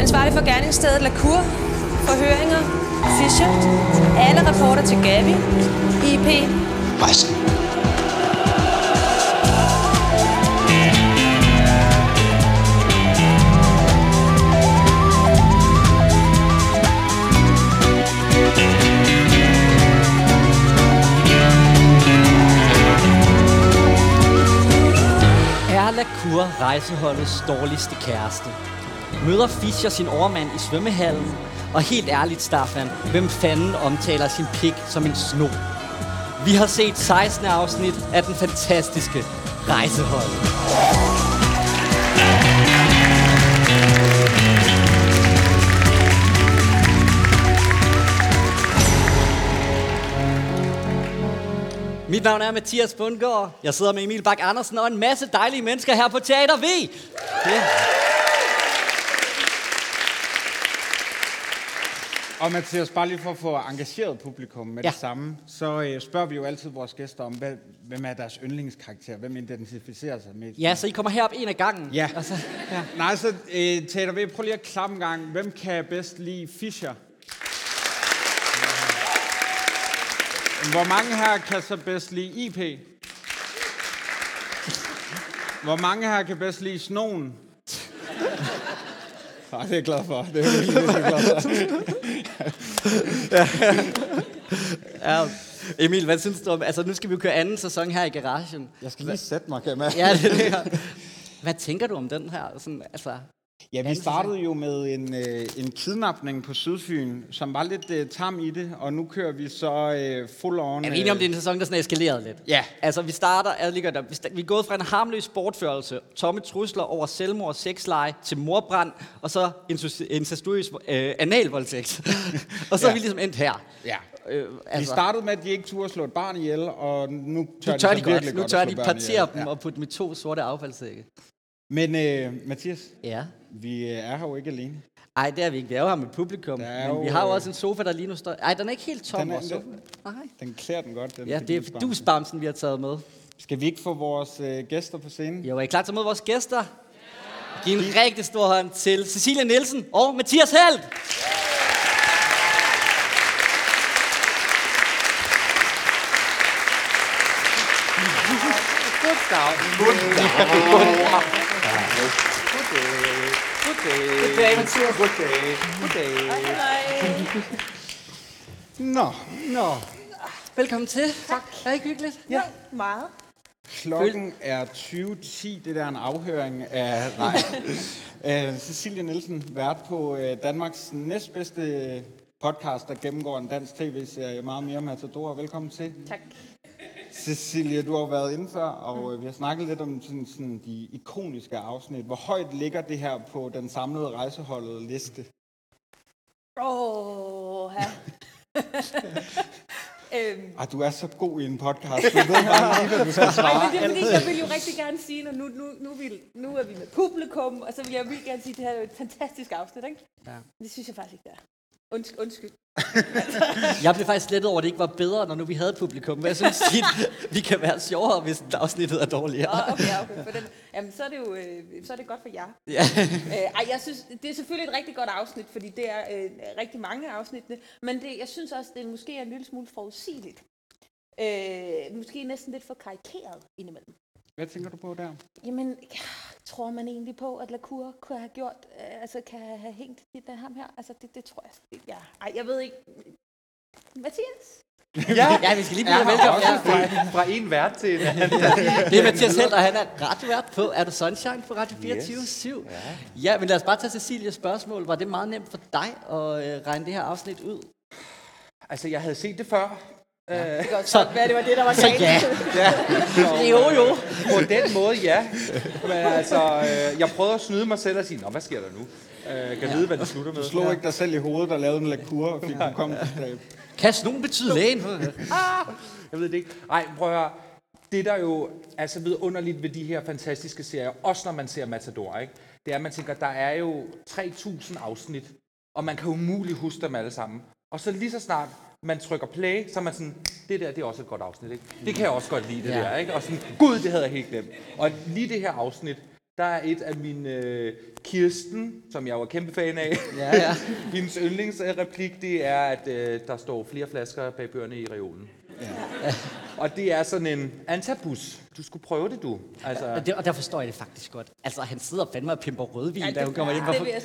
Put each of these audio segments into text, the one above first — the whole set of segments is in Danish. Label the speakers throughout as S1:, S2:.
S1: ansvarlig for gerningsstedet Lacour, forhøringer, Fischer, alle rapporter til Gavi, IP.
S2: Rejsen.
S3: Er Lacour rejseholdets dårligste kæreste? Møder Fischer sin overmand i svømmehallen? Og helt ærligt, Staffan, hvem fanden omtaler sin pik som en sno? Vi har set 16. afsnit af den fantastiske rejsehold. Mit navn er Mathias Bundgaard. Jeg sidder med Emil Bak Andersen og en masse dejlige mennesker her på Teater V. Ja.
S4: Og Mathias, bare lige for at få engageret publikum med
S3: Ja.
S4: ja. det samme, så øh, spørger vi jo altid vores gæster om, hvad, hvem er deres yndlingskarakter? Hvem identificerer sig med?
S3: ja, så I kommer herop en af gangen.
S4: Ja.
S3: Og så, ja.
S4: Nej, så øh, Tater V, prøv lige at klappe en gang. Hvem kan bedst lide Fischer? Hvor mange her kan så bedst lide IP? Hvor mange her kan bedst lide Snoen? Ej, det er jeg glad for. Det er jeg virkelig, virkelig glad for.
S3: ja. Emil, hvad synes du om? Altså, nu skal vi jo køre anden sæson her i garagen.
S2: Jeg skal lige sætte mig, kan jeg
S3: Ja, det er det her. Hvad tænker du om den her? Sådan, altså,
S4: Ja, vi startede jo med en, øh, en kidnapning på Sydfyn, som var lidt øh, tam i det, og nu kører vi så øh, full on.
S3: er vi enige om, det er en sæson, der sådan er eskaleret lidt?
S4: Ja.
S3: Altså, vi starter, altså, lige gør det. Vi, sta- vi er gået fra en harmløs bortførelse, tomme trusler over selvmord og sexleje til morbrand, og så incest- incestuøs øh, analvoldtægt. og så er
S4: Ja.
S3: vi ligesom endt her.
S4: Ja.
S3: Øh,
S4: Altså. Vi startede med, at de ikke turde slå et barn ihjel, og nu tør,
S3: nu tør
S4: de,
S3: de
S4: så virkelig
S3: godt. Nu tør
S4: at slå
S3: de
S4: børn
S3: partere
S4: ihjel.
S3: dem og putte dem i to sorte affaldssække.
S4: Ja. Men øh, Mathias,
S3: Ja.
S4: vi øh, er her jo ikke alene.
S3: Ej, det er vi ikke. Vi er jo her med publikum.
S4: Der er
S3: Men vi
S4: jo,
S3: har jo
S4: øh,
S3: også en sofa, der lige nu står... Ej, den er ikke helt tom.
S4: Den er-
S3: vores sofa.
S4: den-
S3: Nej.
S4: Den klæder den godt. Den
S3: Ja, det er
S4: du.
S3: dusbamsen, vi har taget med.
S4: Skal vi ikke få vores øh, gæster på scenen?
S3: Jo, er I klar til at møde vores gæster? Giv en rigtig stor hånd til Cecilia Nielsen og Mathias Held.
S5: Goddag, Mathias. Goddag. Goddag.
S4: Nå, nå.
S3: Velkommen til. Tak. Er det ikke hyggeligt?
S5: Ja. Meget.
S4: Klokken er 20.10, det der er en afhøring af... Nej. øh, Cecilia Nielsen, vært på øh, Danmarks næstbedste podcast, der gennemgår en dansk tv-serie meget mere om Matador. Velkommen til.
S5: Tak.
S4: Cecilia, du har jo været inde før, og øh, vi har snakket lidt om sådan, sådan de ikoniske afsnit. Hvor højt ligger det her på den samlede rejseholdet liste?
S5: Åh, ja. øhm,
S4: Ah, du er så god i en podcast. Du ved bare lige, hvad du skal svare.
S5: ej, men det er fordi, jeg ville jo rigtig gerne sige, når nu, nu, nu, vil, nu er vi med publikum, og så vil jeg virkelig gerne sige, at det her er jo et fantastisk afsnit, ikke?
S3: Ja.
S5: Men Det synes jeg faktisk ikke, det er. Undskyld. undskyld.
S3: Jeg blev faktisk lettet over, at det ikke var bedre, når nu vi havde publikum. Men jeg synes tit, vi kan være sjovere, hvis afsnittet er
S5: Nå,
S3: dårligere.
S5: okay, ja, okay. For den, jamen, så er det jo øh, så er det godt for jer.
S3: Ja.
S5: Øh, ej, jeg synes, det er selvfølgelig et rigtig godt afsnit, fordi det er øh, rigtig mange af afsnittene, men det, jeg synes også, det måske er en lille smule forudsigeligt. Øh, måske næsten lidt for karikeret indimellem.
S4: Hvad tænker du på der?
S5: Jamen, tror man egentlig på, at Lacour kunne have gjort, øh, altså kan have hængt det der ham her? Altså, det, det tror jeg. Det, ja. Ej, jeg ved ikke. Mathias?
S3: Ja, vi skal lige
S4: Ja,
S3: blive velkommen.
S4: også.
S3: Ja.
S6: Fra, fra en vært til en anden.
S3: Det er Mathias Held, og han er radiovært på Er du Sunshine på Radio 24 yes. ja. ja, men lad os bare tage Cecilias spørgsmål. Var det meget nemt for dig at øh, regne det her afsnit ud?
S6: Altså, jeg havde set det før.
S5: Det kan også
S3: Så-
S5: godt være, det var det, der var
S3: så
S5: galt.
S3: ja. Jo, jo.
S6: På den måde, ja. Men altså, øh, jeg prøvede at snyde mig selv og sige, Nå, hvad sker der nu? Øh, kan vide, hvad det slutter med.
S4: Du slog ikke dig selv i hovedet og lavede en lakur og fik en kommentar.
S3: Kan nogen betyde lægen?
S6: Jeg ved det ikke. Ej, prøv at høre. Det, der jo er så vidunderligt ved de her fantastiske serier, også når man ser Matador, ikke? det er, at man tænker, der er jo 3.000 afsnit, og man kan umuligt huske dem alle sammen. Og så lige så snart man trykker play, så er man sådan, det der, det er også et godt afsnit, ikke? Det kan jeg også godt lide, det
S3: Ja.
S6: ja. der, ikke? Og sådan, gud, det havde jeg helt glemt. Og lige det her afsnit, Der er et af mine øh, Kirsten, som jeg var kæmpe fan af.
S3: Ja, ja.
S6: Hendes yndlingsreplik, det er, at øh, der står flere flasker bag bøgerne i reolen. Ja. Og det er sådan en antabus. Du skulle prøve det, du. Altså,
S3: Og, det, og der forstår jeg det faktisk godt. Altså, han sidder fandme og pimper rødvin, ja, da hun kommer hjem.
S5: det vil
S3: Hvorfor?
S5: jeg,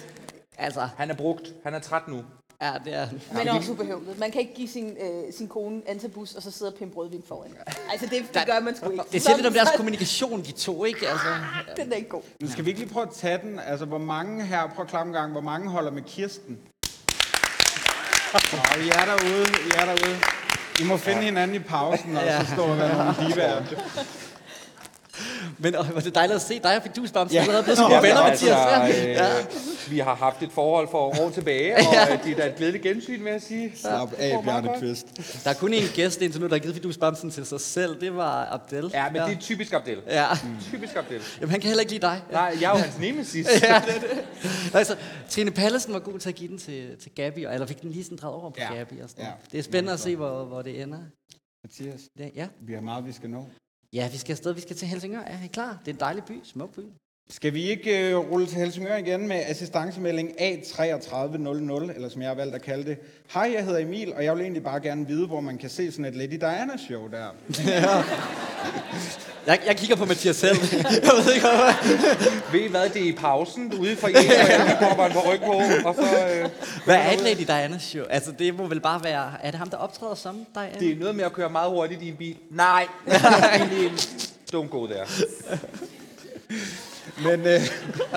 S3: Altså,
S6: han er brugt. Han er træt nu.
S3: ja, det er...
S5: men er også ubehøvlet. Man kan ikke give sin, øh, sin kone antabus, og så sidde og pimpe rødvin foran. Altså, det, det gør man sgu ikke.
S3: Det siger lidt om deres
S5: Så-
S3: kommunikation, de to, ikke? Altså,
S5: Den er ikke god.
S4: Men skal vi ikke lige prøve at tage den? Altså, hvor mange her, prøv at klappe en gang, hvor mange holder med Kirsten? Og I er derude, I er derude. I må finde hinanden i pausen, og så står der nogle divaer.
S3: men og, var det dejligt at se dig og Fidus Bamsen, ja. altså,
S4: Ja.
S3: allerede blevet så gode
S6: Jamen,
S3: venner, Mathias. Ja.
S6: øh, Vi har haft et forhold for år tilbage, og øh, det er da et glædeligt gensyn, vil jeg sige.
S4: Slap
S6: Det
S4: af,
S6: går meget
S4: Bjarne
S6: godt.
S4: Kvist.
S3: Der er kun én gæst indtil nu, der har givet Fidus Bamsen til sig selv. Det var Abdel.
S6: Ja, men det er typisk Abdel.
S3: Ja.
S6: Typisk Abdel.
S3: Jamen, han kan heller ikke lide dig.
S6: Nej, jeg er jo hans nemesis.
S3: Nej, så Trine Pallesen var god til at give den til, til Gabi, og- eller fik den lige sådan drejet over på ja.
S4: Ja.
S3: Gabi. Og sådan. Ja.
S4: Ja.
S3: Det er spændende at se, hvor, hvor det ender.
S4: Mathias,
S3: Det, ja.
S4: vi har meget, vi skal nå.
S3: ja, vi skal afsted. Vi skal til Helsingør. Er I klar? Det er en dejlig by. Smuk by.
S4: Skal vi ikke øh, rulle til Helsingør igen med assistancemelding A3300, eller som jeg har valgt at kalde det. Hej, jeg hedder Emil, og jeg vil egentlig bare gerne vide, hvor man kan se sådan et Lady Diana-show der.
S3: Jeg, jeg kigger på Mathias selv. jeg ved ikke, hvorfor.
S6: Ved I hvad, det er i pausen ude for jer, og jeg popper en på ryg på, og så... Øh,
S3: Hvad er et Lady Diana show? Altså, det må vel bare være... Er det ham, der optræder som Diana?
S6: det er noget med at køre meget hurtigt i en bil. Nej, ind i en- don't go there.
S4: Men øh,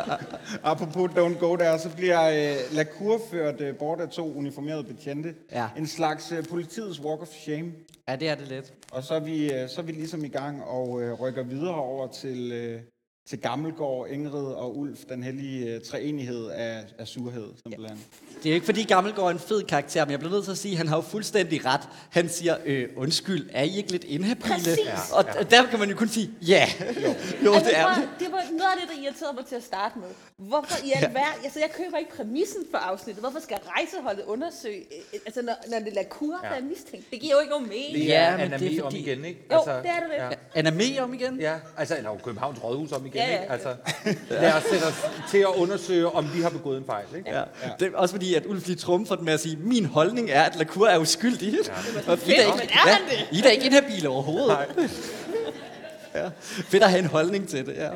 S4: apropos don't go der, så bliver øh, Lacour ført øh, bort af to uniformerede betjente.
S3: Ja.
S4: En slags øh, politiets walk of shame.
S3: Ja, det er det lidt.
S4: Og så er vi, øh, så er vi ligesom i gang og øh, rykker videre over til, øh, til Gammelgård, Ingrid og Ulf, den hellige øh, treenighed af, af surhed, simpelthen.
S3: Det er jo ikke, fordi Gammelgaard er en fed karakter, men jeg bliver nødt til at sige, at han har jo fuldstændig ret. Han siger, øh, undskyld, er I ikke lidt inhabile?
S5: Præcis.
S3: Og d- der kan man jo kun sige, ja. Jo, jo
S5: altså,
S3: det er det.
S5: prøv at- det. var noget af det, der irriterede mig til at starte med. Hvorfor i alverden... Altså, jeg køber ikke præmissen for afsnittet. Hvorfor skal rejseholdet undersøge, øh, altså, når, når det lader kur, der er mistænkt? Det giver jo ikke nogen mening.
S6: Det
S3: Ja,
S6: er
S3: men det er
S6: Anna Mie om
S3: fordi-
S6: igen, ikke? Altså,
S5: Jo, det er det lidt.
S6: Ja.
S3: Anna Mee om igen?
S6: Ja, altså, eller jo, Københavns Rådhus om igen,
S5: Ja, ja.
S6: ikke? Altså, lad os sætte os til at undersøge, om vi har begået en fejl, ikke?
S3: Ja. Det er også fordi, at Ulf lige trumfer den med at sige, min holdning er, at Lacour er uskyldig. Ja. Og I er da
S5: Fedt, men er han
S3: I er da ikke inhabile overhovedet. Nej. ja. Fedt at have en holdning til det, ja.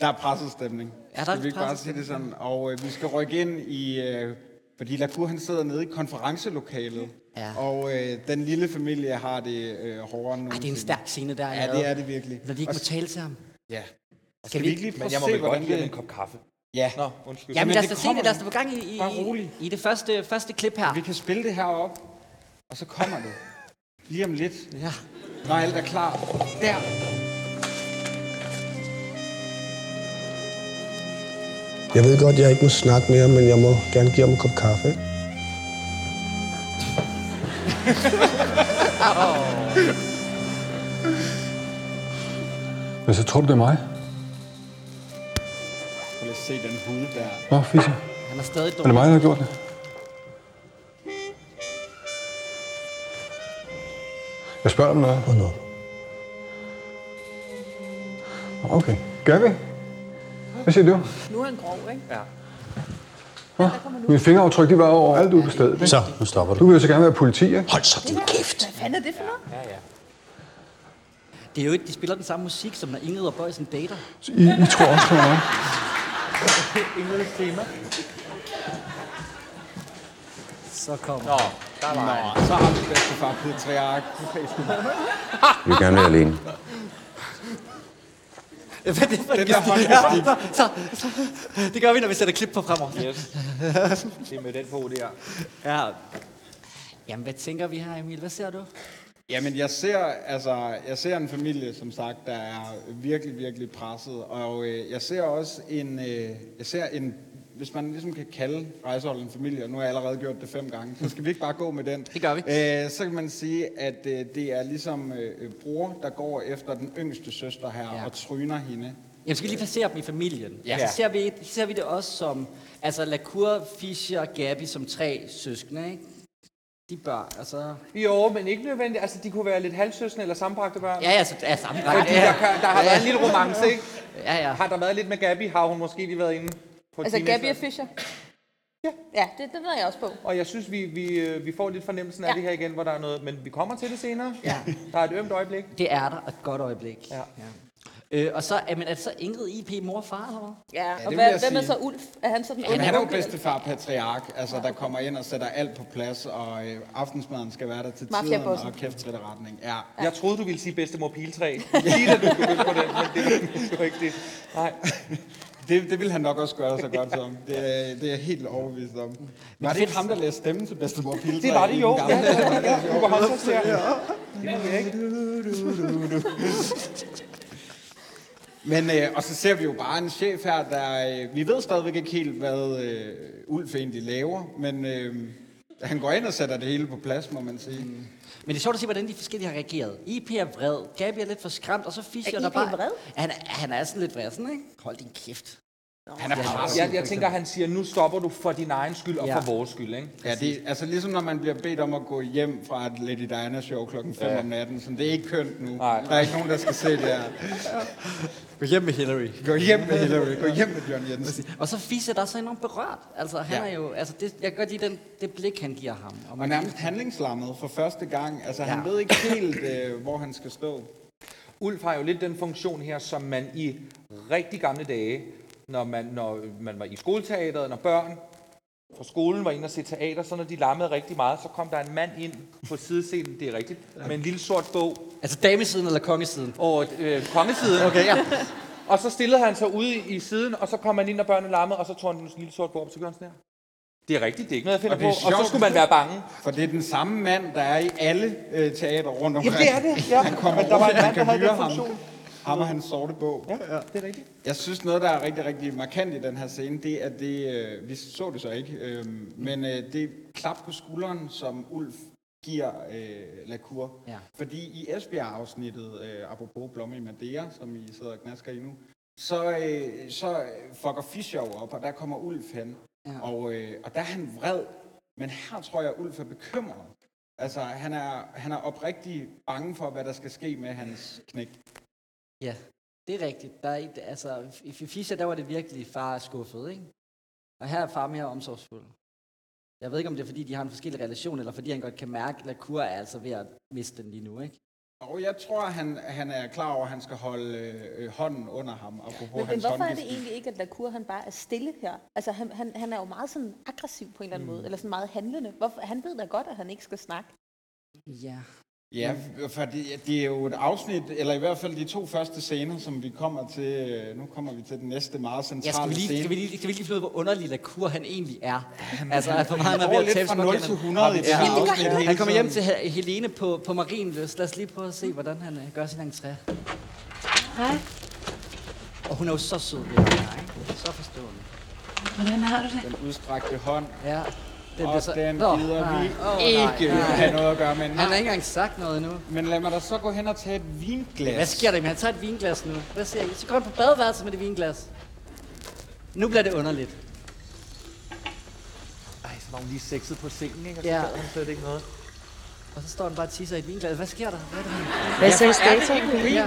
S4: Der er pressestemning.
S3: der er
S4: Skal vi ikke bare sige
S3: pressestemning.
S4: det sådan? Og øh, vi skal rykke ind i... Øh, fordi Lacour han sidder nede i konferencelokalet.
S3: Ja.
S4: Og øh, den lille familie har det øh, hårdere nu.
S3: Ej, det er en stærk scene, der
S4: Ja, det er det virkelig.
S3: Når de ikke
S4: Og
S3: må
S4: s-
S3: tale til ham.
S4: Ja.
S3: Skal
S4: Skal
S3: vi
S4: vi
S3: ikke
S4: ikke lige prøve
S6: Men
S4: at
S6: jeg må
S4: se,
S6: vel godt
S4: hvordan
S6: give ham en
S4: det...
S6: kop kaffe.
S4: Ja,
S6: Nå, undskyld.
S3: Jamen
S4: men
S3: lad os
S4: det
S3: da se
S4: kommer
S3: det, lad os da
S4: nu.
S3: få gang i, i,
S4: Bare
S3: i,
S4: rolig.
S3: i det første, første klip her.
S4: vi kan spille det her op, og så kommer det. Lige om lidt,
S3: Ja.
S4: når alt er klar. Der.
S7: Jeg ved godt, jeg ikke må snakke mere, men jeg må gerne give ham en kop kaffe. ikke?
S8: Hvad så tror du, det er mig?
S4: Prøv lige at se den hud der.
S8: Nå, Fischer.
S3: Han er stadig
S8: Er det
S3: dårlig.
S8: mig, der har gjort det? Jeg spørger dig om noget.
S7: Hvornår?
S8: Nå, Okay. Gør vi? Hvad siger du?
S5: Nu er han grov, ikke?
S8: Hå? Mine fingeraftryk, de var over alt ude på stedet. ikke?
S7: Så, nu stopper
S8: Du vil jo så gerne være politi, ikke?
S7: Hold så din kæft.
S5: Hvad fanden er det for noget?
S3: Det er jo ikke, de spiller den samme musik, som når Ingrid og Bøjsen dater.
S8: I, I tror også på mig.
S6: Ingrid's tema.
S3: Så kommer.
S6: Nå, der var han.
S4: Så har vi bedstefar Petriark.
S9: Jeg vil gerne være alene.
S3: Hvad er det for en gestik? Ja, så, så, det gør vi, når vi sætter klip på fremover.
S6: Yes. Det er med den på der.
S3: Ja. Jamen, hvad tænker vi her, Emil? Hvad ser du?
S4: Jamen, jeg ser, altså, jeg ser en familie, som sagt, der er virkelig, virkelig presset. Og øh, jeg ser også en, øh, jeg ser en, hvis man ligesom kan kalde rejseholdet en familie, og nu har jeg allerede gjort det fem gange, så skal vi ikke bare gå med den.
S3: Det gør vi.
S4: Øh, så kan man sige, at øh, det er ligesom øh, øh, bror, der går efter den yngste søster her
S3: Ja.
S4: ja. og tryner hende.
S3: Jamen, skal vi lige placere dem i familien? Ja. Så ser vi, ser vi det også som... Altså, Lacour, Fischer og Gabi som tre søskende, ikke?
S4: de børn, altså...
S6: Jo, men ikke nødvendigt. Altså, de kunne være lidt halvsøsne eller sammenbragte børn.
S3: Ja, ja, så er samme grad.
S6: Fordi der, kan, der har været en lille romance, ikke?
S3: Ja, ja.
S6: Har der været lidt med Gabby, har hun måske lige været inde på
S5: Altså Gabby
S6: teenagealderen.
S5: og Fischer. Ja. Ja, det, det ved jeg også på.
S6: Og jeg synes, vi, vi, øh, vi får lidt fornemmelsen af
S5: Ja.
S6: det her igen, hvor der er noget, men vi kommer til det senere. Ja. Der er et ømt øjeblik.
S3: Det er der, og et godt øjeblik.
S6: Ja.
S3: Øh, og så er, men er det så Ingrid IP mor og far, eller hvad?
S5: Ja, og
S4: vil
S5: hvad,
S4: jeg
S5: hvem er
S4: sige.
S5: så Ulf? Er han så den
S4: Men
S5: onde
S4: han er jo
S5: onkel?
S4: bedstefar patriark, altså der kommer ind og sætter alt på plads, og øh, aftensmaden skal være der til tiden,
S5: Mafiabossen.
S4: og kæft trit og retning. Ja.
S6: Jeg troede, du ville sige bedstemor Piltræ, lige da du begyndte på den, men det var jo ikke det. Nej.
S4: Det, det vil han nok også gøre så godt som. Det, er- det er jeg helt overbevist om. Var det ikke ham, der læste stemmen til bedstemor Piltræ?
S6: Det var
S4: i
S6: det
S4: den
S6: jo.
S4: gamle-
S6: Ja, det var det. Ja, du var håndtast der. Det var væk.
S4: Men, øh, og så ser vi jo bare en chef her, der... Øh, vi ved stadigvæk ikke helt, hvad øh, Ulf egentlig laver, men øh, han går ind og sætter det hele på plads, må man sige. Mm.
S3: Men det er sjovt at se, hvordan de forskellige har reageret. IP er vred, Gabi er lidt for skræmt, og så Fischer,
S5: Er
S3: der
S5: IP
S3: bare...
S5: vred?
S3: Han, er- han er sådan lidt vred, sådan, ikke? Hold din kæft.
S4: Han er presset.
S6: Jeg, jeg tænker, han siger, nu stopper du for din egen skyld og
S3: Ja.
S6: for vores skyld, ikke?
S4: Ja, det, er- altså ligesom når man bliver bedt om at gå hjem fra et Lady Diana show klokken 5 ja. om natten, så det er ikke kønt nu.
S6: Nej.
S4: Der er ikke nogen, der skal se det her.
S3: Gå hjem med Hillary.
S4: Gå hjem med Hillary, gå hjem med John Jensen.
S3: Og så Fischer, der er så enormt berørt. Altså, han
S4: Ja.
S3: er jo... Altså, det, jeg kan godt lide den, det blik, han giver ham. Og
S4: Og
S3: man,
S4: nærmest handlingslammet for første gang. Altså han
S3: Ja.
S4: ved ikke helt, øh, hvor han skal stå.
S6: Ulf har jo lidt den funktion her, som man i rigtig gamle dage, når man, når man var i skoleteateret, når børn fra skolen var inde og se teater, så når de lammede rigtig meget, så kom der en mand ind på sidescenen, det er rigtigt, med en lille sort bog
S3: altså, damesiden eller kongesiden.
S6: og øh, kongesiden. Okay, ja. Og så stillede han sig ude i siden, og så kom han ind, og børnene lammede, og så tog han en lille sort bog op, og så gjorde han sådan her. Det er rigtigt, det er ikke noget, jeg
S4: Og
S6: finder
S4: det er
S6: og på. Og
S4: sjovt.
S6: så skulle man være bange.
S4: For det er den samme mand, der er i alle øh, teater rundt
S6: Ja,
S4: omkring.
S6: det er det. Ja.
S4: Han kommer
S6: Men der var
S4: rundt,
S6: en mand, der
S4: man kan
S6: havde
S4: høre
S6: den
S4: ham.
S6: funktion.
S4: Ham og hans sorte bog.
S6: Ja, det er rigtigt.
S4: Jeg synes, noget, der er rigtig, rigtig markant i den her scene, det er det, øh, vi så det så ikke, øh, men øh, det klap på skulderen, som Ulf giver øh, Lacour.
S3: Ja.
S4: Fordi i Esbjerg-afsnittet, øh, apropos Blomme i Madeira, som I sidder og knasker i nu, så, øh, så fucker Fischer jo op, og der kommer Ulf hen.
S3: Ja.
S4: Og, øh, og der er han vred, men her tror jeg, Ulf er bekymret. Altså, han er, han er oprigtig bange for, hvad der skal ske med hans knæk.
S3: Ja, det er rigtigt. Der er, et- altså, i Fischer, der var det virkelig far er skuffet, ikke? Og her er far mere omsorgsfuld. Jeg ved ikke, om det er, fordi de har en forskellig relation, eller fordi han godt kan mærke, at Lacour er altså ved at miste den lige nu, ikke?
S4: Og jeg tror, han, han er klar over, at han skal holde øh, øh, hånden under ham, apropos
S5: Men, men
S4: hans
S5: hvorfor er det
S4: håndgivning.
S5: egentlig ikke, at Lacour han bare er stille her? Altså, han, han, han er jo meget sådan aggressiv på en eller anden måde, eller sådan meget handlende. Hvorfor, han ved da godt, at han ikke skal snakke.
S3: Ja.
S4: Ja, for det, det er jo et afsnit, eller i hvert fald de to første scener, som vi kommer til. øh, Nu kommer vi til den næste meget
S3: Ja, skal
S4: centrale
S3: vi lige,
S4: scene.
S3: skal vi lige, skal vi lige finde ud af, hvor underlig Lacour han egentlig er? altså, han, for meget,
S4: Han
S3: han er
S4: går
S3: ved at
S4: lidt
S3: tabe
S4: fra 0 til 100 i det
S3: Ja.
S4: her afsnit hele
S3: Han kommer hjem
S4: tiden.
S3: til He- Helene på, på Marienløs. Lad os lige prøve at se, hvordan han øh, gør sin entré.
S10: Hej,
S3: Og hun er jo så sød ved ham, ikke? Så forstående.
S10: hvordan har du det?
S4: Den udstrakte hånd,
S3: Ja. Den bliver
S4: og
S3: så...
S4: den
S3: Nå,
S4: gider
S3: nej.
S4: vi
S3: Åh, nej.
S4: ikke have noget at gøre med.
S3: Han har
S4: Nej.
S3: ikke engang sagt noget endnu.
S4: Men lad mig da så gå hen og tage et vinglas.
S3: Hvad sker der? Men han tager et vinglas nu. Hvad ser I? Så går han på badeværelset med det vinglas. Nu bliver det underligt.
S6: Ej, så var hun lige sexet på sengen, ikke? Og
S3: Ja.
S6: så gad hun slet ikke noget.
S3: Og så står han bare og tisser i et vinglas. Hvad sker der? Hvad er det?
S10: Hvad sagde status?
S3: Ja.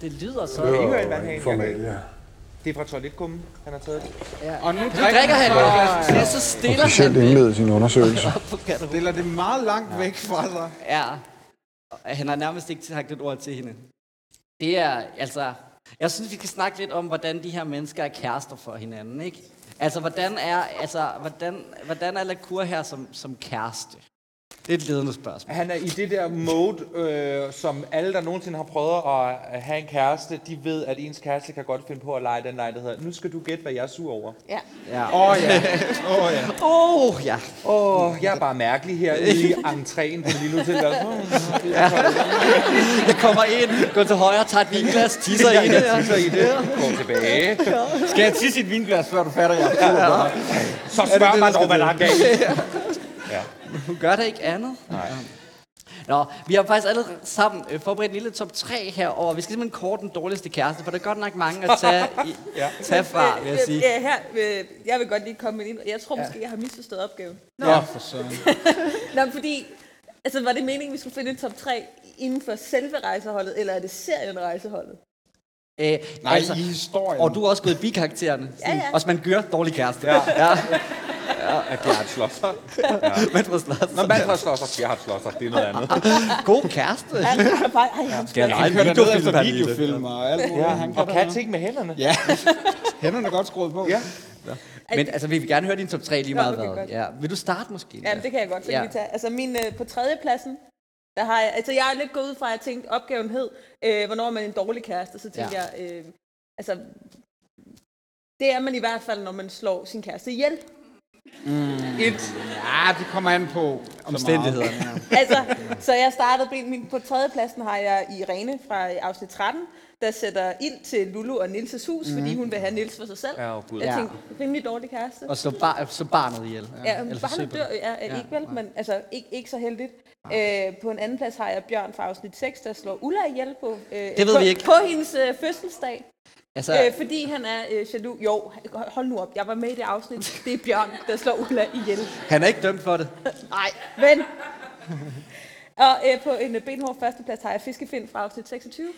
S3: Det lyder så.
S6: Kan I høre en vandhane?
S8: Formalia.
S6: Det er fra toiletkummen, han har taget.
S4: Og nu
S3: Nu drikker
S4: drikker
S3: han
S4: han.
S3: et glas te, så stiller han
S8: Officielt
S3: det
S8: indledet sin undersøgelse.
S3: op på garderoben.
S4: Stiller det meget langt væk fra dig.
S3: Ja. Og Han har nærmest ikke sagt et ord til hende. Det er, altså... Jeg synes, vi skal snakke lidt om, hvordan de her mennesker er kærester for hinanden, ikke? Altså, hvordan er, altså, hvordan, hvordan er Lacour her som, som kæreste? Det er et ledende spørgsmål.
S6: Han er i det der mode, øh, som alle, der nogensinde har prøvet at øh, have en kæreste, de ved, at ens kæreste kan godt finde på at lege den leg, der hedder, nu skal du gætte, hvad jeg er sur over.
S5: Ja.
S3: Ja.
S4: Åh oh, ja. Åh oh, ja.
S3: Åh, oh, ja.
S6: Åh, oh, jeg er bare mærkelig her i entréen på Lille Hotel.
S3: Jeg kommer ind, går til højre, tager et vinglas, tisser i det.
S6: Så i det. Gå tilbage.
S4: Skal jeg tisse et vinglas, før du fatter, jeg er sur?
S6: Så spørger man dog, hvad der er galt.
S3: Hun gør det ikke andet. Nej. Nå, vi har faktisk alle sammen øh, forberedt en lille top 3 herover. Vi skal simpelthen kort den dårligste kæreste, for der er godt nok mange at tage, i, ja. tage fra, vil jeg sige.
S5: Ja, her, øh, jeg vil godt lige komme ind. Jeg tror måske, jeg har misforstået opgaven. Nå,
S4: Ja, for søren.
S5: Nå men fordi, altså var det meningen, vi skulle finde en top 3 inden for selve rejseholdet, eller er det serien rejseholdet?
S3: Æh,
S4: Nej, i historien.
S3: Øh, altså, Og du er også gået i karaktererne.
S5: Ja, ja.
S3: Også man gør dårlig kæreste. Ja. ja.
S6: At Gerhard Schlosser.
S3: Men for slags.
S6: Når man har Schlosser, Gerhard Schlosser, det er noget andet.
S3: God kæreste.
S5: Ej, ej, ej, ej,
S3: Skal jeg lege
S4: Han kører
S3: en
S4: derned
S3: videofilm,
S4: efter
S3: Pernille?
S4: videofilm og alt muligt. Han
S6: Og
S4: kører
S6: kan
S4: derned.
S6: ting med hænderne.
S4: Ja, hænderne er godt skruet på. Ja.
S3: Men altså, vi vil gerne høre din top 3 lige
S5: Nå,
S3: meget
S5: okay,
S3: hvad.
S5: godt.
S3: Ja. Vil du starte måske?
S5: Jamen, det kan jeg godt, så
S3: Ja.
S5: ja. vi tage. Altså, min, øh, på tredjepladsen, der har jeg, altså jeg er lidt gået ud fra, at jeg tænkte, opgaven hed, øh, hvornår er man en dårlig kæreste, så tænkte
S3: Ja.
S5: ja. jeg, øh, altså, det er man i hvert fald, når man slår sin kæreste ihjel.
S4: Et. Ja, det kommer an på
S3: Omstændighederne.
S4: Så meget.
S5: altså, så jeg startede på, min, på tredjepladsen har jeg Irene fra afsnit 13, der sætter ild til Lulu og Nilses hus, mm. fordi hun vil have Nils for sig selv.
S6: Ja, åh, Gud.
S5: Jeg
S3: Mhm. Ja.
S5: tænkte, rimelig dårlig kæreste.
S3: Og så, bar, så barnet ihjel.
S5: Ja,
S3: Eller forsøg
S5: barnet
S3: på
S5: dør
S3: det.
S5: ja, ja, ikke vel, men altså ikke, ikke så heldigt. Øh, på en anden plads har jeg Bjørn fra afsnit 6, der slår Ulla ihjel på, øh,
S3: Det ved
S5: på,
S3: vi ikke.
S5: på hendes øh, fødselsdag,
S3: Altså,
S5: øh, fordi han er øh, jaloux. Jo, hold nu op, jeg var med i det afsnit. Det er Bjørn, der slår Ulla ihjel.
S3: han er ikke dømt for det.
S5: Nej, men... Og øh, på en øh, benhård førsteplads har jeg Fiskefind fra afsnit 26. øh,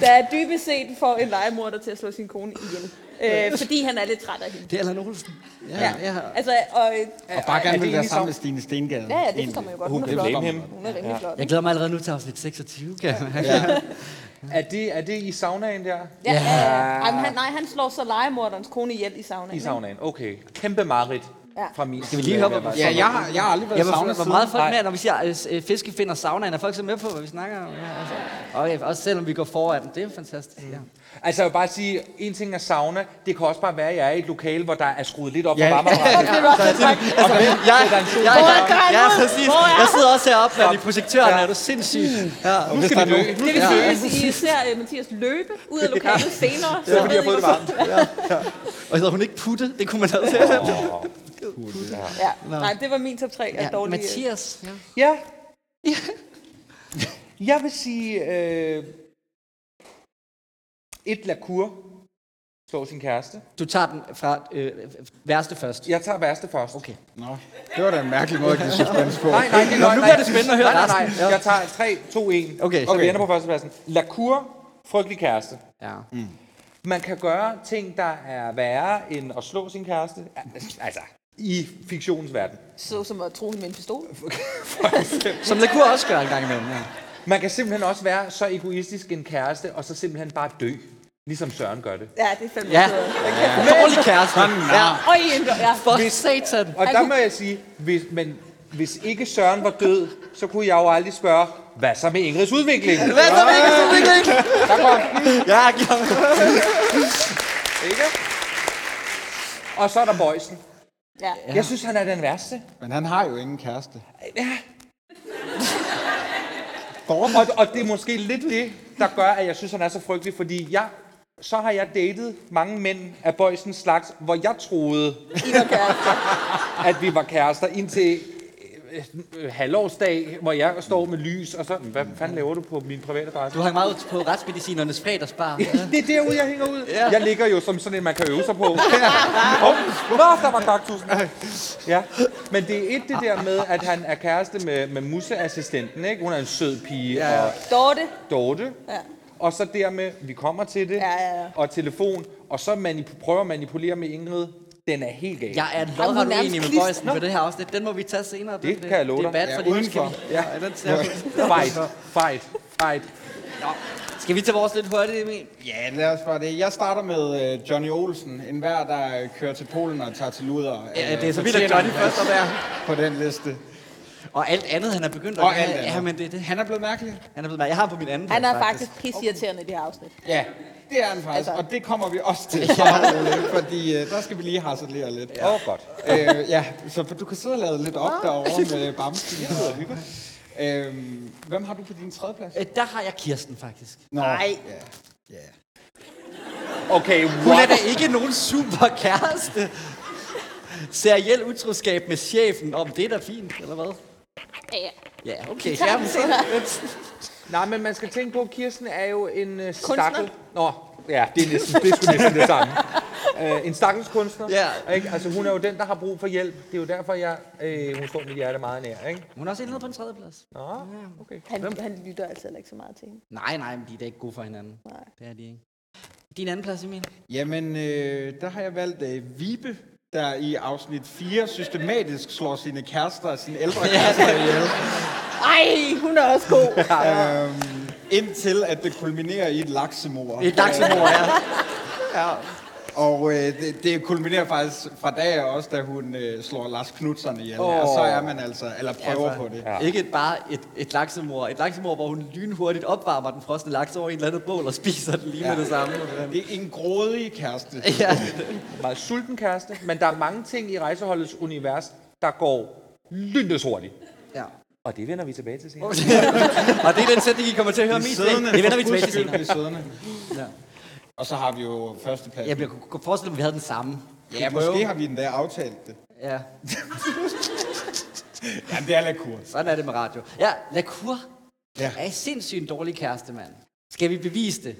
S5: der dybest set får en legemorder til at slå sin kone ihjel. Øh, fordi han er lidt træt af hende.
S3: Det er Allan Olsen. Ja,
S5: Ja.
S3: ja.
S5: Altså, og, øh,
S4: Og bare
S6: Er
S4: gerne
S6: det
S4: vil være sammen
S6: egentlig så-
S4: med Stine Stengade.
S5: Ja, ja, det forstår man jo godt. Hun,
S6: Hun
S5: er
S6: kan
S5: flot.
S6: blame him.
S5: Hun er rimelig flot.
S3: Jeg glæder mig allerede nu til afsnit 26, kan jeg mærke.
S6: Er det, er det i saunaen der?
S5: Ja, ja, ja. Ej, men han, nej, han slår så legemorderens kone ihjel i saunaen.
S6: I
S5: ikke?
S6: saunaen, okay. Kæmpe mareridt
S5: Ja.
S6: fra min
S3: Skal vi lige høre, hvor-
S4: Ja, jeg har, jeg har aldrig været
S3: Jeg
S4: savnet
S3: var, var
S4: siden.
S3: meget folk
S6: Nej.
S3: med, når vi siger øh, s- øh, fiskefinder saunaen. Er folk så med på, hvad vi snakker om? Ja, altså. Okay, også selvom vi går foran. Det er jo fantastisk. Ja.
S6: Altså, jeg vil bare sige, en ting er sauna. Det kan også bare være, at jeg er i et lokale, hvor der er skruet lidt op for
S4: Ja.
S6: varmeapparatet.
S3: Altså, jeg, jeg,
S6: sætter en sol
S3: jeg,
S6: på.
S3: jeg, jeg, præcis. jeg sidder også heroppe med de projektører, er du sindssyg. Ja.
S4: Nu skal vi
S5: Det vil sige, hvis I ser øh, Mathias løbe ud af lokalet senere, så
S6: fordi jeg
S5: ved I,
S6: fået det
S5: hvorfor.
S3: Og hedder hun ikke Putte? Det kunne man også have.
S5: Ja. Nej, det var min top 3 af
S3: Ja,
S5: dårlige...
S3: Mathias. Ja.
S6: Ja. Jeg vil sige, øh, et lakur slår sin kæreste.
S3: Du tager den fra øh, værste først.
S6: Jeg tager værste først. Okay.
S4: Nå, det var da en mærkelig måde at give suspens på.
S6: Nej, nej, det
S3: Nå,
S6: er løgn,
S3: nu
S6: nej.
S3: bliver det spændende at høre
S6: Nej, nej,
S3: resten.
S6: nej.
S3: Ja.
S6: Jeg tager 3, 2, 1.
S3: Okay.
S6: Så
S3: Okay.
S6: vi ender på førstepladsen. Lakur, frygtelig kæreste.
S3: Ja.
S6: Man kan gøre ting, der er værre end at slå sin kæreste. Altså, i fiktionens verden.
S5: Så som at tro hende med en pistol.
S3: Som Lacour også gør en gang imellem. Ja.
S6: Man kan simpelthen også være så egoistisk en kæreste, og så simpelthen bare dø. Ligesom Søren gør det.
S5: Ja, det er fandme
S3: Ja.
S5: ja.
S3: Dårlig kæreste. Ja.
S5: Og I en dør, ja.
S3: For satan.
S6: Og der må jeg sige, hvis, men hvis ikke Søren var død, så kunne jeg jo aldrig spørge, hvad så med Ingrids udvikling?
S3: Hvad så, Mikkel? Så Mikkel?
S6: Der kom den,
S3: Ja, giv ham.
S6: ikke? Og så er der Bøjsen.
S5: ja.
S6: Jeg synes, han er den værste.
S4: Men han har jo ingen kæreste.
S6: Og, og det er måske lidt det, der gør, at jeg synes, han er så frygtelig, fordi jeg, så har jeg datet mange mænd af Bøjsens slags, hvor jeg troede,
S5: I var kærester.
S6: at vi var kærester, indtil øh, øh, halvårsdag, hvor jeg står med lys, og så, hvad fanden laver du på min private adresse?
S3: Du hang meget ud på retsmedicinernes fredagsbar.
S6: Det er derude, jeg hænger ud. Ja. Jeg ligger jo som sådan en, man kan øve sig på. Hov, Nå, der var kaktusen. Ja. Men det er et det der med, at han er kæreste med, med musseassistenten. Ikke? Hun er en sød pige ja. og
S5: Dorte.
S6: Dorte.
S5: Ja.
S6: Og så dermed, vi kommer til det,
S5: Ja, ja, ja.
S6: og telefon, og så manip- prøver at manipulere med Ingrid. Den er helt gal.
S3: Jeg er
S5: Jamen,
S3: lodret
S5: hun er
S3: uenig med
S5: nærmest
S3: Bøjsen på det her afsnit. Den må vi tage senere.
S6: Det kan jeg love
S3: Det er
S6: dig.
S3: bad, fordi nu skal
S4: udenfor.
S3: vi... Ja, den ser vi.
S6: Fight, fight, fight.
S3: Skal vi tage vores lidt hurtigt, Emil?
S4: Ja, lad os bare det. Jeg starter med øh, Johnny Olsen. En hver, der øh, kører til Polen og tager til luder.
S3: Ja,
S4: Øh,
S3: det er så vidt, at
S4: fortjener
S3: Johnny
S4: en
S3: først er
S4: plads På den liste.
S3: Og alt andet, han er begyndt at
S4: Og
S3: gøre.
S4: alt andet.
S3: Ja, men det er det.
S4: Han er blevet mærkelig.
S3: Han er blevet Jeg har ham på min anden
S5: Han
S3: plads,
S5: er faktisk pissirriterende i det her afsnit.
S4: Ja, det er han faktisk.
S5: Altså-
S4: Og det kommer vi også til. Ja. Fordi øh, der skal vi lige harcelere lidt.
S6: Åh, oh, godt.
S4: øh, ja, så du kan sidde og lade lidt op derovre med Bamsen. Jeg sidder og hygger. Øhm, hvem har du på din tredje plads?
S3: Øh, Der har jeg Kirsten, faktisk.
S4: Nå, Nej.
S6: Okay,
S3: Hun er
S6: what?
S3: da ikke nogen super kæreste. Seriel utroskab med chefen. Om det er da fint, eller hvad?
S5: Ja, ja.
S3: Ja, okay.
S5: tager
S3: Ja, men
S5: den
S3: så,
S6: Nej, men man skal tænke på, at Kirsten er jo en uh,
S5: Kunstner.
S6: stakkel... Nå, ja, det er næsten det, er sgu næsten det samme. Uh, en stakkels kunstner.
S3: Ja.
S6: Ikke? Altså, hun er jo den, der har brug for hjælp. Det er jo derfor, jeg, øh, hun står mit hjerte meget nær. Ikke?
S3: hun er også helt nede på en tredjeplads.
S6: Nå, okay.
S5: Han, han lytter altså heller ikke så meget til hende.
S3: Nej, nej, men de er da ikke gode for hinanden.
S5: Nej.
S3: Det er de ikke. Din anden plads, Emil?
S4: Jamen, øh, der har jeg valgt øh, Vibe, der i afsnit 4 systematisk slår sine kærester og sine ældre kærester ihjel.
S5: Ej, hun er også god.
S4: Øhm, indtil at det kulminerer i et laksemor.
S3: Et dagsmor, ja.
S4: Og øh, det, det kulminerer faktisk fra dag af også, da hun øh, slår Lars Knudsen ihjel. Oh. Og så er man altså, eller prøver på det.
S3: Ja. Ikke et, bare et, et laksemor. Et laksemor, hvor hun lynhurtigt opvarmer den frosne laks over i et eller andet bål og spiser den lige ja. med det samme.
S4: Det er en grådig kæreste.
S3: Ja.
S6: Meget sulten kæreste, men der er mange ting i rejseholdets univers, der går lyndes hurtigt.
S3: ja.
S6: Og det vender vi tilbage til senere.
S3: Og det er den sætning, I kommer til at høre
S4: Bliv
S3: mest
S4: siddende,
S3: af. Det vender vi
S4: for
S3: tilbage til
S4: guds skyld,
S3: senere.
S4: bliv siddende.
S3: Ja.
S4: Og så har vi jo førstepladsen.
S3: Jeg kunne kunne forestille mig, at vi havde den samme.
S4: Ja, måske har vi endda aftalt det.
S3: Ja,
S4: Jamen, det er lidt kurs.
S3: sådan er det med radio. Ja, Lacour
S4: Ja.
S3: ja. er en sindssygt en dårlig kæreste, mand. Skal vi bevise det?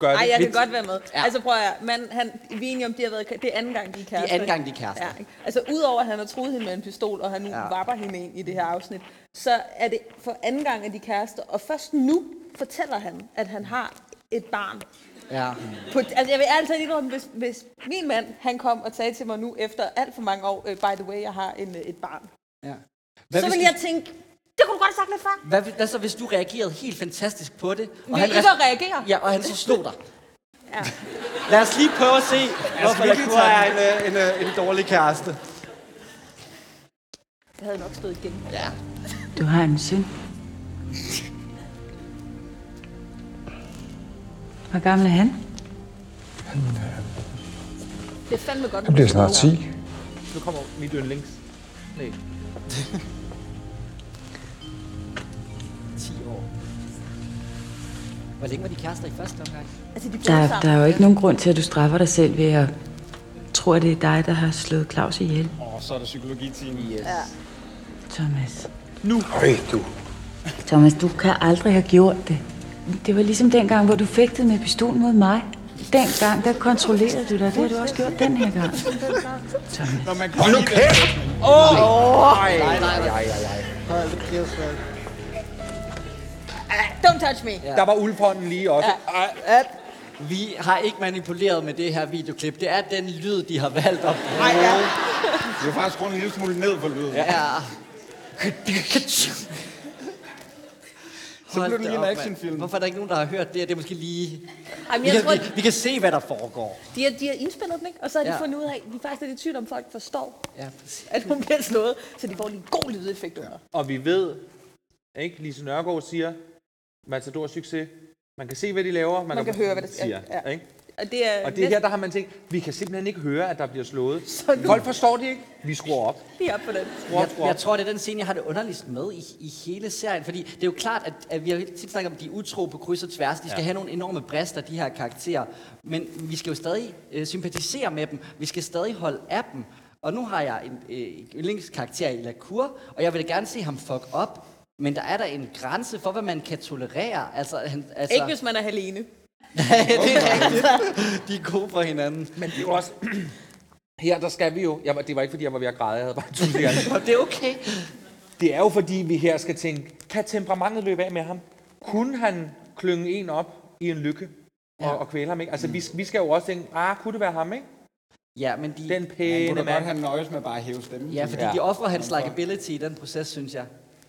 S6: Gør
S5: Ej,
S6: det.
S5: jeg kan
S3: lidt-
S5: godt være med.
S3: Ja.
S5: Altså prøv at høre, man, han, vi er enige om, de har været, kæ- det er anden gang, de er kærester.
S3: anden gang, de
S5: ikke?
S3: er kærester.
S5: Ja, ikke? altså udover at han har truet hende med en pistol, og han nu ja.
S3: Ja.
S5: vapper hende ind i det her afsnit, så er det for anden gang, at de er kærester. Og først nu fortæller han, at han har et barn.
S3: Ja.
S5: På, altså jeg vil altid indrømme, hvis, hvis min mand han kom og sagde til mig nu efter alt for mange år, øh, by the way, jeg har en, øh, et barn,
S3: ja.
S5: så
S3: hvis
S5: ville
S3: du-
S5: jeg tænke, det kunne du godt have sagt lidt før.
S3: Hvad, hvis- hvad så, hvis du reagerede helt fantastisk på det?
S5: Vil ikke
S3: res-
S5: at reagere?
S3: Ja, og han så slog dig.
S5: Ja.
S3: Lad os lige prøve at se, hvorfor
S4: virkelig
S3: Lacour er en, øh, en, øh, en dårlig kæreste.
S5: Jeg havde nok stået igen.
S10: Du har en søn. Hvor gammel er han?
S5: Det er fandme godt.
S8: Jeg bliver snart 10.
S6: Nu kommer mit yndlings. Nej.
S3: 10 år. Hvor længe var de kærester i første omgang?
S5: Altså, de boede
S10: Der,
S5: sammen.
S10: der er jo ikke nogen grund til, at du straffer dig selv ved at tro, at det er dig, der har slået Claus ihjel,
S4: Og så er der psykologitimen. Yes.
S10: Thomas.
S8: Øj, du.
S10: Thomas, du kan aldrig have gjort det. Det var ligesom dengang, hvor du fægtede med pistolen mod mig. Dengang, der kontrollerede du dig. Det har du også gjort den her gang.
S4: Når man Hold nu kæft!
S5: Don't touch me.
S6: Der var uldpånden lige også.
S3: Vi har ikke manipuleret med det her videoklip. Det er den lyd, de har valgt at bruge.
S4: Vi er faktisk rundt en lille smule ned for lyden. Ja.
S3: Ja.
S4: Så blev det lige en
S3: Hold da op,
S4: actionfilm.
S3: mand. Hvorfor er der ikke nogen, der har hørt det? her? Det er måske lige...
S5: Ej, men
S3: Vi
S5: jeg
S3: kan,
S5: tror,
S3: vi, vi kan se, hvad der foregår.
S5: de har, de har indspillet den, ikke? Og så har de
S3: Ja.
S5: fundet ud af, at vi faktisk er lidt i tvivl om, folk forstår,
S3: Ja, præcis.
S5: at hun bliver slået. Så de får lige en god lydeffekt under.
S6: Og vi ved, ikke? Lise Nørgaard siger, Matador succes. Man kan se, hvad de laver. Man,
S5: Man kan høre, hvad der sker.
S6: Siger,
S5: Ja.
S6: Ikke?
S5: Og det er,
S6: Og det her, der har man tænkt, vi kan simpelthen ikke høre, at der bliver slået.
S5: Så nu-
S6: Folk forstår det ikke. Vi skruer op.
S5: næsten lige op på den.
S6: Skruer op, skruer
S3: Jeg,
S6: op.
S3: jeg tror, det er den scene, jeg har det underligst med i, i hele serien. Fordi det er jo klart, at, at vi har hele tiden snakket om, at de er utro på kryds og tværs. De skal ja. have nogle enorme brister, de her karakterer. Men vi skal jo stadig øh, sympatisere med dem. Vi skal stadig holde af dem. Og nu har jeg en øh, yndlingskarakter i Lacour, og jeg vil da gerne se ham fuck op. Men der er der en grænse for, hvad man kan tolerere. Altså, han, altså,
S5: Ikke hvis man er alene.
S3: det er rigtigt. De er gode for hinanden.
S6: Men det er jo også... Her, der skal vi jo... Jeg var, det var ikke, fordi jeg var ved at græde. Jeg havde bare tusind gange.
S3: Og det er okay.
S6: Det er jo fordi, vi her skal tænke, kan temperamentet løbe af med ham? Kunne han klynge en op i en lykke og, ja. og kvæle ham? Ikke? Altså, vi, vi skal jo også tænke, ah, kunne det være ham, ikke?
S3: Ja, men de,
S6: Den
S4: Man
S6: pæne
S4: kunne da godt
S6: mand.
S4: have nøjes med bare at hæve stemmen.
S3: ja, fordi
S6: Ja.
S3: de offrer hans likability i den proces, synes jeg.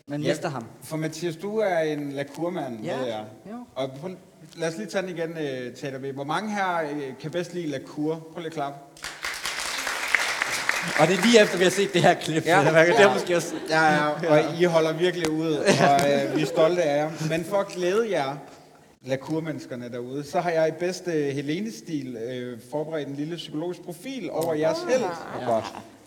S3: Man mister ham.
S4: For Mathias, du er en lakurmand.
S3: Ja,
S4: ved jeg.
S3: jo.
S4: Og prøv, lad os lige tage den igen, øh, Tater B. Hvor mange her øh, kan bedst lide lakur? Prøv lige at klappe.
S3: Og det er lige efter, vi har set det her klip.
S6: Ja.
S3: Ja. Det er måske også...
S4: Ja, ja, og I holder virkelig ud, og øh, vi er stolte af jer. Men for at glæde jer, lakurmenneskerne derude, så har jeg i øh, bedste Helene-stil øh, forberedt en lille psykologisk profil over jeres held. Ja.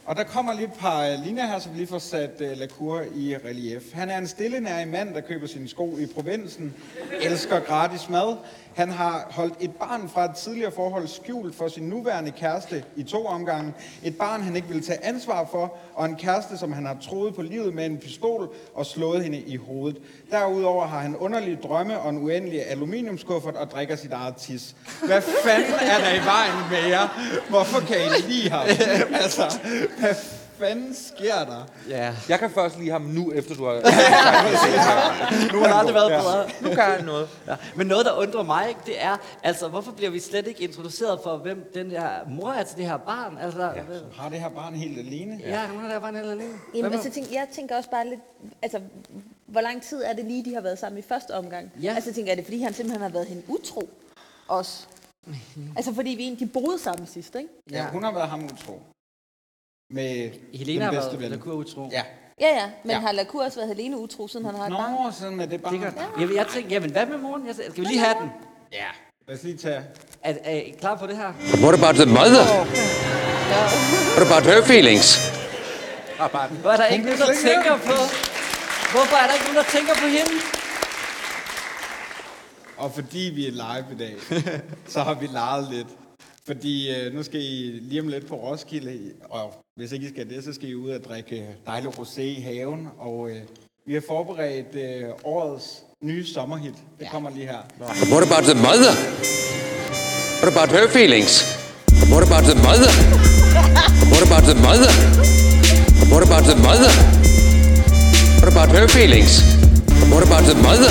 S4: Og der kommer lige et par øh, linjer her, som lige får sat uh, Lacour i relief. Han er en stillenærig mand, der køber sine sko i provinsen, elsker gratis mad. Han har holdt et barn fra et tidligere forhold skjult for sin nuværende kæreste i to omgange. Et barn, han ikke ville tage ansvar for, og en kæreste, som han har troet på livet med en pistol og slået hende i hovedet. Derudover har han underlige drømme og en uendelig aluminiumskuffert og drikker sit eget tis. Hvad fanden er der i vejen med jer? Hvorfor kan I lide ham? altså, hvad fanden sker der?
S3: Ja.
S6: Jeg kan først lige ham nu, efter du har...
S3: nu har han aldrig været
S6: Ja.
S3: bedre.
S6: Nu kan han noget.
S3: Ja. Men noget, der undrer mig, ikke, det er, altså, hvorfor bliver vi slet ikke introduceret for, hvem den her mor er til det her barn? Altså, ja,
S4: Har det her barn helt alene?
S3: ja hun er der bare en eller anden.
S5: Jamen, altså, tænk, jeg tænker også bare lidt, altså, hvor lang tid er det lige, de har været sammen i første omgang?
S3: Ja.
S5: Altså, jeg tænker, er det fordi, han simpelthen har været hende utro? Også. Altså, fordi vi egentlig boede sammen sidst, ikke?
S4: Ja. ja, hun har været ham utro. Med
S3: Helena har
S4: den bedste
S3: været
S4: ven.
S3: Lacour utro.
S4: Ja.
S5: Ja, ja, men
S4: Ja.
S5: ja. har Lacour også været Helene utro, siden han har et barn?
S4: Nå, sådan med det barn. Det
S3: Jeg, jeg tænkte, jamen hvad med moren? Jeg, sagde, skal vi lige have den?
S4: ja. Lad os lige tage...
S3: Er, er I klar på det her?
S9: But what about the mother? What about her feelings?
S3: Hvor er der ikke nogen, der tænker på? Hvorfor er der ikke nogen, der tænker på hende?
S4: Og fordi vi er live i dag, så har vi leget lidt. Fordi øh, nu skal I lige om lidt på Roskilde, og hvis ikke I skal det, så skal I ud og drikke øh, dejlig rosé i haven. Og øh, vi har forberedt øh, årets nye sommerhit. Det kommer lige her.
S9: But what about the mother? What about her feelings? But what about the mother? But what about the mother? But what about the mother? What about her feelings? But what about the mother?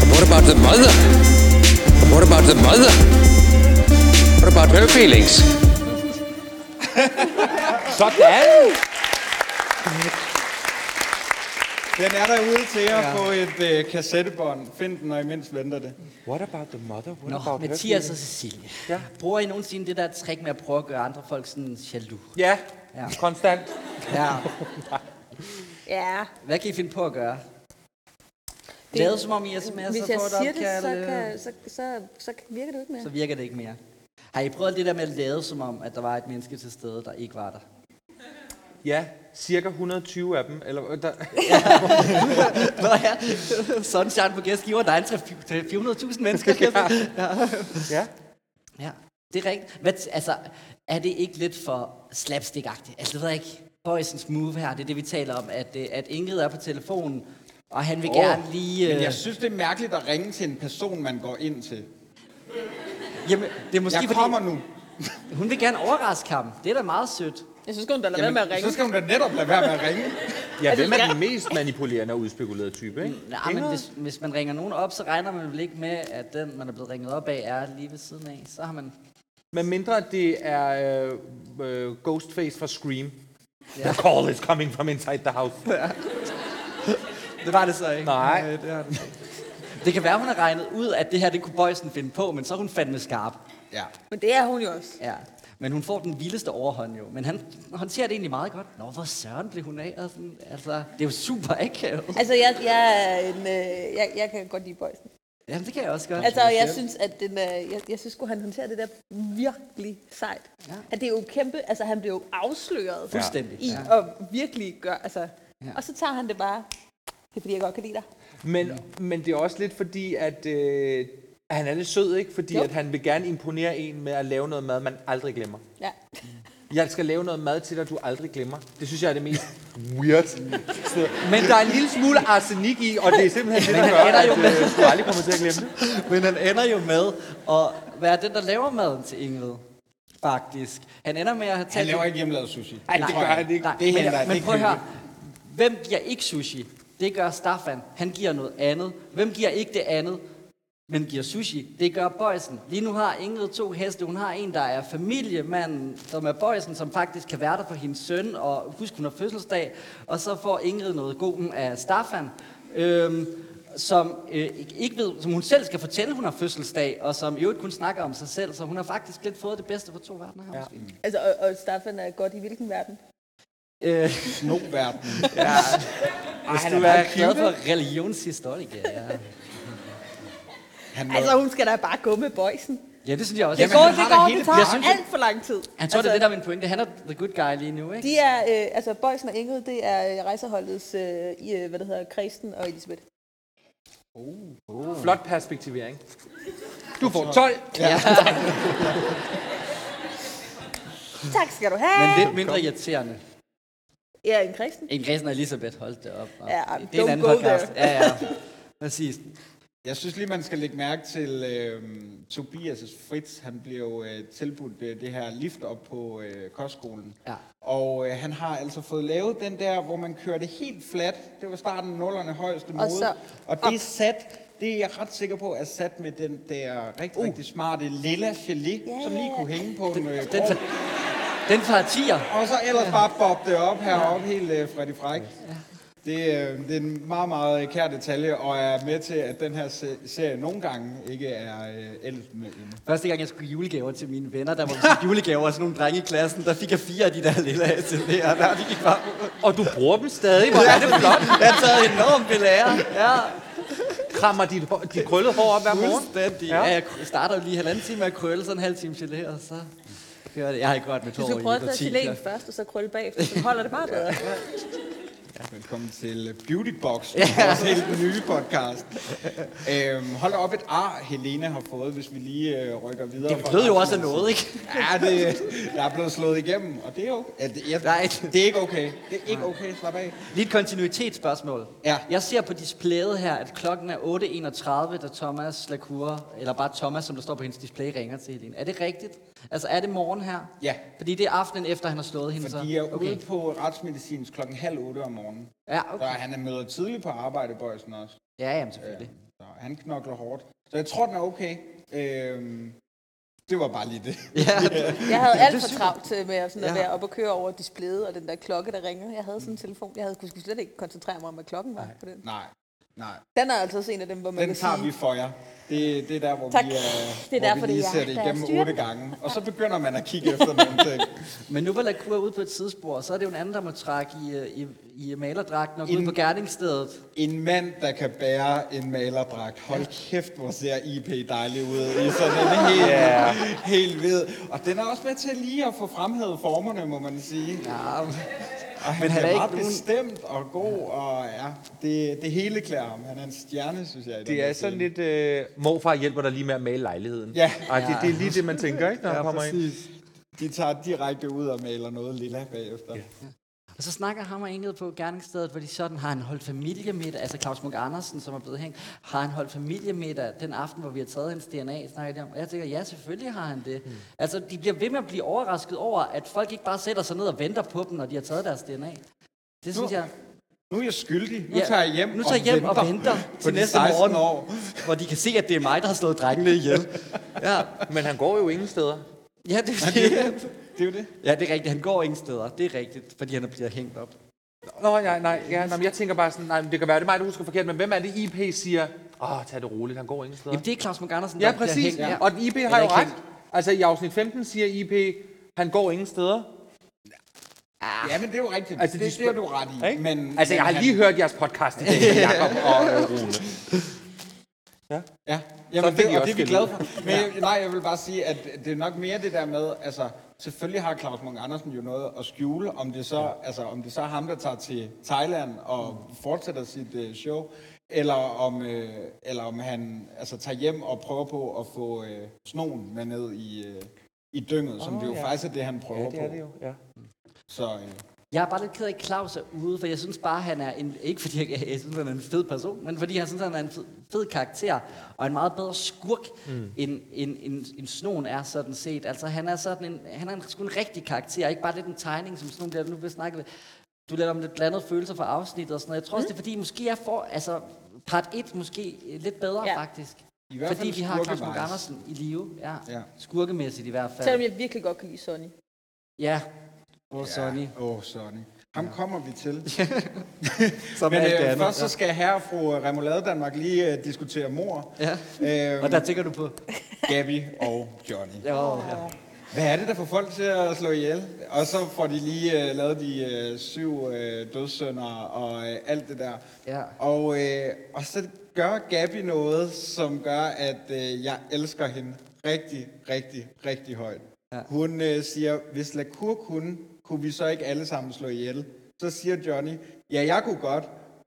S9: But what about the mother? But what about the mother? What about her feelings?
S6: Sådan!
S4: Den er derude til jer ja. på et øh, kassettebånd. Find den, når I mindst venter det.
S6: What about the mother? What
S3: Nå,
S6: about her
S3: Mathias og
S6: feelings?
S3: Cecilie.
S6: Ja.
S3: Bruger I nogensinde det der trick med at prøve at gøre andre folk sådan jaloux?
S6: Ja,
S3: Ja.
S6: konstant.
S3: Ja.
S5: Ja,
S3: Hvad kan I finde på at gøre? Lade som om I sms'er
S5: hvis jeg
S3: får et
S5: siger det, så,
S3: opkald, øh,
S5: kan, så, så, så virker det jo ikke mere.
S3: så virker det ikke mere. Har I prøvet det der med at lade som om, at der var et menneske til stede, der ikke var der?
S6: Ja, cirka 120 af dem. Eller, øh, der,
S3: Nå ja, sunshine på gæstgiver, der er en 400.000 mennesker.
S6: ja.
S3: Ja, det er rigtigt. Hvad, t- altså, er det ikke lidt for slapstick-agtigt? Altså, det ved jeg ikke. Poisons move her, det er det, vi taler om, at, øh, at Ingrid er på telefonen, og han vil oh, gerne lige...
S4: Men
S3: Øh,
S4: jeg synes, det er mærkeligt at ringe til en person, man går ind til.
S3: jamen, det er måske
S4: Jeg kommer nu.
S3: fordi, øh, hun vil gerne overraske ham. Det er da meget sødt.
S5: Jeg synes kun, der lader være
S4: Jamen,
S5: med at ringe.
S4: så skal hun da netop lade være med at ringe.
S6: ja, hvem er den mest manipulerende og udspekulerede type, ikke?
S3: Nej, men hvis, hvis man ringer nogen op, så regner man vel ikke med, at den, man er blevet ringet op af, er lige ved siden af. Så har man...
S6: Men mindre det er øh, øh, Ghostface fra Scream. The call is coming from inside the house.
S3: Det var det så ikke. Øh,
S6: Nej.
S3: det, er det. det kan være, hun har regnet ud, at det her, det kunne Bøjsen finde på, men så er hun fandme skarp.
S4: Ja.
S5: Men det er hun jo også.
S3: Ja, men hun får den vildeste overhånd jo. Men han håndterer det egentlig meget godt. Nå, hvor søren blev hun af? Og sådan, altså, det er jo super akavet.
S5: Altså, jeg, jeg, er en, øh, jeg, jeg kan godt lide Bøjsen.
S3: Jamen, det kan jeg også godt.
S5: Altså, og jeg synes, at den, øh, jeg, jeg synes, at han håndterer det der virkelig sejt.
S3: Ja.
S5: Ja. At det er jo kæmpe, altså han bliver jo afsløret
S3: Fuldstændig,
S5: i
S3: ja.
S5: at virkelig gøre, altså. Ja. Og så tager han det bare, det er fordi, jeg godt kan lide dig.
S6: Men, men det er også lidt fordi, at øh, han er lidt sød, ikke? Fordi
S5: Jo.
S6: at han vil gerne imponere en med at lave noget mad, man aldrig glemmer.
S5: Ja.
S3: Mm.
S6: Jeg skal lave noget mad til dig, du aldrig glemmer. Det synes jeg er det mest weird. Så- Men der er en lille smule arsenik i, og det er simpelthen det, der gør,
S3: ender
S6: at
S3: jo med-
S6: øh, du aldrig kommer til at glemme det.
S3: Men han ender jo med at være den, der laver maden til Ingrid. Faktisk. Han ender med at have talt...
S4: Han laver ikke hjemmelavet sushi.
S6: Ej, det gør han ikke.
S3: Nej,
S4: Det
S3: men,
S4: henter
S3: jeg-
S4: jeg.
S3: men
S4: Det
S3: prøv at
S4: kan
S3: høre. Hvem giver ikke sushi? Det gør Staffan. Han giver noget andet. Hvem giver ikke det andet? Men giver sushi. Det gør Bøjsen. Lige nu har Ingrid to heste. Hun har en, der er familiemanden, som er Bøjsen, som faktisk kan være der for hendes søn. Og husk, hun har fødselsdag. Og så får Ingrid noget goden af Staffan. Øhm, som, øh, ikke ved, som hun selv skal fortælle, hun har fødselsdag, og som i øvrigt kun snakker om sig selv, så hun har faktisk lidt fået det bedste fra to verdener her. måske.
S5: Altså, og, og Staffan er godt i hvilken verden?
S3: Øh,
S4: Snoverden.
S3: Hvis du er glad for religionshistoriker, ja.
S4: Han
S5: Altså, hun skal da bare gå med Bøjsen.
S3: Ja, det synes jeg også.
S5: Det går, det, går, det tager alt for lang tid. Altså,
S3: Han tror, det er det, der er min pointe. Han er the good guy lige nu, ikke?
S5: De er, øh, altså Bøjsen og Ingrid, det er øh, rejseholdets, øh, i, øh, hvad det hedder, Kristen og Elisabeth.
S6: Oh. Flot perspektivering. Du får 12.
S3: Ja.
S5: Tak skal du have.
S3: Men lidt mindre irriterende.
S5: Ja, en kristen.
S3: En Græsen og Elisabeth, hold det op. Og
S5: Ja,
S3: det er
S5: don't
S3: en anden
S5: go
S3: podcast.
S5: there.
S3: Ja, ja. Præcis.
S4: Jeg synes lige, man skal lægge mærke til øh, Tobias' Fritz. Han bliver jo øh, tilbudt øh, det her lift op på øh, kostskolen.
S3: Ja.
S4: Og øh, han har altså fået lavet den der, hvor man kører det helt fladt. Det var starten af nullerne højeste
S5: Og
S4: mode.
S5: så
S4: og det er sat, det er jeg ret sikker på, er sat med den der rigtig, uh. rigtig smarte lilla gelé, yeah. som lige kunne hænge på en øh,
S3: Den,
S4: krog.
S3: tager- den tager 10'er.
S4: Og så ellers bare bob det op heroppe, helt øh, Freddy Fræk. Det, øh, det er en meget, meget kær detalje, og er med til, at den her se- serie nogle gange ikke er øh, ældst med inde.
S3: Første gang, jeg skulle give julegaver til mine venner, der var sådan julegaver og sådan nogle drenge i klassen, der fik jeg fire af de der lille af til det her. Der, de gik bare...
S6: Og du bruger dem stadig. Hvor er det flot.
S3: Jeg har taget enormt belære. Ja,
S6: Krammer dit, hår- dit krøllede hår op hver morgen.
S3: fuldstændig.
S6: Ja.
S3: Ja. jeg starter lige halvanden time med at krølle, så en halv time gelé, og så kører det. Jeg har ikke rørt mit
S5: Du
S3: hår i
S5: skal prøve at tage
S3: 10
S5: geléen først, og så krølle bagefter, så holder det meget bedre.
S4: Velkommen til øh, Beauty Box, vores helt nye podcast. Øhm, hold da op et ar, Helena har fået, hvis vi lige øh, rykker videre.
S3: Det
S4: fra
S3: lød jo også af
S4: resten.
S3: noget, ikke?
S4: Ja, det, jeg er blevet slået igennem, og det er jo... Ja, det, jeg,
S3: Nej.
S4: det er ikke okay. Det er ikke okay, slap af.
S3: Lige et kontinuitetsspørgsmål.
S4: Ja.
S3: Jeg ser på displayet her, at klokken er 8.31, da Thomas Lacour, eller bare Thomas, som der står på hendes display, ringer til Helene. Er det rigtigt? Altså, er det morgen her?
S4: Ja.
S3: Fordi det er aftenen efter, han har slået hende, så?
S4: Fordi jeg er okay. ude på retsmedicinsk klokken halv otte om morgenen.
S3: Ja,
S4: Så
S3: okay.
S4: han er møder tidligt på arbejde, Bøjsen også.
S3: Ja, jamen selvfølgelig.
S4: Så han knokler hårdt. Så jeg tror, den er okay. Øhm, det var bare lige det.
S3: Ja,
S5: Jeg havde alt for travlt øh, med at, sådan at
S3: Ja.
S5: være oppe og køre over displayet og den der klokke, der ringede. Jeg havde sådan en telefon. Jeg havde kunne slet ikke koncentrere mig om, hvad klokken var på den.
S4: Nej, nej.
S5: Den er altså også en af dem, hvor man
S4: Den
S5: kan
S4: tager
S5: sige,
S4: vi for jer. Det, det er der, hvor
S5: Tak.
S4: vi, øh,
S5: Det er
S4: hvor
S5: derfor,
S4: vi lige
S5: det er
S4: ser
S5: jer,
S4: det
S5: der
S4: igennem
S5: styrer
S4: otte
S5: den.
S4: gange. Og så begynder man at kigge efter nogle ting.
S3: Men nu var Lacour ude på et sidespor, så er det jo en anden, der må trække i, øh, i, i malerdragten og gå ud
S4: En-
S3: på gerningsstedet.
S4: En mand, der kan bære en malerdragt. Hold kæft, hvor ser IP dejlig ud i sådan en helt, yeah. helt ved. Og den er også med til lige at få fremhævet formerne, må man sige.
S3: Ja,
S4: Og han,
S3: Men han
S4: er,
S3: er
S4: meget
S3: ikke nogen-
S4: bestemt og god, og ja, det, det hele klæder ham. Han er en stjerne, synes jeg. i den
S6: Det
S4: her
S6: er sådan
S4: scene.
S6: lidt, øh, morfar hjælper dig lige med at male lejligheden.
S4: Ja.
S6: Ej, det, det er lige det, man tænker, ikke, når han kommer ind.
S4: De tager direkte ud og maler noget lilla bagefter.
S3: Og så snakker ham og Ingrid på gerningsstedet, hvor de sådan har en holdt familiemiddag, altså Claus Munk Andersen, som er blevet hængt, har en holdt familiemiddag den aften, hvor vi har taget hans DNA, snakker de om. Og jeg tænker, ja, selvfølgelig har han det. Mm. Altså, de bliver ved med at blive overrasket over, at folk ikke bare sætter sig ned og venter på dem, når de har taget deres DNA. Det synes
S4: Nu-
S3: jeg,
S4: Nu er jeg skyldig. Nu
S3: Ja,
S4: tager jeg hjem,
S3: nu tager jeg hjem og venter
S4: på
S3: til
S4: de
S3: næste
S4: 16
S3: morgen.
S4: år.
S3: hvor de kan se, at det er mig, der har slået drengene ihjel. Ja,
S6: Men han går jo ingen steder.
S3: ja det, er det.
S4: Det er jo det.
S3: Ja, det er rigtigt. Han går ingen steder. Det er rigtigt, fordi han bliver hængt op.
S6: Nå, nej, nej, ja, nej, men jeg tænker bare sådan, nej, men det kan være, det er mig, der husker forkert, men hvem er det, IP siger, åh, tag det roligt, han går ingen steder.
S3: Jamen, det er Claus Munk Andersen, der
S6: Ja, præcis.
S3: bliver hængt.
S6: Ja. Og IP har jo ret. Altså i afsnit 15 siger IP, han går ingen steder.
S4: Ja, men det er jo rigtigt.
S6: Altså,
S4: Altså,
S6: de
S4: det, det er du ret i.
S6: Ikke?
S4: Men,
S6: altså
S4: men
S6: jeg har
S4: han-
S6: lige hørt jeres podcast i dag, med Jacob og øh, Rune.
S4: Ja,
S6: Så
S4: Jamen,
S6: fik
S4: det,
S6: I
S4: og det
S6: også
S4: er vi
S6: skældud.
S4: glade for. Men ja. nej, jeg vil bare sige, at det er nok mere det der med, altså selvfølgelig har Claus Munk Andersen jo noget at skjule, om det så, altså, om det så er ham, der tager til Thailand og fortsætter sit øh, show, eller om, øh, eller om han altså, tager hjem og prøver på at få øh, snoen med ned i, øh, i dynget, som det jo
S6: ja.
S4: faktisk er det, han prøver
S6: Ja, det er
S4: på.
S6: det jo, ja.
S4: Så øh,
S3: Jeg er bare lidt ked af, at Claus er ude, for jeg synes bare, han er en, ikke fordi jeg, jeg synes, han er en fed person, men fordi jeg synes, han er en fed, fed karakter, og en meget bedre skurk, mm. end, end, end, end Snoen er sådan set. Altså, han er, sådan en, han er en, sgu en rigtig karakter, ikke bare lidt en tegning, som Snoen bliver, nu vil snakke ved. Du lader om lidt blandede følelser for afsnittet og sådan noget. Jeg tror også, det er fordi, måske er for, altså, part 1 måske øh, lidt bedre,
S5: Ja.
S3: ja. faktisk.
S4: i hvert
S3: Fordi
S4: fald
S3: vi har Claus Munk
S4: skurkevejs.
S3: Andersen i live, ja.
S4: Ja.
S3: ja. Skurkemæssigt i hvert
S5: selvom
S3: fald.
S5: jeg virkelig godt kan lide Sonny.
S3: Ja. Åh, oh, Sonny.
S4: Åh, oh, Sonny. Ham kommer vi til.
S3: Som
S4: Men
S3: alt
S4: øh,
S3: andet,
S4: først så skal herre og fru Remoulade Danmark lige øh, diskutere mor.
S3: Ja.
S4: Øhm,
S3: Og der tænker du på...
S4: Gabby og Johnny.
S3: Ja, ja.
S4: Hvad er det, der får folk til at slå ihjel? Og så får de lige øh, lavet de øh, syv øh, dødssynder og øh, alt det der.
S3: Ja.
S4: Og, øh, og så gør Gabby noget, som gør, at øh, jeg elsker hende rigtig, rigtig, rigtig højt. Ja. Hun øh, siger, hvis Lacour kunne, kunne vi så ikke alle sammen slå ihjel? Så siger Johnny, ja, jeg kunne godt.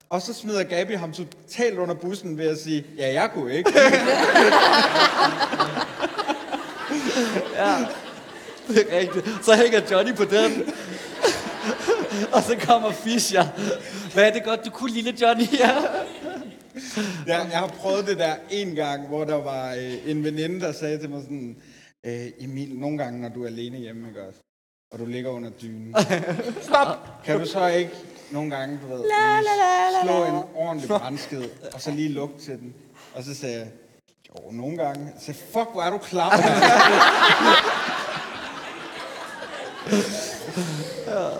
S4: Og så smider Gabi ham totalt under bussen ved at sige, ja, jeg kunne ikke.
S3: Ja. Det er rigtigt. Så hænger Johnny på den. og så kommer Fischer. Hvad er det godt, du kunne, lille Johnny? Ja.
S4: jeg, jeg har prøvet det der en gang, hvor der var øh, en veninde, der sagde til mig sådan, øh, Emil, nogle gange, når du er alene hjemme, ikke også? Og du ligger under dynen. Stop! Kan du så ikke nogle gange, du ved,
S5: La, la, la, la,
S4: slå
S5: la.
S4: en ordentlig brandsked, og så lige lukke til den? Og så sagde jeg, jo, nogle gange. Så sagde, fuck, hvor er du klam.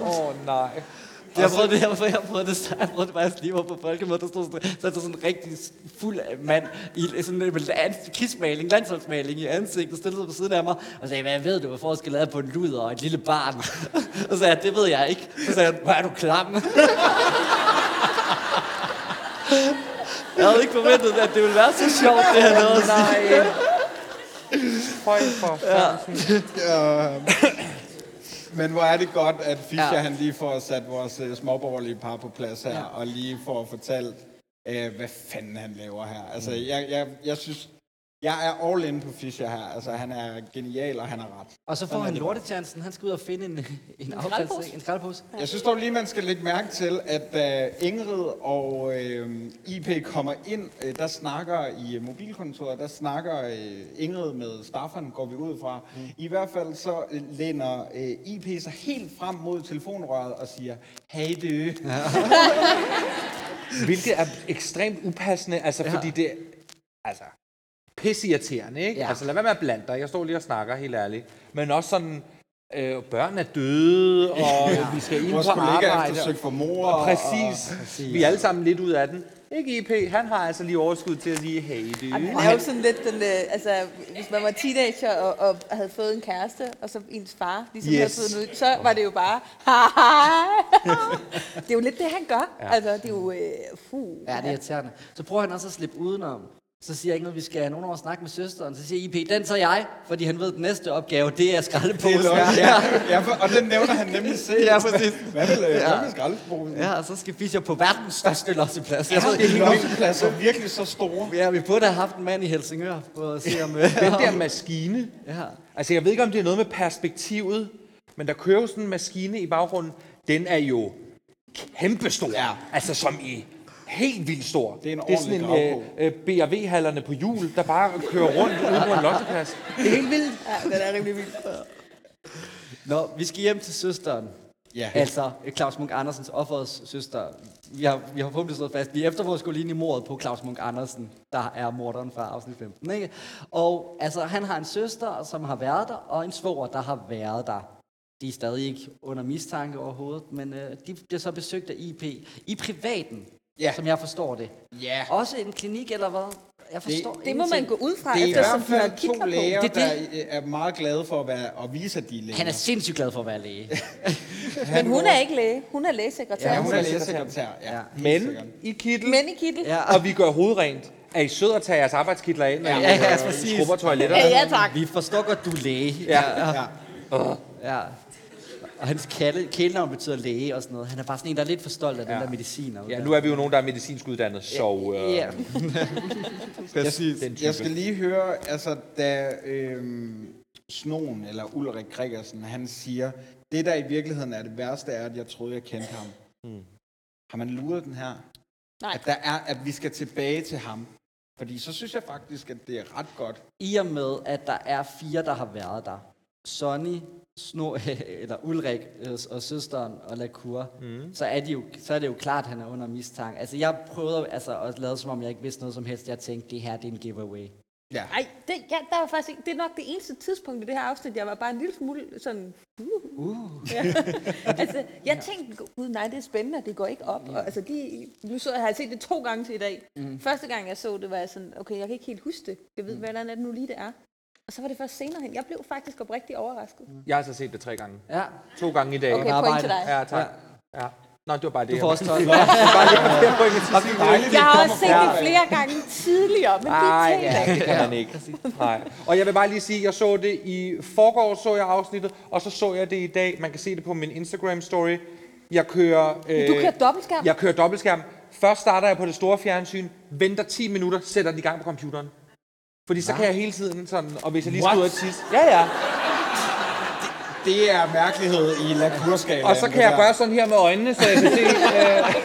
S6: Åh, oh, nej.
S3: Jeg prøvede det, jeg prøvede, jeg prøvede det, jeg prøvede det faktisk lige hvor på folkemødet, der stod sådan, så der sådan en rigtig fuld af mand i sådan en land- kismaling, landsholdsmaling i ansigtet, stillede sig på siden af mig, og sagde, hvad ved du, hvad forskellen er på en luder og et lille barn? og så sagde jeg, det ved jeg ikke. Så sagde han, hvor er du klam? jeg havde ikke forventet, at det ville være så sjovt, det her noget at sige.
S6: Høj for ja.
S4: Ja. øh, Men hvor er det godt, at Fischer
S3: Ja.
S4: ja. han lige får sat vores uh, småborgerlige par på plads her, ja. og lige får fortalt, uh, hvad fanden han laver her. Altså, jeg, jeg, jeg synes, jeg er all in på Fischer her. Altså, han er genial, og han har ret.
S3: Og så får
S4: Sådan er
S3: han
S4: det
S3: lortetjansen, han skal ud og finde en, en,
S5: skraldepose.
S3: affalds, en skraldepose.
S4: bare. Jeg synes dog lige, man skal lægge mærke til, at uh, Ingrid og uh, IP kommer ind. Uh, der snakker i uh, mobilkontoret, der snakker uh, Ingrid med Staffan, går vi ud fra. Mm. I hvert fald så uh, læner uh, IP sig helt frem mod telefonrøret og siger, hey du.
S6: Hvilket er ekstremt upassende, altså ja. fordi det altså pisseirriterende, ikke?
S3: Ja.
S6: Ja. Altså lad være med at blande dig, jeg står lige og snakker, helt ærligt. Men også sådan, øh, børn er døde, og ja. vi skal ind
S4: Vores
S6: på
S4: kollega er
S6: arbejde.
S4: eftersøgt for mor,
S6: Og,
S4: og-
S6: præcis, og,
S4: præcis.
S6: vi er alle sammen lidt ud af den. Ikke IP, han har altså lige overskud til at sige, hey du.
S5: Han er jo sådan lidt den, øh, altså hvis man var teenager og, og havde fået en kæreste, og så ens far ligesom yes. havde
S4: Yes.
S5: fået noget, så var det jo bare, haha. det er jo lidt det, han gør. Ja. Altså, det er jo, øh, fuh.
S3: Ja, det er irriterende. Så prøver han også at slippe udenom. Så siger jeg ikke noget, vi skal have nogen over at snakke med søsteren. Så siger IP, den tager jeg, fordi han ved, at den næste opgave, det er
S4: Det er
S3: skraldeposen.
S4: løgn, ja. ja. for- Og den nævner han nemlig selv.
S3: Ja, præcis.
S4: Hvad vil
S3: Ja.
S4: ja. skraldesprogen?
S3: ja, og så skal Fischer på verdens største losseplads. Jeg ved
S4: Altså, Det er
S3: ikke, om-
S4: lossepladser virkelig så store.
S3: Ja, vi burde have haft en mand i Helsingør for at se om... øh,
S6: Den der maskine,
S3: Ja.
S6: altså jeg ved ikke, om det er noget med perspektivet, men der kører jo sådan en maskine i baggrunden, den er jo kæmpestor.
S4: Ja.
S6: Altså som i helt vildt stor.
S4: er en
S6: det er sådan
S4: ordentlig
S6: en øh, BRV-hallerne på hjul, der bare kører rundt ude på en lotteplads. Det er helt vildt.
S5: Ja, den er rimelig vild.
S3: Nå, vi skal hjem til søsteren.
S4: Ja.
S3: Altså, øh, Claus Munk Andersens offerets søster. Vi har, vi har forhåbentlig slået fast, vi er efterforsker lige i mordet på Claus Munk Andersen, der er morderen fra afsnit 15. Ikke? Og altså, han har en søster, som har været der, og en svoger, der har været der. De er stadig ikke under mistanke overhovedet, men øh, de bliver så besøgt af IP i privaten,
S4: Ja.
S3: som jeg forstår det.
S4: Ja.
S3: Også en klinik eller hvad? Jeg forstår
S5: Det må man gå ud fra,
S4: Det er i
S5: eftersom
S4: hvert
S5: han har
S4: fald
S5: kitler
S4: to
S5: på.
S4: læger,
S3: Det
S4: det
S3: er
S4: er der øh, er meget glade for at, være, at vise, at de er læger.
S3: Han er sindssygt glad for at være læge.
S5: Men hun er ikke læge, hun er lægesekretær.
S4: ja, hun er
S6: er
S4: lægesekretær. Ja, helt
S6: Men
S4: sikkert.
S6: i kittel,
S5: Men i kittel.
S3: Ja.
S6: og vi gør hovedrent. Er I søde at tage jeres arbejdskitler af, når I
S3: Ja, ja,
S6: øh,
S3: præcis.
S6: skrubber toiletterne?
S5: Ja, ja tak.
S3: Vi forstår godt, du er læge.
S6: Ja.
S4: Ja.
S3: Ja. Og hans kalde, kælenavn betyder læge og sådan noget. Han er bare sådan en, der er lidt for stolt af ja. den der medicin. Og
S6: Ja, nu er vi jo nogen, der er medicinsk uddannet, så... Øh,
S3: Ja.
S4: Præcis.
S6: den type.
S4: Jeg skal lige høre, altså da øhm, Snoen, eller Ulrik Gregersen, han siger, det der i virkeligheden er det værste, er, at jeg troede, jeg kendte ham.
S6: Mm.
S4: Har man luret den her?
S5: Nej.
S4: At, der er, at vi skal tilbage til ham. Fordi så synes jeg faktisk, at det er ret godt.
S3: I og med, at der er fire, der har været der. Sonny, Sno, eller Ulrik øh, og søsteren og Lacour, mm. så, er de jo, så er det jo klart, at han er under mistanke. Altså, jeg prøvede altså, at lade, som om jeg ikke vidste noget som helst. Jeg tænkte, det her det er en giveaway.
S4: Ja.
S5: Ej, det, ja, der var faktisk ikke, det er nok det eneste tidspunkt i det her afsnit, jeg var bare en lille smule sådan... Uh. Ja. altså, jeg tænkte, gud nej, det er spændende, og det går ikke op. Og, altså, de, nu så jeg, har jeg set det to gange til i dag. Mm. Første gang, jeg så det, var jeg sådan, okay, jeg kan ikke helt huske det. Jeg ved, mm. hvordan er det nu lige, det er. Og så var det først senere hen. Jeg blev faktisk
S6: Mm.
S5: oprigtigt overrasket.
S6: Jeg har så set det tre gange.
S3: Ja,
S6: To gange i dag.
S5: Okay, point
S3: arbejde.
S5: til dig.
S6: Ja, tak. Ja. Nå, det var bare det.
S3: Du får også tolv.
S6: Nå, det var bare lige det, jeg rykkede til
S3: Og vi
S6: siden.
S3: mangler
S5: Jeg har også set det flere gange tidligere, men det
S6: Nej,
S5: tæller
S6: ja, det
S5: ikke.
S6: kan man ikke. Nej. Og jeg vil bare lige sige, jeg så det i forgårs, så jeg afsnittet, og så så jeg det i dag. Man kan se det på min Instagram-story. Jeg kører... Øh,
S5: Du kører dobbeltskærm?
S6: Jeg kører dobbeltskærm. Først starter jeg på det store fjernsyn, venter 10 minutter, sætter den i gang på computeren. Fordi så kan jeg hele tiden sådan, og hvis jeg lige skal ud og tisse, ja ja,
S4: Det er mærkelighed i lakurskalaen.
S6: og så
S4: det
S6: kan jeg
S4: der.
S6: gøre sådan her med øjnene, så jeg kan se... Øh,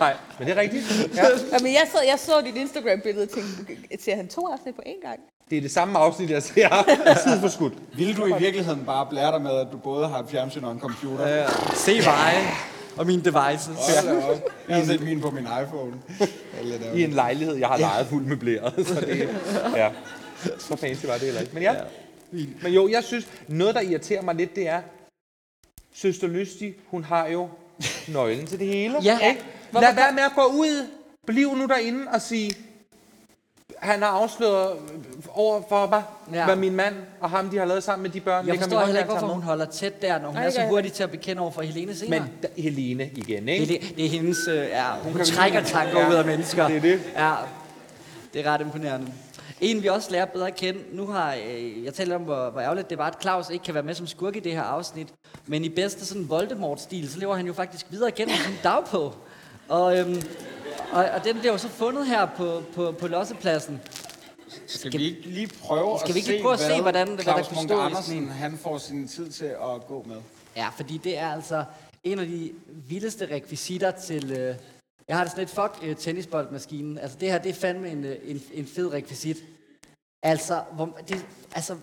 S6: nej, men det er rigtigt. Ja.
S5: Jamen, jeg, sad, jeg så dit Instagram-billede og tænkte, ser han to afsnit på én gang?
S6: Det er det samme afsnit, jeg ser. Tid for skudt.
S4: Vil du i virkeligheden bare blære dig med, at du både har et fjernsyn og en computer? Ja,
S3: Se veje og mine devices.
S4: Jeg har set min på min iPhone. Eller der.
S6: I en lejlighed, jeg har lejet fuld møbleret. Så det, ja. Så fancy var det heller ikke. Men ja. Men jo, jeg synes, noget der irriterer mig lidt, det er, Søster Lystig, hun har jo nøglen til det hele.
S3: Ja.
S6: ikke? Lad være med at gå ud. Bliv nu derinde og sige, han har afsløret over for mig,
S3: Ja.
S6: ja. hvad min mand og ham, de har lavet sammen med de børn.
S3: Jeg
S6: ligger
S3: forstår
S6: min
S3: heller ikke, hvorfor
S6: håndværk
S3: hun
S6: sammen
S3: holder tæt der, når hun er så hurtig til at bekende over for Helene
S6: med.
S3: senere.
S6: Men da, Helene igen, ikke?
S3: Det, er det, det er hendes... Øh, ja, hun trækker tanker ud af mennesker.
S6: det er det.
S3: Ja, det er ret imponerende. En, vi også lærer bedre at kende. Nu har øh, jeg talt om, hvor, hvor ærgerligt det var, at Claus ikke kan være med som skurk i det her afsnit. Men i bedste sådan Voldemort-stil, så lever han jo faktisk videre gennem sin dag på. Og, øhm, og, og den bliver jo så fundet her på, på, på lossepladsen.
S4: Skal vi ikke lige prøve
S3: Skal
S4: at
S3: vi ikke
S4: se,
S3: lige prøve at se, hvordan det- hvad der
S4: Claus
S3: kunne
S4: Munch
S3: stå i sådan
S4: Andersen,
S3: en?
S4: han får sin tid til at gå med.
S3: Ja, fordi det er altså en af de vildeste rekvisitter til... Øh, jeg har det sådan lidt, fuck øh, tennisboldmaskinen. Altså det her, det er fandme en, øh, en, en fed rekvisit. Altså, hvor, det, altså,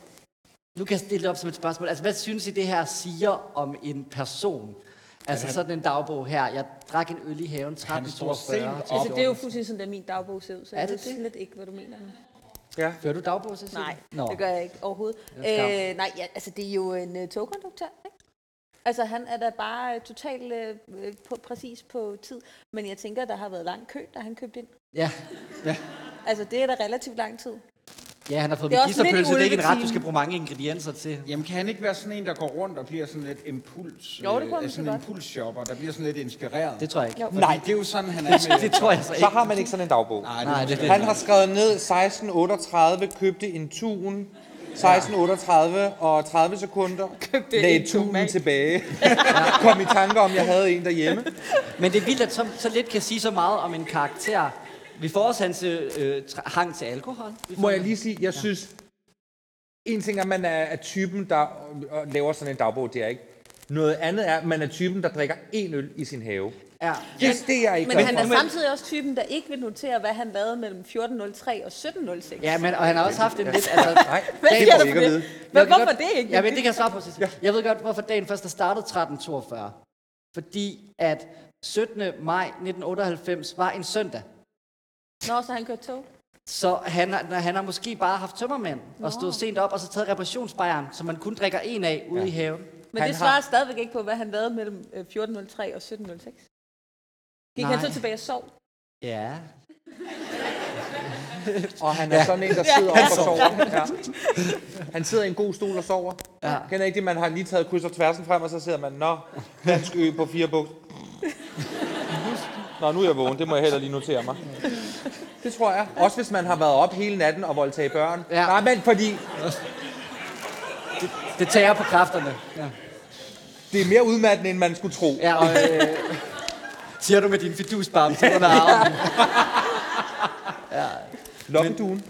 S3: nu kan jeg stille det op som et spørgsmål. Altså, hvad synes I, det her siger om en person? Altså sådan en dagbog her. Jeg drak en øl i haven, 13
S4: står sent op.
S5: Altså, det er jo fuldstændig sådan, at min dagbog ser ud, så
S3: Er
S5: jeg
S3: det
S5: ved
S3: det?
S5: slet ikke, hvad du mener.
S6: Ja.
S3: Fører du dagbog, så
S5: Nej,
S3: Nå.
S5: det gør jeg ikke overhovedet.
S3: Det er en
S5: Øh, nej, ja, altså det er jo en uh, togkonduktør, ikke? Altså han er da bare uh, totalt øh, øh, på, præcis på tid. Men jeg tænker, der har været lang kø, da han købte ind.
S3: Ja.
S5: Altså det er da relativt lang tid.
S3: ja, han har fået
S5: Det er også lidt
S3: medisterpølse. Det er ikke en ret, du
S5: ulvetime.
S3: skal bruge mange ingredienser til.
S4: Jamen kan han ikke være sådan en, der går rundt og bliver sådan lidt impuls...
S5: Jo, det kunne han
S4: øh,
S5: måske
S4: sådan en
S5: godt.
S4: impulsshopper, der bliver sådan lidt inspireret.
S3: Det tror jeg ikke.
S5: Jo.
S4: Nej, det er jo sådan, han er med.
S3: Det tror jeg så
S6: Så
S3: ikke.
S6: har man ikke sådan en dagbog.
S3: Nej, det er det.
S6: Han har skrevet ned 1638, købte en tun. 1638 og 30 sekunder. Købte lagde tunen tilbage. Kom i tanke om, jeg havde en derhjemme.
S3: Men det er vildt, at så, så lidt kan sige så meget om en karakter. Vi får også hans øh, tra- hang til alkohol. Vi får-
S6: Må jeg lige sige, jeg synes... En ting er, at man er, er typen, der øh, laver sådan en dagbog, det er ikke. Noget andet er, at man er typen, der drikker én øl i sin have.
S3: Ja.
S6: Yes, det er jeg ikke
S5: Men
S6: glad
S5: han
S6: for.
S5: er samtidig også typen, der ikke vil notere, hvad han lavede mellem 14.03 og 17.06.
S3: ja, men og han har også haft en lidt... Altså,
S6: Nej,
S5: Hvad
S6: det
S5: sker
S6: må
S5: der
S6: vi
S5: for
S6: ikke at
S5: det?
S6: vide.
S5: Men hvorfor det ikke?
S3: Ja, men det kan jeg svare på, Sissel. Jeg ved godt, hvorfor dagen først er startet 1342. Fordi at 17. maj 1998 var en søndag.
S5: Nå, så han kørte tog.
S3: Så han, har- han har måske bare haft tømmermænd og stået sent op og så taget reparationsbejeren, som man kun drikker en af ude ja. i haven.
S5: Men
S6: Han
S5: det
S6: har-
S5: svarer stadigvæk ikke på, hvad han lavede mellem øh, 14.03 og 17.06. Gik
S3: Nej.
S5: han så tilbage og sov?
S3: Ja.
S6: Og han er ja. sådan en, der sidder op og sover. Ja. Han sidder i en god stol og sover. Ja. Kender ikke det, man har lige taget kryds og tversen frem, og så sidder man, nå, dansk ø på fire buks. Nå, nu er jeg vågen, det må jeg heller lige notere mig. Det tror jeg. Også hvis man har været op hele natten og voldtaget børn.
S3: Ja.
S6: Ja. Nej, men fordi
S3: Det tager på kræfterne. Ja.
S6: det er mere udmattende, end man skulle tro.
S3: ja og, øh, siger du med din fidusbam til under armen.
S6: Loppeduen.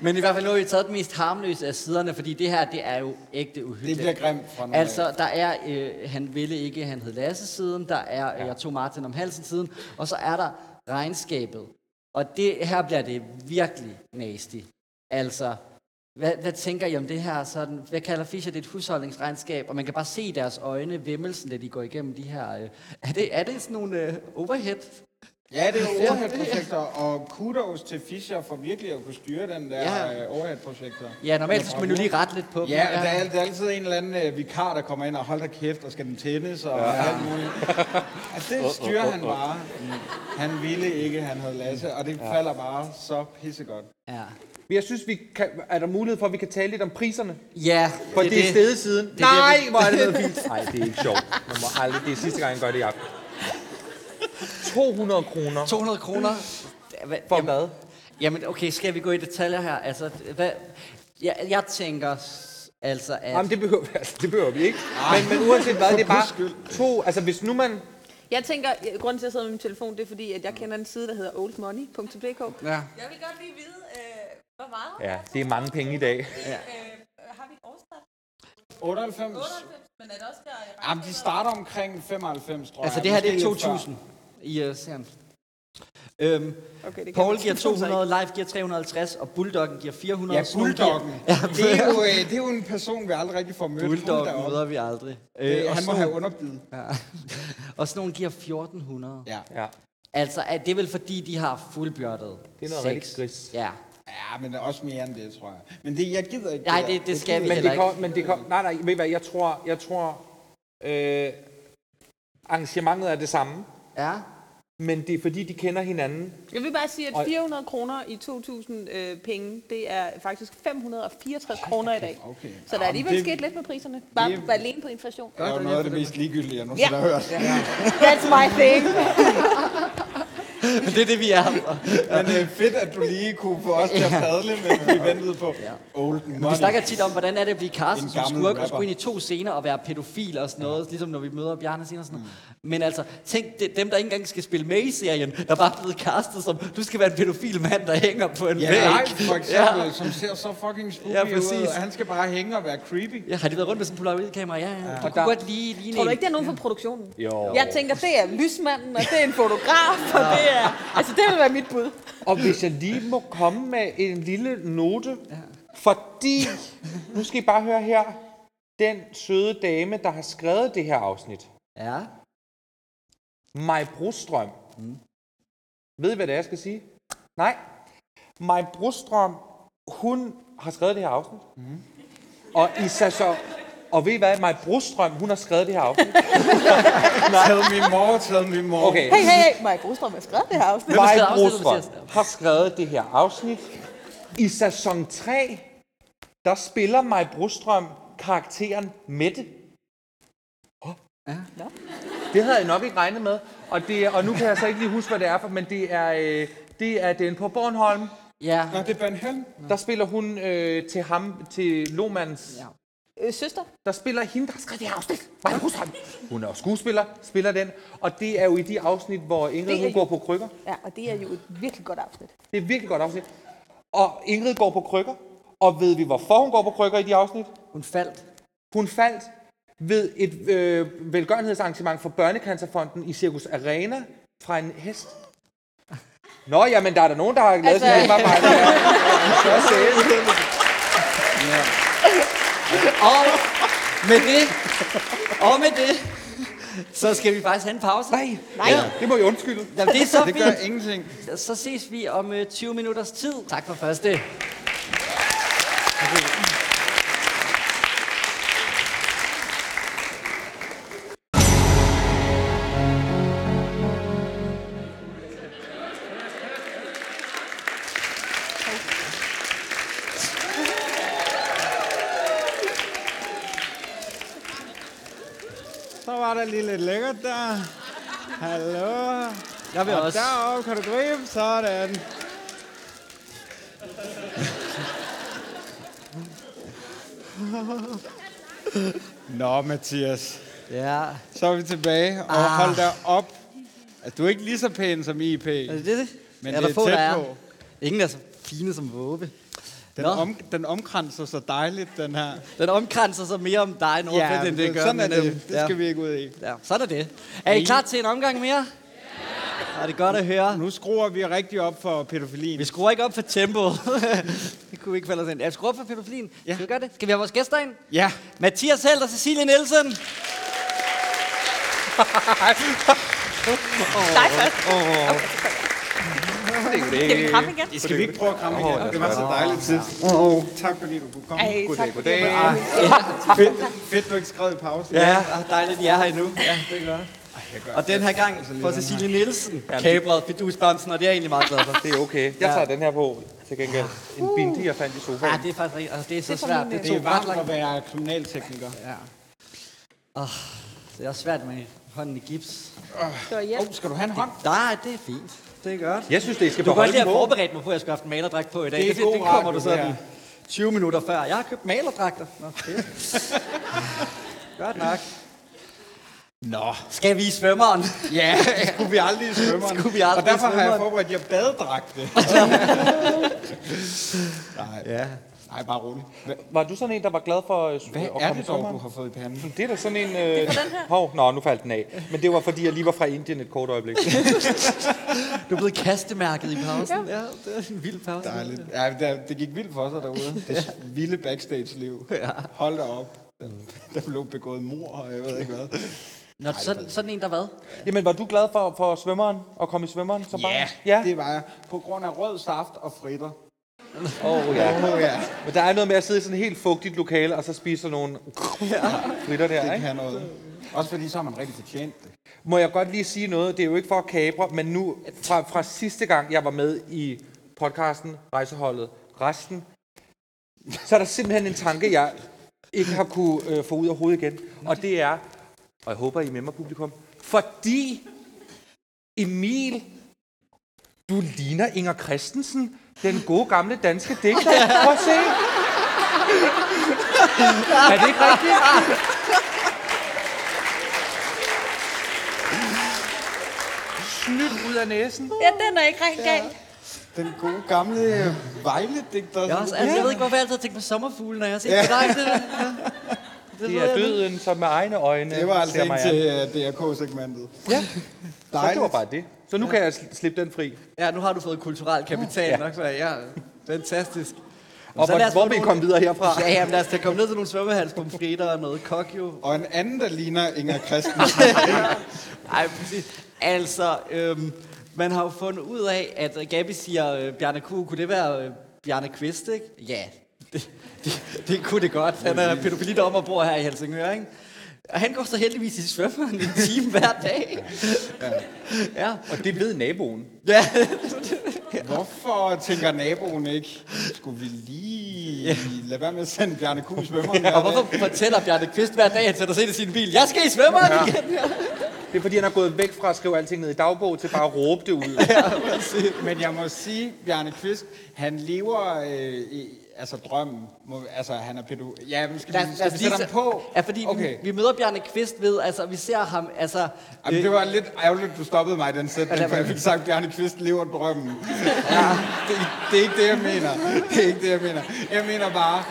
S3: Men i hvert fald nu har vi taget den mest harmløse af siderne, fordi det her, det er jo ægte
S4: Det
S3: uhyggeligt.
S4: bliver grimt fra nu af.
S3: Altså, der er, øh, han ville ikke, han hed Lasse siden, der er, øh, jeg tog Martin om halsen siden, og så er der regnskabet. Og det her bliver det virkelig nasty. Altså, hvad, hvad tænker I om det her? Sådan, hvad kalder Fischer det et husholdningsregnskab? Og man kan bare se i deres øjne, vimmelsen, da de går igennem de her... Øh, er, det, er det sådan nogle øh, overhead?
S4: Ja, det er jo overhead-projekter, og kudos til Fischer for virkelig at kunne styre den der
S3: Ja.
S4: ja. overhead-projekter.
S3: Ja, normalt så skal man jo lige rette lidt på dem.
S4: Ja, og der er, der er altid en eller anden øh, vikar, der kommer ind og holder kæft, og skal den tændes og ja. alt muligt. Altså, det styrer han bare. Han ville ikke, han havde Lasse, og det falder bare så pissegodt.
S3: Ja.
S6: Men jeg synes, vi kan, er der mulighed for, at vi kan tale lidt om priserne?
S3: ja
S6: For det, det er stedet siden. Det, Nej,
S3: vi-
S6: hvor er det noget fint. Nej, det er ikke sjovt. Man må aldrig, det er sidste gang, jeg gør det i aften. 200 kroner.
S3: 200 kroner. For jamen, mad. Jamen, okay, skal vi gå i detaljer her? Altså, hvad, jeg, jeg tænker s- altså, at...
S6: Jamen, det behøver, altså, det behøver vi ikke.
S3: Ej.
S6: Men, men uanset hvad,
S3: For
S6: det er bare
S3: guds
S6: to... Altså, hvis nu man...
S5: Jeg tænker, øh, grunden til, at jeg sidder med min telefon, det er fordi, at jeg kender en side, der hedder oldmoney.dk.
S6: Ja.
S1: Jeg vil godt lige vide, øh, hvor meget
S6: Ja, det er mange penge i dag.
S1: ja. øh, har vi et årstal?
S4: 98.
S1: 98, men er det også der?
S4: Jamen, de starter omkring 95, tror
S3: Altså,
S4: jeg.
S3: det her det er
S4: Måske lidt før.
S3: 2000 i uh, serien. Øhm,
S5: okay,
S4: kan
S3: Paul
S4: jeg
S3: giver
S4: forstå sig
S3: 200, Live giver 350, og Bulldoggen giver 400.
S4: Ja,
S3: og Snoop giver-
S4: bulldoggen. Det er, jo, øh, det er jo en person, vi aldrig rigtig får mødt.
S3: Bulldog
S4: Hold da op.
S3: møder vi aldrig. Øh,
S4: Det-
S3: og
S4: Øh, han må
S3: sådan-
S4: have underbid.
S3: Ja. Og sådan nogle giver 1400.
S4: Ja.
S6: ja.
S3: Altså, er det vel fordi, de har fuldbjørtet
S4: Det er noget
S3: sex?
S4: rigtig
S6: gris.
S3: Ja.
S4: Ja, men også mere end det, tror jeg. Men det, jeg gider ikke.
S3: Nej,
S4: der.
S3: det- det skal
S4: gider
S3: vi
S4: jeg
S3: heller
S6: Men det kom, men det kom, nej, nej, ved I hvad, jeg tror, jeg tror øh, arrangementet er det samme.
S3: Ja.
S6: Men det er fordi, de kender hinanden.
S5: Jeg vil bare sige,
S6: Og-
S5: at 400 kroner i 2.000 øh, penge, det er faktisk 564 kroner i dag.
S4: Okay.
S5: Så der er
S4: Jamen,
S5: alligevel
S4: det-
S5: sket lidt med priserne. Bare,
S4: det-
S5: bare alene på inflation.
S4: Det er jo noget af det mest ligegyldige, jeg
S5: Ja.
S4: nogensinde har hørt.
S5: That's my thing.
S3: Men det er det, vi er her for.
S4: Men det er fedt, at du lige kunne få os til at padle, men vi ventede på old money.
S3: Men vi snakker tit om, hvordan er det at blive castet
S4: En
S3: som
S4: gammel
S3: skurk og skulle
S4: rapper.
S3: ind i to scener og være pædofil og sådan noget, ligesom når vi møder Bjarne senere og sådan noget. Men altså, tænk det, dem, der ikke engang skal spille med i serien, der bare er blevet castet som, du skal være en pædofil mand, der hænger på en
S4: Ja,
S3: væg.
S4: nej, for eksempel, ja. som ser så fucking spooky
S3: Ja,
S4: ja,
S3: præcis.
S4: ud, og han skal bare hænge og være creepy.
S3: Ja, har de været rundt med sådan en polaroidkamera? Ja, ja. ja. Det
S6: Og
S3: kunne
S6: der-
S3: godt lige ligne
S5: Tror du
S3: en-
S5: ikke, det er nogen fra produktionen?
S6: Jo.
S5: Jeg tænker, det er lysmanden, og det er en fotograf, og det er... Altså, det vil være mit bud.
S6: Og hvis jeg lige må komme med en lille note, ja. fordi, nu skal I bare høre her, den søde dame, der har skrevet det her afsnit,
S3: Ja.
S6: Maj Brostrøm. Mm. Ved I, hvad det er, jeg skal sige? Nej. Maj Brostrøm, hun har skrevet det her afsnit. Mm. Og i sæson... Og ved I hvad? Maj Brostrøm, hun har skrevet det her afsnit.
S4: Tell me more, tell me more.
S6: Okay.
S5: Hey, hey, hey, Maja Brostrøm har skrevet det her afsnit.
S6: Maj Brostrøm har skrevet det her afsnit. I sæson 3, der spiller Maj Brostrøm karakteren Mette.
S5: Nå.
S6: Det havde jeg nok ikke regnet med. Og, det, er- og nu kan jeg så ikke lige huske, hvad det er for, men det er, øh, det er den på Bornholm.
S3: Ja.
S4: Nå, det er Bornholm.
S6: Der spiller hun øh, til ham, til Lomans. Ja.
S5: Øh, søster?
S6: Der spiller hende, der har skrevet det her afsnit. Maja Brostrøm. Hun er jo skuespiller, spiller den. Og det er jo i de afsnit, hvor Ingrid
S5: Det er
S6: hun
S5: jo-
S6: går på krykker.
S5: Ja, og det er jo et virkelig godt afsnit.
S6: Det er et virkelig godt afsnit. Og Ingrid går på krykker. Og ved vi, hvorfor hun går på krykker i de afsnit?
S3: Hun faldt.
S6: Hun faldt ved et øh, velgørenhedsarrangement for Børnecancerfonden i Cirkus Arena fra en hest. Nå, jamen, der er der nogen, der har lavet
S5: Altså-
S6: altså... sin hjemmearbejde. Ja. Så sagde jeg.
S3: Og med det, og med det, så skal vi faktisk have en pause. Nej,
S5: Nej.
S6: Det må jeg undskylde.
S3: Jamen, det er så
S4: Det
S3: fint.
S4: gør ingenting.
S3: Så ses vi om øh, 20 minutters tid. Tak for første.
S4: Så var der lige lidt lækkert der. Hallo.
S3: Jeg vil
S4: og
S3: også.
S4: deroppe kan du gribe. Sådan. Nå, Mathias.
S3: Ja.
S4: Så er vi tilbage. Og
S3: Ah.
S4: hold da op. Altså, du er ikke lige så pæn som IP.
S3: Er det det?
S4: Men
S3: er
S4: det
S3: der
S4: er
S3: få,
S4: tæt
S3: der er?
S4: på.
S3: Ingen er så fine som Våbe.
S4: Den,
S3: Nå.
S4: om, den omkranser så dejligt, den her.
S3: Den omkranser sig mere om dig, end ja, end det gør.
S4: sådan er
S3: men,
S4: det. øh,
S3: øhm,
S4: Det skal vi ikke ud i.
S3: Ja, sådan er det. Er I klar til en omgang mere? Ja. Er det godt at høre?
S4: Nu skruer vi rigtig op for pædofilien.
S3: Vi skruer ikke op for tempoet. det kunne vi ikke falde os ind. Ja, vi skruer op for pædofilien. Ja. Skal vi gøre det? Skal vi have vores gæster ind?
S4: Ja.
S3: Mathias Held og Cecilie Nielsen.
S5: Dig først. Skal vi kramme igen?
S4: Skal vi ikke prøve at kramme igen? det var så dejligt tid. Åh, tak fordi du kunne komme.
S5: Ej, tak fordi jeg
S4: Ah,
S5: var
S4: fedt, fedt, du ikke skrev i pause.
S3: Ja, og dejligt, at I er her endnu. Ja, det er godt. Og den her
S4: Altså,
S3: gang for Cecilie Nielsen, kabret, fidusbamsen, og det er jeg egentlig meget glad for.
S6: Det er okay. Jeg tager den her på til gengæld. En bindi, jeg fandt i sofaen.
S3: Ja, det er faktisk rigtigt. Altså, det er så
S5: Det er for
S3: svært. Det
S5: min, øh,
S4: Det er
S3: tog ret
S4: varmt
S3: lang
S4: at være kriminaltekniker.
S3: Ja. Ah, Det er også svært med hånden i gips.
S5: Skal jeg hjælpe?
S4: skal du have en hånd?
S3: Nej, det er fint. Det er godt.
S6: Jeg synes, det I skal
S3: du
S6: beholde
S3: godt lige
S6: den
S3: have
S6: på.
S3: forberedt mig på, at jeg skulle have haft malerdragt på i dag.
S4: Det er
S3: Det, det,
S4: god
S3: det kommer
S4: radio,
S3: du sådan
S4: det her.
S3: 20 minutter før. Jeg har købt malerdragter. Nå, fedt. godt nok.
S4: Nå.
S3: Skal vi i svømmeren?
S4: Ja, skulle vi aldrig i svømmeren.
S3: Skulle vi aldrig
S4: Og derfor
S3: i
S4: har jeg
S3: svømmeren?
S4: forberedt jer badedragte. Nej. Ja. Nej, bare rolig. Hvad,
S6: Var du sådan en, der var glad for øh,
S4: hvad
S6: at
S4: er
S6: komme i
S4: det dog,
S6: sommeren?
S4: du har fået i panden?
S6: Det er da sådan en... Øh... Hov, nå, nu faldt den af. Men det var, fordi jeg lige var fra Indien et kort øjeblik.
S3: Du er blevet kastemærket i pausen. ja. det er en vild pause.
S4: Dejligt. Ja, det, det gik vildt for sig derude. Det vilde backstage-liv. Hold da op. Der- Der blev begået mor, og jeg ved ikke hvad.
S3: Nå, sådan, sådan en, der hvad?
S6: Jamen, var du glad for, for svømmeren? At komme i svømmeren som barn? Ja.
S4: Det var jeg. På grund af rød saft og fritter.
S6: Oh, ja.
S4: Åh oh, ja,
S6: Men der er noget med at sidde i sådan et helt fugtigt lokale, og så spise sådan nogle fritter der,
S4: det
S6: ikke?
S4: kan noget. Også fordi så har man rigtig fortjent det.
S6: Må jeg godt lige sige noget? Det er jo ikke for at kapre, men nu fra, fra sidste gang, jeg var med i podcasten, rejseholdet, resten, så er der simpelthen en tanke, jeg ikke har kunne øh, få ud af hovedet igen. Og det er, og jeg håber, I er med mig, publikum, fordi Emil, du ligner Inger Christensen, den gode gamle danske digter. Prøv at se. Er det ikke rigtigt? Snydt ud af næsen.
S5: Ja, den er ikke rigtig galt.
S4: Den gode gamle øh, Vejle-digter.
S3: Jeg, har også, altså, jeg ved ikke, hvorfor jeg altid har tænkt på sommerfuglen, når jeg har set ja. dig. Det, ja. det,
S6: Det
S3: ved
S6: er
S3: jeg nu.
S6: døden, som med egne øjne
S4: Det var altså
S6: ser
S4: en
S6: mig
S4: til
S6: an.
S4: øh, DRK-segmentet.
S6: Ja, så det
S4: Dejligt.
S6: var bare det. Så nu kan jeg sl- slippe den fri.
S3: Ja, nu har du fået kulturel kapital ja. nok, så ja, fantastisk.
S6: Og
S3: lad
S6: hvor,
S3: os
S6: hvor
S3: få
S6: vi
S3: nogle-
S6: komme videre herfra.
S3: Ja, ja, men lad os da komme ned til nogle svømmehalspomfritter og noget kokjo.
S4: Og en anden, der ligner Inger Christensen.
S3: Ej, præcis. Altså, øhm, man har jo fundet ud af, at Gabi siger, øh, Bjarne Q, kunne det være øh, Bjarne Kvist, ikke? Ja, det, det, det kunne det godt. Han er pædofilidommer og bor her i Helsingør, ikke? Og han går så heldigvis i svømmeren en time hver dag. Ja,
S6: Og det ved naboen.
S3: ja.
S4: Hvorfor tænker naboen ikke, skulle vi lige lade være med at sende Bjarne Kuh i svømmeren? hver
S3: Og
S4: dag?
S3: hvorfor fortæller Bjarne Kvist hver dag, at han sætter sig ind i sin bil? Jeg skal i svømmeren ja. igen!
S6: Det er fordi, han har gået væk fra at skrive alting ned i dagbog til bare at råbe det ud.
S4: Men jeg må sige, Bjarne Kvist, han lever øh, i, altså drømmen. Må, altså, han er pædo... Ja, men skal
S3: Lad,
S4: vi,
S3: lad
S4: skal
S3: os
S4: vi
S3: lige
S4: sætte ham
S3: se-
S4: på?
S3: Ja, fordi okay.
S4: okay.
S3: vi, vi møder Bjarne Kvist ved, altså vi ser ham, altså...
S4: Jamen, det var lidt ærgerligt, du stoppede mig i den sætning, for jeg fik sagt, at Bjarne Kvist lever drømmen. Ja, det, det er ikke det, jeg mener. Det er ikke det, jeg mener. Jeg mener bare,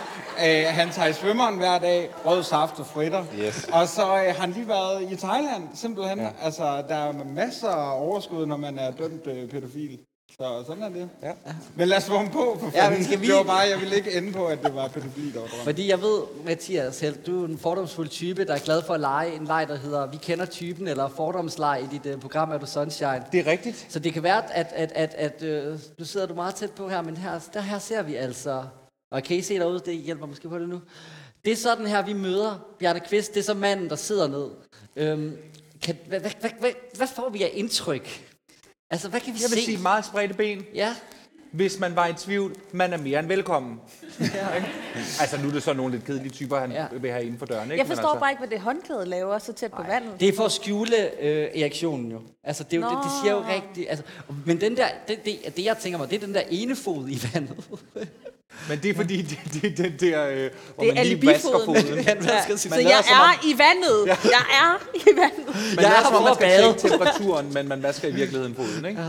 S4: øh, han tager i svømmeren hver dag, rød saft og fritter. Yes. Og så øh, har han lige været i Thailand, simpelthen. Ja. Altså, der er masser af overskud, når man er dømt øh, pædofil. Så sådan er det. Ja. Men lad os få ham på, for
S3: Ja,
S4: ja,
S3: men skal vi-
S4: Det var bare, jeg ville ikke ende på, at det var pædofil, der var drømmen.
S3: Fordi jeg ved, Mathias, Helt, du er en fordomsfuld type, der er glad for at lege en leg, der hedder Vi kender typen, eller fordomsleg i dit uh, program, er du sunshine.
S6: Det er rigtigt.
S3: Så det kan være, at, at, at, at øh, nu sidder du meget tæt på her, men her, der, her ser vi altså, og kan I se derude, det hjælper måske på det nu. Det er sådan her, vi møder Bjarne Kvist, det er så manden, der sidder ned. Øhm, kan, hvad, hvad, hvad, hvad, hvad får vi af indtryk? Altså, hvad kan vi
S6: Jeg vil
S3: se?
S6: sige meget spredte ben.
S3: Ja,
S6: Hvis man var i tvivl, man er mere end velkommen. Ikke? altså, nu er det så nogle lidt kedelige typer, han
S3: Ja.
S6: ja. vil have inden for døren. Ikke?
S5: Jeg
S6: Men
S5: forstår
S6: altså,
S5: bare ikke, hvad det håndklæde laver så tæt på vandet.
S3: Det er for at skjule øh, erektionen jo. Altså, det, er jo det, det siger jo rigtigt. Altså, men den der, det, det, det, jeg tænker mig, det er den der ene fod i vandet.
S6: Men det er fordi, det, det, det, det er, øh, hvor
S5: Det er
S6: man lige vasker
S5: alibifoden.
S6: foden.
S3: Han vasker sin
S5: Så jeg er i vandet. Jeg er i vandet.
S3: Jeg
S6: Man lader
S3: er
S6: som om, man
S3: på
S6: skal
S3: bade.
S6: tjekke temperaturen, men man vasker i virkeligheden foden. Ikke?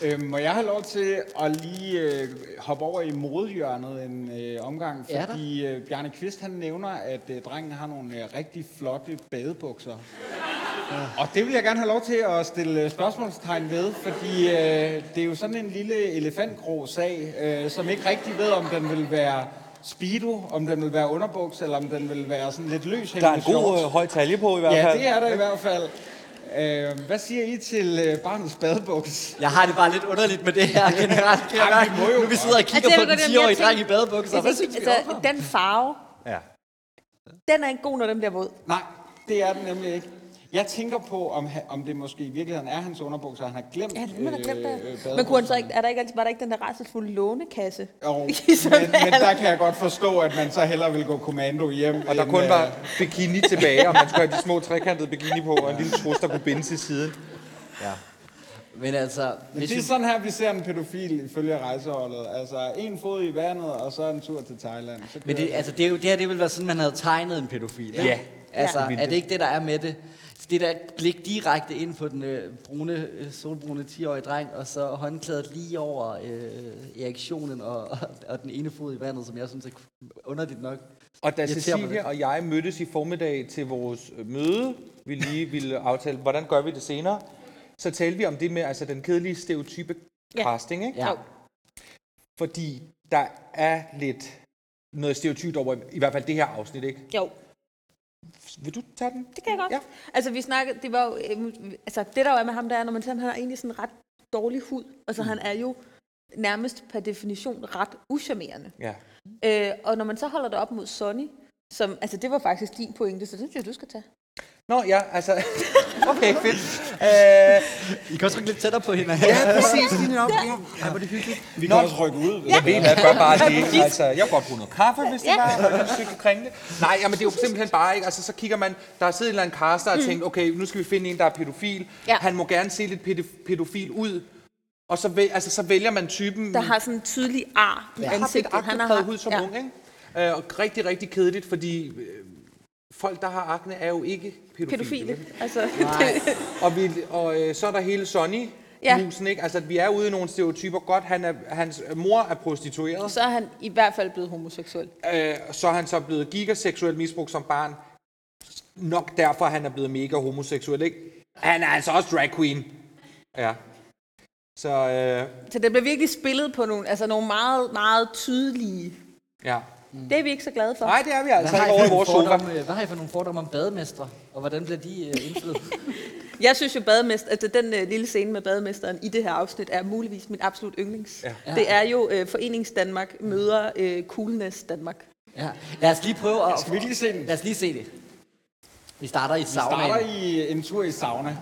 S4: Øh, må jeg have lov til at lige øh, hoppe over i modehjørnet en øh, omgang?
S3: Ja da.
S4: Fordi øh, Bjarne Kvist han nævner, at øh, drengen har nogle øh, rigtig flotte badebukser. Og det vil jeg gerne have lov til at stille øh, spørgsmålstegn ved, fordi øh, det er jo sådan en lille elefantgrå sag, øh, som ikke rigtig ved, om den vil være speedo, om den vil være underbuks, eller om den vil være sådan lidt løs
S6: Der er en god øh, høj talje på i hvert fald.
S4: Ja, det er der i hvert fald. Øh, hvad siger I til øh, barnets badebuks?
S3: Jeg har det bare lidt underligt med det her generelt. Kan jeg
S4: Ej, vi
S3: mærke.
S4: må jo
S3: nu vi sidder og kigger
S5: Altså, jeg
S3: på
S5: vil
S3: den
S5: godt- jeg
S3: 10-årige
S5: tænker-
S3: dreng i badebukser.
S5: Altså,
S3: Hvad synes vi om ham?
S5: den farve,
S6: Ja.
S5: den er en god, når den bliver våd.
S4: Nej, det er den nemlig ikke. Jeg tænker på, om, ha- om det måske i virkeligheden er hans underbukser, han har glemt.
S5: Ja, det man har glemt
S4: øh,
S5: det. Men kunne han
S4: badebukserne.
S5: så ikke, er der ikke, altid- var der ikke den der rædselsfulde lånekasse?
S4: Jo, men,
S5: I sådan en
S4: men
S5: alder?
S4: der kan jeg godt forstå, at man så hellere vil gå kommando hjem.
S6: Og der
S4: end,
S6: kun
S4: øh,
S6: var bikini tilbage, og man skulle have de små trekantede bikini på, og en lille trus, der kunne binde til siden.
S3: Ja. Men altså,
S4: Men
S3: hvis
S4: det er
S3: vi,
S4: sådan her, vi ser en pædofil ifølge rejseholdet. Altså, en fod i vandet, og så en tur til Thailand. Så
S3: men det, altså, det, er jo, det her det ville være sådan, man havde tegnet en pædofil. ikke?
S6: Ja.
S3: Altså,
S6: Ja.
S3: er det ikke det, der er med det? Det der blik direkte ind på den øh, brune, øh, solbrune 10-årige dreng, og så håndklædet lige over øh, erektionen og, og, og den ene fod i vandet, som jeg synes er underligt nok.
S6: Og da
S3: irriterer mig lidt.
S6: Cecilia og jeg mødtes i formiddag til vores øh, møde, vi lige ville aftale, hvordan gør vi det senere, så talte vi om det med altså, den kedelige stereotype
S5: Ja.
S6: casting, ikke?
S3: Ja.
S5: Jo.
S6: Fordi der er lidt noget stereotypt over, i hvert fald det her afsnit, ikke?
S5: Jo,
S6: Vil du tage den?
S5: det kan jeg godt. Ja. Altså, vi snakkede, det var jo, øhm, altså, det der jo er med ham, der er, når man ser ham, han har egentlig sådan ret dårlig hud.
S6: Mm.
S5: Altså, han er jo nærmest per definition ret uschammerende.
S6: Ja.
S5: Øh, og når man så holder det op mod Sonny, som, altså det var faktisk din pointe, så det synes jeg, du skal tage.
S6: Nå, ja, altså... Okay, fedt. Øh,
S3: I kan også rykke lidt tættere på hinanden.
S6: ja, præcis. Lige op. Ja. Ej, hvor er det hyggeligt.
S4: vi kan også rykke ud.
S6: Jeg ved, at jeg bare det. Altså, jeg kunne godt bruge noget kaffe, hvis det var, og en stykke kringle. Nej, jamen, det er jo simpelthen bare ikke. Altså, så kigger man, der har siddet en eller anden kaster og tænkt, okay, nu skal vi finde en, der er pædofil.
S5: Mm. Ja.
S6: Han må gerne se lidt pædo- pædofil ud. Og så, væ- altså, så vælger man typen,
S5: Der har sådan en tydelig ar i
S6: Mm. har lidt
S5: ansigtet.
S6: aknepræget hud som ung, ikke? Øh, og rigtig, rigtig kedeligt, fordi øh, folk, der har akne, er jo ikke pædofile.
S5: Pædofile.
S6: vel?
S5: Altså,
S6: Og, vi, og øh, så er der hele Sonny.
S5: Ja.
S6: Ja. Musen, ikke? Altså, at vi er ude i nogle stereotyper. Godt, han er, hans mor er prostitueret.
S5: så er han i hvert fald blevet homoseksuel.
S6: Øh, så er han så blevet gigaseksuelt misbrugt som barn. Nok derfor, han er blevet mega homoseksuel, ikke? Han er altså også drag queen. Ja. Så, øh,
S5: Så det bliver virkelig spillet på nogle, altså nogle meget, meget tydelige.
S6: ja.
S5: Det er vi ikke så glade for.
S6: Nej, det er vi altså
S3: Hvad har,
S6: ikke
S3: I
S6: over
S3: for
S6: i
S3: nogle
S6: vores sofa.
S3: fordomme, øh, hvad har I for nogle fordomme om bademestre, og hvordan bliver de øh, indflydet?
S5: Jeg synes jo, bademester, altså den øh, lille scene med bademesteren i det her afsnit er muligvis min absolut yndlings. Ja. Det er jo øh, Forenings Danmark møder øh, Coolness Danmark.
S3: ja. Lad os lige prøve at...
S4: Skal vi lige se den?
S3: Lad os lige se det. Vi starter i
S4: Vi starter
S3: saunaen.
S4: i en tur i sauna.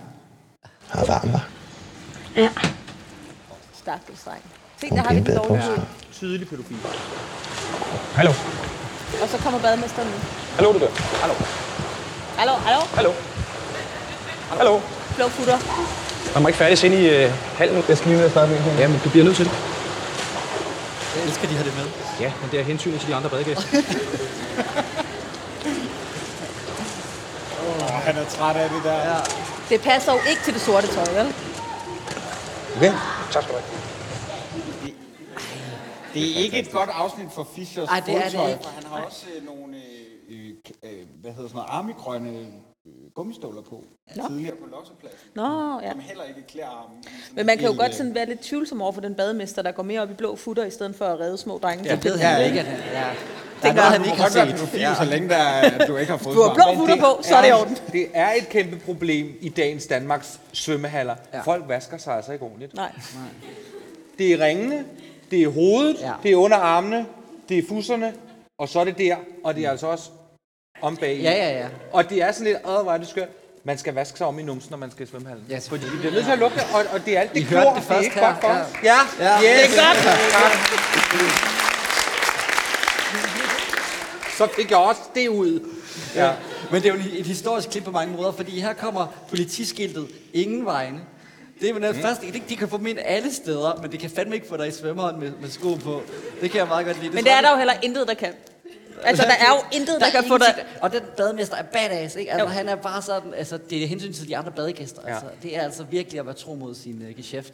S7: Har varmt, hva'?
S5: Stakkels dreng. Se,
S7: Hun
S5: der har vi den
S7: pimpede
S5: dårlige
S7: på
S5: hud.
S6: Tydelig pædofil.
S8: Hallo.
S5: Og så kommer bademesteren nu.
S8: Hallo, du der. Hallo.
S5: Hallo, hallo,
S8: Hallo. Hallo.
S5: blåfutter.
S8: Man må ikke færdig ind i øh, hallen. Jeg skal lige med at snakke med en Ja, men du bliver nødt til det.
S3: Jeg elsker, de har det med.
S8: Ja, men det er hensyn til de andre badegæster.
S4: Og han er træt af det der. Ja.
S5: Det passer jo ikke til det sorte tøj, vel?
S8: Okay. Tak skal du have.
S4: Det er ikke et godt afsnit for Fischers
S3: Ej, det er det
S4: fodtøj,
S3: ikke.
S4: for han har også øh, nogle, øh, øh, k- øh, hvad hedder sådan noget, armigrønne øh, gummistøvler på. Tidligere på lossepladsen.
S5: Nå, ja.
S4: Som heller ikke klæder armen.
S5: Men man kan jo
S4: øh.
S5: godt sådan være lidt tvivlsom over for den bademester, der går mere op i blå futter, i stedet for at redde små drenge.
S3: Jeg ved han ikke, at han... Ja. Der er
S5: gør
S3: noget, han
S5: han
S4: Du
S3: ikke
S4: kan
S3: har
S4: godt være
S3: set.
S4: pædofil, så længe der, er- du ikke har fået
S5: Du har blå
S6: Men
S5: futter på, så er det i orden.
S6: Det er et kæmpe problem i dagens Danmarks svømmehaller.
S3: Ja.
S6: Ja. Folk vasker sig altså ikke ordentligt.
S5: Nej.
S6: Det er ringene, det er hovedet,
S3: Ja.
S6: ja. det er under armene, det er fusserne, og så er det der, og det er altså også om bag.
S3: Ja, ja, ja.
S6: Og det er sådan lidt, åh, hvor er det skønt. Man skal vaske sig om i numsen, når man skal i svømmehallen.
S3: Ja,
S6: Fordi
S3: selvfølgelig.
S6: vi bliver nødt til at lukke, og, og det er alt det
S3: I
S6: klor,
S3: hørte det
S6: det er
S3: først
S6: ikke
S3: her,
S6: godt for
S3: ja.
S6: os. Ja,
S3: Ja.
S6: yes.
S3: Det er godt.
S6: Tak. Så fik jeg også det ud. Ja.
S3: Men det er jo en- et historisk klip på mange måder, fordi her kommer politiskiltet ingen vegne. Det er vel mm. første, det, de kan få dem ind alle steder, men det kan fandme ikke få dig i svømmeren med, med sko på. Det kan jeg meget godt lide.
S5: Men
S3: tror
S5: det er
S3: jeg-
S5: der jo heller intet, der kan. Altså, der er jo intet, der,
S3: er
S5: kan få dig...
S3: ingenting, Og den bademester er badass, ikke? Altså, han er bare sådan, altså, det er hensyn til de andre badegæster. Ja. Altså, det er altså virkelig at være tro mod sin uh, geschæft.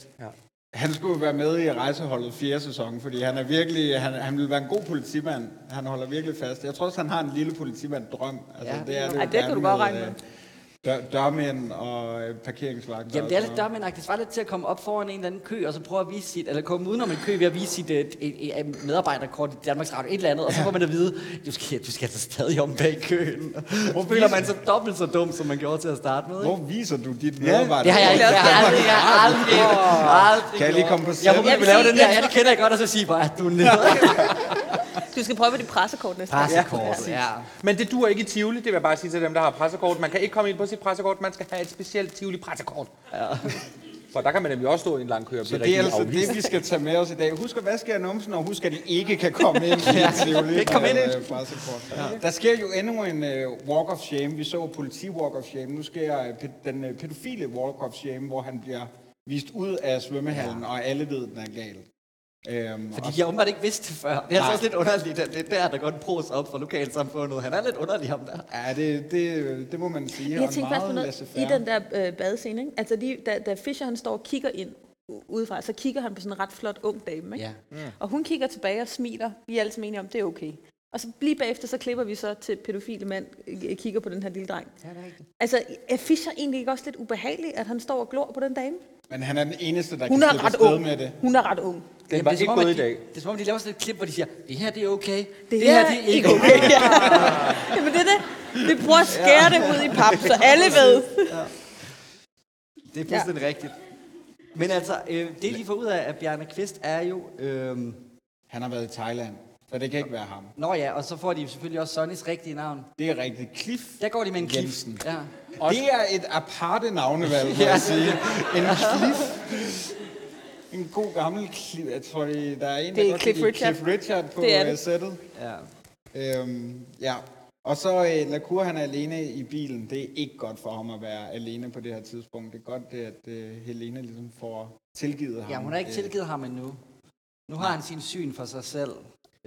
S4: Han skulle jo være med i rejseholdet fjerde sæson, fordi han er virkelig, han, han vil være en god politimand. Han holder virkelig fast. Jeg tror også, han har en lille politimand-drøm.
S3: Ja.
S4: Altså, ja. det er det,
S5: Ej,
S4: jo
S5: det kan
S4: gerne
S5: du godt regne med.
S4: øh, Dør, dørmænd og øh, parkeringsvagter.
S3: Jamen,
S4: og
S3: det er
S4: sådan
S3: lidt
S4: noget.
S3: dørmændagtigt. Svarer lidt til at komme op foran en eller anden kø, og så prøve at vise sit, eller komme udenom en kø ved at vise sit øh, et, et, et medarbejderkort i Danmarks Radio, et eller andet, og så får man at vide, du skal, du skal altså stadig om bag køen. Hvor føler man sig dobbelt så dum, som man gjorde til at starte med, ikke?
S4: Hvor viser du dit medarbejder?
S3: Det har jeg ikke. Jeg har aldrig, jeg har aldrig, aldrig
S4: Kan jeg lige komme på
S3: Jeg
S4: sæt?
S3: håber, vi lave den der, ja, det kender jeg godt, og så sige bare, at du er nede.
S5: Du skal prøve med dit pressekort næste
S3: Pressekort, ja.
S6: Men det dur ikke i Tivoli, det vil jeg bare sige til dem, der har pressekort. Man kan ikke komme ind på sit pressekort, man skal have et specielt Tivoli-pressekort. Ja. For der kan man nemlig også stå i en lang kø og
S4: Så
S6: blive
S4: det er
S6: rigtig
S4: altså
S6: afvist.
S4: det, vi skal tage med os i dag. Husk at vaske jer numsen, og husk, at I ikke kan komme ind i Tivoli.
S3: Ikke komme ind.
S4: med, øh, pressekort. Der sker jo endnu en uh, walk of shame. Vi så politi walk of shame. Nu sker øh, pæ- den uh, pædofile walk of shame, hvor han bliver vist ud af svømmehallen, og alle ved, den er gal. Øhm, og
S3: Fordi jeg åbenbart ikke vidste det før. Det er altså også lidt underligt, at det er der, der går en pros op for lokalsamfundet. Han er lidt underlig, ham der.
S4: Ja, det, det, det må man sige.
S5: Jeg
S4: og en
S5: tænkte faktisk på
S4: meget
S5: noget i
S4: laissez-faire.
S5: den der øh, badescene. Ikke? Altså, de, da, da Fischer han står og kigger ind u- udefra, så kigger han på sådan en ret flot ung dame. Ikke?
S3: Ja.
S5: Og hun kigger tilbage og smiler. Vi er alle sammen enige om, det er okay. Og så lige bagefter, så klipper vi så til pædofile mand, øh, kigger på den her lille dreng. Ja, det er rigtigt. Altså, er Fischer egentlig ikke også lidt ubehagelig, at han står og glor på den dame?
S4: Men han er den eneste, der
S5: Hun
S4: kan
S5: er
S4: slippe
S5: ret
S4: afsted
S5: ung.
S4: med det.
S5: Hun er ret ung.
S6: Den var
S3: det er som
S6: ikke
S3: om, at
S6: gået i
S3: de-
S6: dag.
S3: Det er som om, de laver sådan et klip, hvor de siger, det her det er okay, det, her det er ikke okay.
S5: ja. Jamen, det er det. Vi prøver at skære det ud i pap, så alle ved.
S3: Det er fuldstændig ja. rigtigt. Men altså, øh, det de får ud af, at Bjarne Kvist er jo... Øh,
S4: Han har været i Thailand, så det kan ikke være ham.
S3: nå ja, og så får de jo selvfølgelig også Sonnys rigtige navn.
S4: Det er rigtigt. Cliff
S3: Der går de med en klip.
S4: Jensen.
S3: Ja.
S4: Det er et aparte navnevalg, vil jeg sige. En Cliff. En god gammel Cliff. Jeg tror, I- der er en,
S5: Det er
S4: der godt
S5: Cliff
S4: lide
S5: Richard.
S4: Cliff Richard på
S5: Det er det.
S4: øh, sættet.
S3: ja.
S4: Øhm, ja. Og så øh, Lacour, han er alene i bilen. Det er ikke godt for ham at være alene på det her tidspunkt. Det er godt, det, at øh, Helena ligesom får tilgivet ham.
S3: ja, hun har ikke
S4: øh,
S3: tilgivet ham endnu. Nu har han sin syn for sig selv.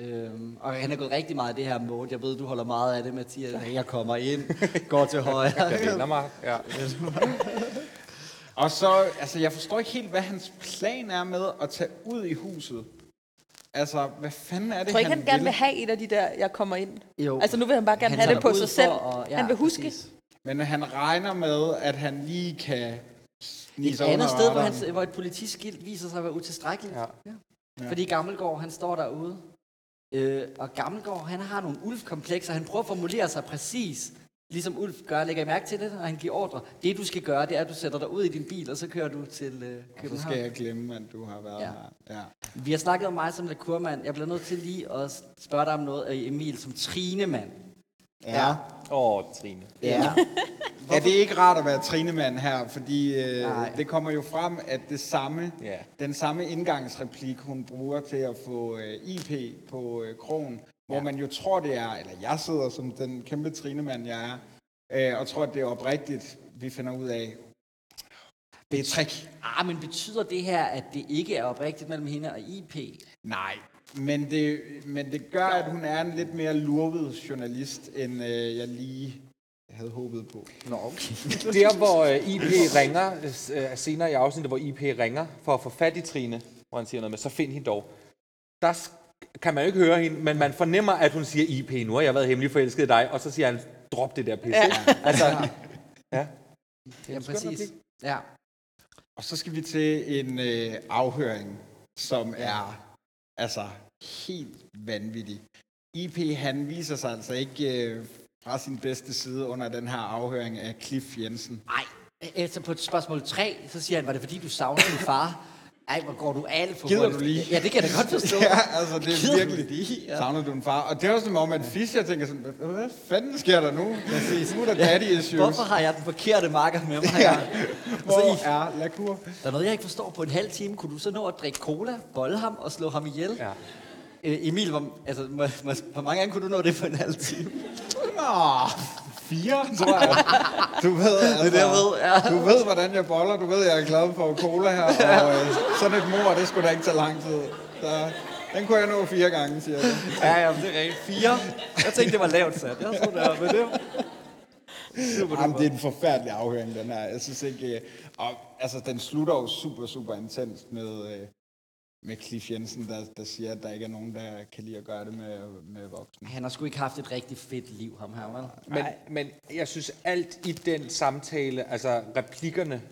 S3: Øhm, og han er gået rigtig meget i det her mode. Jeg ved, du holder meget af det, Mathias. Jeg kommer ind, går til
S6: Jeg
S3: højre.
S6: deler mig. Ja.
S4: Og så, altså jeg forstår ikke helt, hvad hans plan er med at tage ud i huset. Altså, hvad fanden er det,
S5: Jeg tror ikke, han,
S4: han
S5: gerne vil have et af de der, jeg kommer ind.
S3: Jo.
S5: Altså, nu vil han bare gerne
S3: Han
S5: have det
S3: tager
S5: på
S3: derud
S5: sig selv.
S3: for at- ja,
S5: han vil huske.
S3: præcis.
S4: Men han regner med, at han lige kan snige
S3: Et
S4: sig under
S3: andet sted, hvor,
S4: radaren.
S3: han, hvor et politiskilt viser sig at være utilstrækkeligt.
S6: Ja.
S3: Ja. Fordi Gammelgaard, han står derude. Øh, og Gammelgaard, han har nogle ulfkomplekser. Han prøver at formulere sig præcis, ligesom Ulf gør. Lægger I mærke til det, og han giver ordre. Det, du skal gøre, det er, at du sætter dig ud i din bil, og så kører du til øh,
S4: Så
S3: København.
S4: skal jeg glemme, at du har været
S3: Ja.
S4: ja. her. Ja.
S3: Vi har snakket om mig som lakurmand. Jeg bliver nødt til lige at spørge dig om noget af Emil som trinemand.
S4: Ja.
S6: Åh, oh, Trine.
S4: Ja. ja, det er ikke rart at være trinemand her, fordi øh,
S3: Nej.
S4: det kommer jo frem, at det samme,
S6: Ja.
S4: den samme indgangsreplik, hun bruger til at få øh, IP på øh, krogen, hvor man jo tror, det er, eller jeg sidder som den kæmpe trinemand, jeg er, øh, og tror, at det er oprigtigt, vi finder ud af. Det er et trick.
S3: Ah, men betyder det her, at det ikke er oprigtigt mellem hende og IP?
S4: Nej, men det, men det gør, at hun er en lidt mere lurvet journalist, end øh, jeg lige havde håbet på.
S3: Nå, okay.
S6: Der, hvor øh, IP ringer, øh, senere i afsnittet, hvor IP ringer for at få fat i Trine, hvor han siger noget med, så find hende dog. Der sk- kan man jo ikke høre hende, men man fornemmer, at hun siger, IP, nu har jeg været hemmelig forelsket i dig, og så siger han, drop det der pisse. Ja. Altså, ja.
S3: Ja, præcis. Ja.
S4: Og så skal vi til en øh, afhøring, som er altså helt vanvittig. IP han viser sig altså ikke øh, fra sin bedste side under den her afhøring af Cliff Jensen.
S3: Ej, altså på spørgsmål 3, så siger han, var det fordi, du savner din far? Ej, hvor går du alt for
S4: Gider
S3: hurtigt.
S4: du lige?
S3: Ja, det kan jeg da godt forstå.
S4: Ja, altså det
S3: Gider
S4: er
S3: du
S4: virkelig,
S3: lige? Ja.
S4: savner du en far? Og det er også som om, at Fischer tænker sådan, "Hvad- hvad fanden sker der nu? Præcis. Nu er der daddy issues.
S3: Hvorfor har jeg den forkerte marker med mig? Altså,
S4: Ja.
S3: Ja.
S4: Hvor er Lacour?
S3: Der er noget, jeg ikke forstår. På en halv time kunne du så nå at drikke cola, bolle ham og slå ham ihjel?
S6: Ja.
S3: Øh, Emil, hvor, altså, hvor, hvor- hvor mange gange kunne du nå det på en halv time?
S4: Nå, fire, tror jeg. Du ved, altså,
S3: det, jeg ved, ja.
S4: du ved, hvordan jeg boller. Du ved, jeg er glad for cola her. Og øh, sådan et mor, det skulle da ikke tage lang tid. Så, den kunne jeg nå fire gange, siger jeg.
S3: Ja, ja, det er rigtigt. Fire. Jeg tænkte, det var lavt sat. Jeg troede, det var, men det var...
S4: Jamen, det er en forfærdelig afhøring, den her. Jeg synes ikke... øh, Og, altså, den slutter jo super, super intens med, øh, med Cliff Jensen, der, der siger, at der ikke er nogen, der kan lide at gøre det med, med voksne.
S3: Han har sgu ikke haft et rigtig fedt liv, ham her, vel?
S6: Men, men jeg synes, alt i den samtale, altså replikkerne,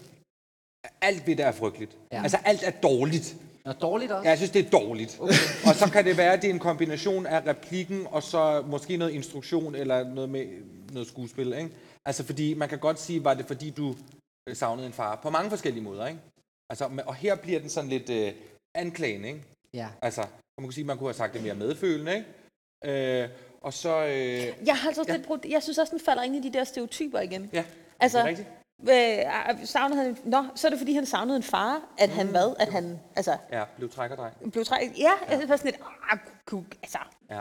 S6: alt ved det er frygteligt.
S3: Ja.
S6: Ja. Altså alt er dårligt.
S3: Nå, dårligt også.
S6: Ja, jeg synes, det er dårligt. Okay. og så kan det være, at det er en kombination af replikken, og så måske noget instruktion, eller noget med noget skuespil, ikke? Altså, fordi man kan godt sige, var det fordi, du øh, savnede en far? På mange forskellige måder, ikke? Altså, men- og her bliver den sådan lidt øh, anklagende, ikke?
S3: Ja.
S6: Altså, og man kunne sige, man kunne have sagt det mere medfølende, ikke? Øh, og så... Øh,
S5: Jeg, har altså ja. det, jeg synes også, den falder ind i de der stereotyper igen.
S6: Ja,
S5: altså,
S6: det er rigtigt.
S5: Øh, savnede han, nå, så er det fordi, han savnede en far, at mm. han hvad, at han, altså,
S6: ja, blev trækkerdreng.
S5: blev træ... Ja, ja. Altså, det var sådan lidt, ah, kuk, altså,
S6: Ja.
S5: jeg,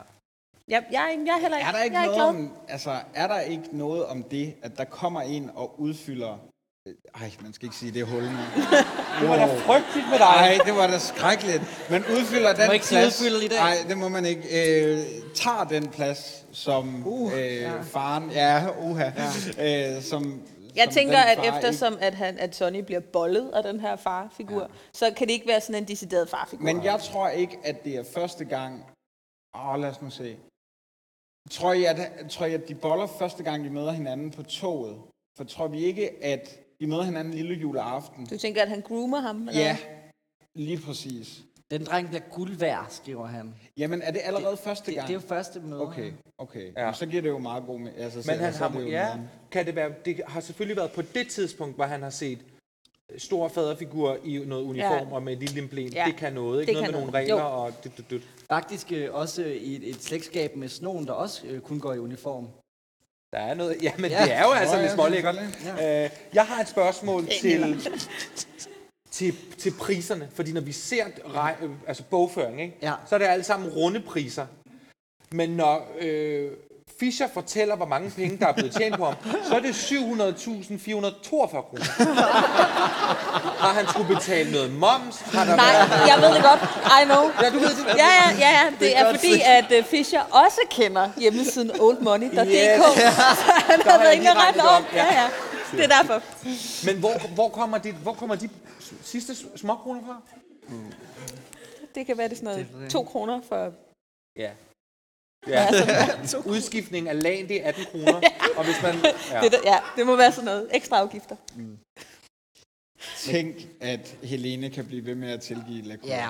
S5: jeg, jeg, jeg er heller ikke,
S4: Er der ikke,
S5: jeg
S4: noget
S5: glad.
S4: om, altså, er der ikke noget om det, at der kommer en og udfylder... øh, Ej, man skal ikke sige det er hul nu.
S6: Det var da frygteligt med dig.
S4: Nej, det var da skrækkeligt. Man udfylder den
S3: må ikke sige
S4: plads.
S3: udfyldet i dag.
S4: Nej, det må man ikke. Øh, tager den plads, som uh, øh, faren... Ja, uha. Ja. Øh, som,
S5: Jeg
S4: som
S5: tænker,
S4: den
S5: at
S4: far ikke-
S5: eftersom at, han, at Sonny bliver bollet af den her farfigur, ja. så kan det ikke være sådan en decideret farfigur.
S4: Men jeg tror ikke, at det er første gang... Åh, lad os nu se. Tror I, at, tror I, at de boller første gang, de møder hinanden på toget? For tror vi ikke, at de møder hinanden lille juleaften?
S5: Du tænker, at han groomer ham? Eller?
S4: Ja,
S5: hvad?
S4: lige præcis.
S3: Den dreng bliver guld værd, skriver han.
S4: Jamen, er det allerede det, første
S3: Det,
S4: gang?
S3: det er jo første møde.
S4: Okay, okay.
S6: Ja.
S4: Ja. Så giver det jo meget god mening. Altså, så-
S6: Men han
S4: så er
S6: har,
S4: det jo
S6: ja,
S4: meget-
S6: kan det være, det har selvfølgelig været på det tidspunkt, hvor han har set øh, store faderfigurer i noget uniform
S5: Ja.
S6: ja. og med et lille emblem.
S5: Ja.
S6: Ja. Det kan noget, ikke?
S5: Det
S6: Det
S5: kan
S6: noget med
S5: noget.
S6: nogle regler
S5: Jo.
S6: og dit, dit, dit.
S3: Faktisk øh, også øh, i et, et slægtskab med snogen, der også øh, kun går i uniform.
S6: Der er noget. Ja, men ja. det er jo altså
S4: Nå,
S6: lidt
S4: ja,
S6: smålækkert.
S4: selvfølgelig.
S6: Ja. Øh, jeg har et spørgsmål til, til, til priserne, fordi når vi ser rej, øh, altså bogføring, ikke?
S3: Ja.
S6: så er det alle sammen runde priser. Men når øh, Fischer fortæller, hvor mange penge, der er blevet tjent på ham, så er det 700.442 kroner. har han skulle betale noget moms? Har der
S5: Nej,
S6: været...
S5: jeg ved det godt. I know.
S6: Ja, du ved det.
S5: Ja, ja, ja, ja. Det, er fordi, at uh, Fischer også kender hjemmesiden oldmoney.dk, yes. så han har
S6: har
S5: været
S6: jeg
S5: inde og
S6: lige
S5: rette
S6: regnet
S5: om.
S6: op,
S5: Ja,
S6: ja.
S5: ja. Det er derfor.
S6: Men hvor, hvor, kommer de, hvor kommer de sidste småkroner fra?
S5: Det kan være, det er sådan noget to kroner for...
S6: Ja. Ja.
S5: Altså,
S6: Udskiftning af lagen, det er 18 kroner. Og hvis man...
S5: Ja.
S6: Ja.
S5: Det, der- ja, det må være sådan noget. Ekstra afgifter.
S4: Tænk, at Helene kan blive ved med at tilgive Lacour.
S3: Ja.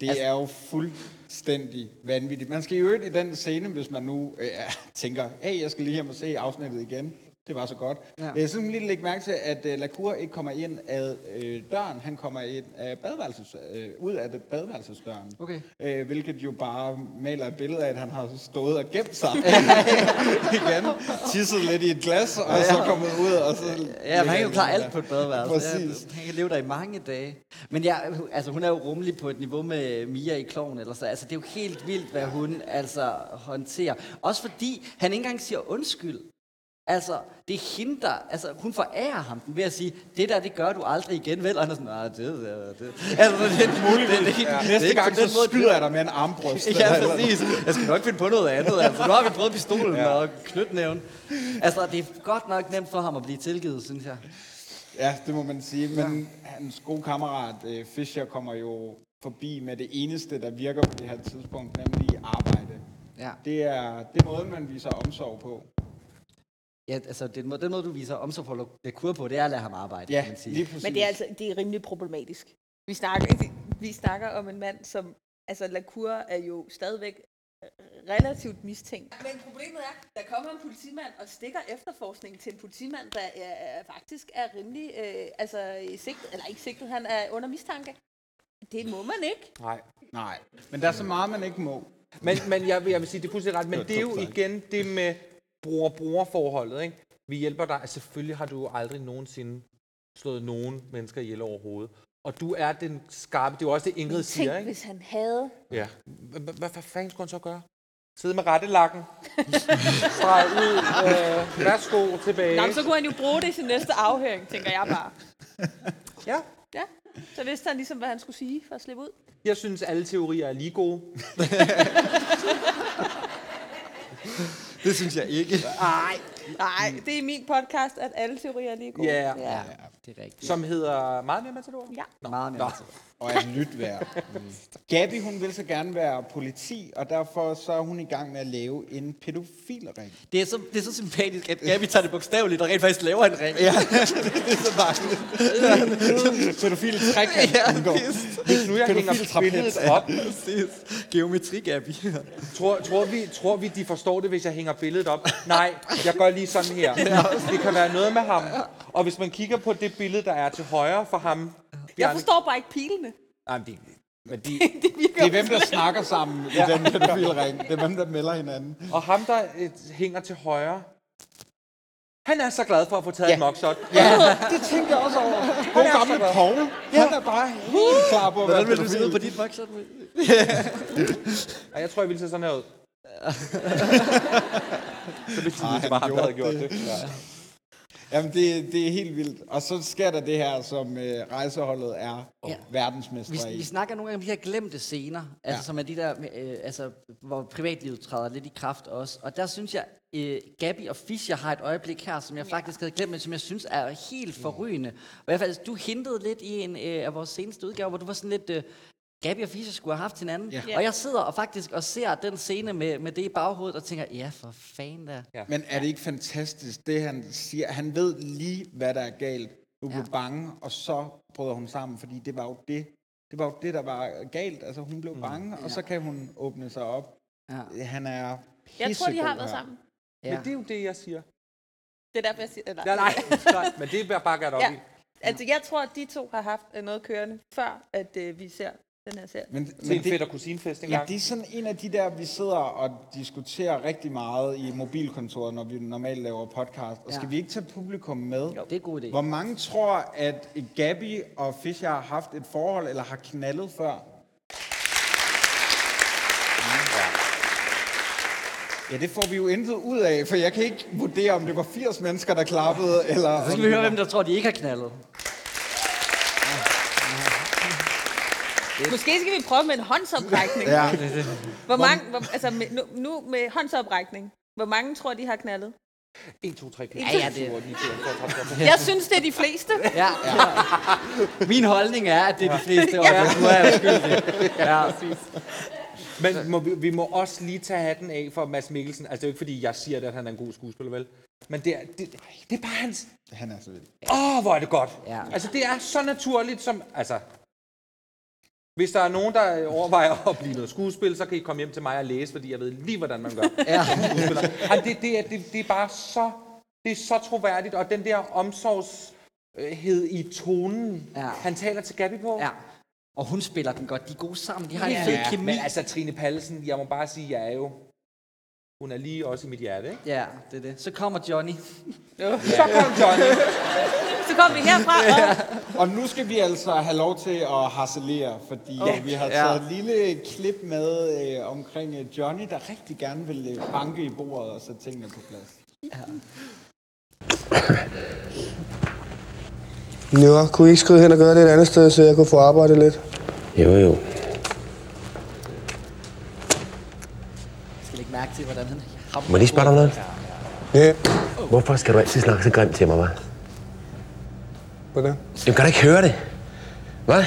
S4: Det altså, er jo fuldstændig vanvittigt. Man skal jo øvrigt i den scene, hvis man nu øh, tænker, hey, jeg skal lige hjem og se afsnittet igen. Det var så godt. Ja. Jeg synes lige lægge mærke til, at øh, Lacour ikke kommer ind ad øh, døren. Han kommer ind af badeværelses, øh, ud af det badeværelsesdøren.
S3: Okay.
S4: Øh, hvilket jo bare maler et billede af, at han har stået og gemt sig igen. Tisset lidt i et glas, og så kommet ud. Og så
S3: Ja, man kan jo
S4: ligger
S3: klare
S4: han der.
S3: alt på et badeværelse.
S4: Præcis.
S3: Ja, han kan leve der i mange dage. Men ja, altså, hun er jo rummelig på et niveau med Mia i Kloven. Eller så. Altså, det er jo helt vildt, hvad hun altså, håndterer. Også fordi han ikke engang siger undskyld. Altså, det er hende, der, altså, hun forærer ham den ved at sige, det der, det gør du aldrig igen, vel? Og han er sådan, nej, det, det, det. Altså, det, er muligvis. Det, det, det, det,
S4: Næste gang, så
S3: måde,
S4: skyder jeg dig med en armbrøst.
S3: Ja, præcis. Jeg skal nok finde på noget andet. Altså, nu har vi prøvet pistolen ja. og knytnæven. Altså, det er godt nok nemt for ham at blive tilgivet, synes jeg.
S4: Ja, det må man sige. Men hans gode kammerat øh, Fischer kommer jo forbi med det eneste, der virker på det her tidspunkt, nemlig arbejde.
S3: Ja.
S4: Det er det er måden, man viser omsorg på.
S3: Ja, altså den måde, den måde du viser omsorg for lo- kur på, det er at lade ham arbejde,
S4: Ja,
S3: kan man sige.
S4: lige præcis.
S5: Men det er altså det er rimelig problematisk. Vi snakker, vi snakker om en mand, som... Altså, Lacour er jo stadigvæk øh, relativt mistænkt. Men problemet er, der kommer en politimand og stikker efterforskningen til en politimand, der er, er faktisk er rimelig, øh, altså i sigtet, eller ikke sigtet, han er under mistanke. Det må man ikke.
S6: Nej.
S4: Nej, men der er så meget, man ikke må.
S6: Men, men jeg, vil- jeg vil sige, det er fuldstændig ret. Men det, er jo
S4: tungt sagt.
S6: igen det med bruger-bruger-forholdet. Ikke? Vi hjælper dig. Altså, selvfølgelig har du jo aldrig nogensinde slået nogen mennesker ihjel overhovedet. Og du er den skarpe. Det er jo også det, Ingrid siger.
S5: Tænk,
S6: Ikke?
S5: hvis han havde.
S6: Ja. Hvad- hvad- Hvad hvad fanden skulle han så gøre? Sidde med rettelakken. Streg ud. Øh, værsgo tilbage.
S5: Nå, men så kunne han jo bruge det i sin næste afhøring, tænker jeg bare.
S6: Ja.
S5: Ja, så vidste han ligesom, hvad han skulle sige for at slippe ud.
S6: Jeg synes, alle teorier er lige gode.
S3: Det synes jeg ikke.
S5: Nej, nej, det er min podcast, at alle teorier er lige gode.
S6: Ja.
S5: ja.
S3: Det er rigtigt.
S6: Som hedder meget mere matador.
S5: ja.
S3: Nå, meget mere. altså.
S4: Og at lytte værd. Gabi, hun vil så gerne være politi, og derfor så er hun i gang med at lave en pædofilring.
S3: Det er, så, det er så sympatisk, at Gabi tager det bogstaveligt og rent faktisk laver en ring. Ja, det er så bare
S4: Pædofil trækant,
S3: Ja,
S4: hun går.
S6: Hvis nu jeg hænger
S4: Pædofiltrapez.
S6: billedet op,
S3: præcis. Geometri, Gabi.
S6: Tror, tror, vi, tror vi, de forstår det, hvis jeg hænger billedet op? Nej, jeg gør lige sådan her. Det kan være noget med ham. Og hvis man kigger på det billede, der er til højre for ham...
S5: Jeg
S6: Bjarne-
S5: forstår bare ikke pilene.
S6: Nej, men det,
S4: Men de, det, det er hvem, der snakker sammen i
S6: Ja.
S4: den pædofilring. Det er hvem, der melder hinanden.
S6: Og ham, der øh, hænger til højre, han er så glad for at få taget ja. et mugshot.
S4: Ja, det tænkte jeg også over. God gamle Paul. Han er bare helt klar på at være
S3: Hvordan vil du se
S4: pædofil.
S3: ud på dit box?
S6: Ej, jeg tror, jeg ville se sådan her ud. så hvis det
S4: Ej,
S6: bare ham, der havde gjort det. Ja.
S4: Jamen, det, det er helt vildt. Og så sker der det her, som øh, rejseholdet er
S3: Ja.
S4: ja.
S3: Vi,
S4: verdensmestre
S3: vi
S4: i.
S3: snakker nogle gange om de her glemte scener, ja. altså
S4: Ja.
S3: som er de der, øh, altså, hvor privatlivet træder lidt i kraft også. Og der synes jeg, øh, Gabi og Fischer har et øjeblik her, som jeg ja. faktisk havde glemt, men som jeg synes er helt forrygende. Og i hvert fald, altså, du hintede lidt i en øh, af vores seneste udgaver, hvor du var sådan lidt... Øh, Gabi og Fischer skulle have haft hinanden. Ja. Og jeg sidder og faktisk og ser den scene med, med det i baghovedet og tænker, ja for fanden da. Ja.
S4: Men er det ikke fantastisk, det han siger? Han ved lige, hvad der er galt. Hun blev bange, og så bryder hun sammen, fordi det var jo det, det, var jo det der var galt. Altså, hun
S6: Mm.
S4: blev bange, og så kan hun åbne sig op.
S3: Ja.
S4: Han er
S5: Jeg tror, de har
S4: pissegod
S5: været
S4: her.
S5: sammen.
S6: Men det er jo det, jeg siger.
S5: Det er derfor, jeg siger... eller-
S6: Ja, nej, nej, men det er bare godt op
S5: Ja.
S6: i.
S5: Altså, jeg tror, at de to har haft øh, noget kørende, før at øh, vi ser den her serie.
S4: Men,
S6: Til
S4: men
S6: en fedt
S4: det,
S6: og kusinefest
S4: ja,
S6: engang.
S4: det er sådan en af de der, vi sidder og diskuterer rigtig meget i mobilkontoret, når vi normalt laver podcast. Og skal
S3: Ja.
S4: vi ikke tage publikum med?
S3: Det er en god idé.
S4: Hvor mange tror, at Gabi og Fischer har haft et forhold, eller har knaldet før? Ja, det får vi jo intet ud af, for jeg kan ikke vurdere, om det var 80 mennesker, der klappede, eller...
S3: Så skal vi høre, hvem der tror, de ikke har knaldet.
S5: Måske skal vi prøve med en håndsoprækning.
S4: Ja.
S5: Hvor mange, hvor, altså med, nu, nu med håndsoprækning, hvor mange tror, de har knaldet?
S6: 1, 2, 3, 4,
S5: Ja,
S6: 5,
S5: ja,
S6: 6, 7, 8, 9, 10,
S3: det-
S6: 11, 12, 13, 14, 15.
S5: Jeg synes, det er de fleste.
S3: Ja. ja. Min holdning er, at det er de fleste, og nu er jeg skyldig. Ja.
S6: Men må, vi, vi må også lige tage hatten af for Mads Mikkelsen. Altså, det er jo ikke, fordi jeg siger, at han er en god skuespiller, vel? Men det er, det, det er bare hans...
S4: Han er så vild.
S6: Åh, oh, hvor er det godt.
S3: Ja.
S6: Altså, det er så naturligt som... Altså, hvis der er nogen, der overvejer at blive noget skuespil, så kan I komme hjem til mig og læse, fordi jeg ved lige, hvordan man gør.
S3: Ja.
S6: skuespiller. Ej, det, det, er, det, det er bare så, det er så troværdigt, og den der omsorgshed i tonen,
S3: Ja.
S6: ja. han taler til Gabi på.
S3: ja. Og hun spiller den godt. De er gode sammen. De har en
S6: Ja,
S3: fed kemi.
S6: men altså Trine Pallesen, jeg må bare sige, jeg er jo... Hun er lige også i mit hjerte, ikke?
S3: Ja, det er det. Så kommer Johnny.
S6: Så kom Johnny.
S5: Så kommer vi herfra, og
S4: Og nu skal vi altså have lov til at harcelere, fordi oh, vi har taget et lille klip med øh, omkring øh, Johnny, der rigtig gerne vil øh, banke i bordet og sætte tingene på plads.
S7: Nå, kunne I ikke skride hen og gøre det et andet sted, så jeg kunne få arbejdet lidt?
S8: Jo, jo.
S3: Jeg skal lægge mærke til, hvordan han hamrer
S8: Må jeg lige spørge dig om
S3: på-
S8: noget?
S7: Ja.
S8: Hvorfor skal du altid snakke så grimt til mig, hva'?
S7: Hvordan?
S8: Jamen, kan du ikke høre det? Hvad?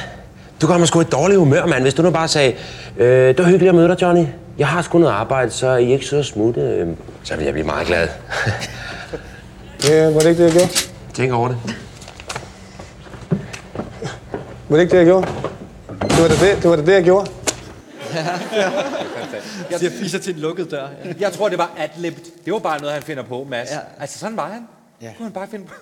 S8: Du gør mig sgu i dårlig humør, mand. Hvis du nu bare sagde, øh, det var hyggeligt at møde dig, Johnny. Jeg har sgu noget arbejde, så er I ikke så smutte. Øh, så ville jeg blive meget glad.
S7: Ja, var det ikke det, jeg gjorde?
S8: Tænk over det.
S7: Var det ikke det, jeg gjorde? Det var da det, det, var da det jeg gjorde.
S3: Jeg siger fiser til en lukket dør. Ja.
S6: Jeg tror, det var adlibbed. Det var bare noget, han finder på, Mads. Ja. Altså, sådan var han. Ja. Kunne han bare finde på.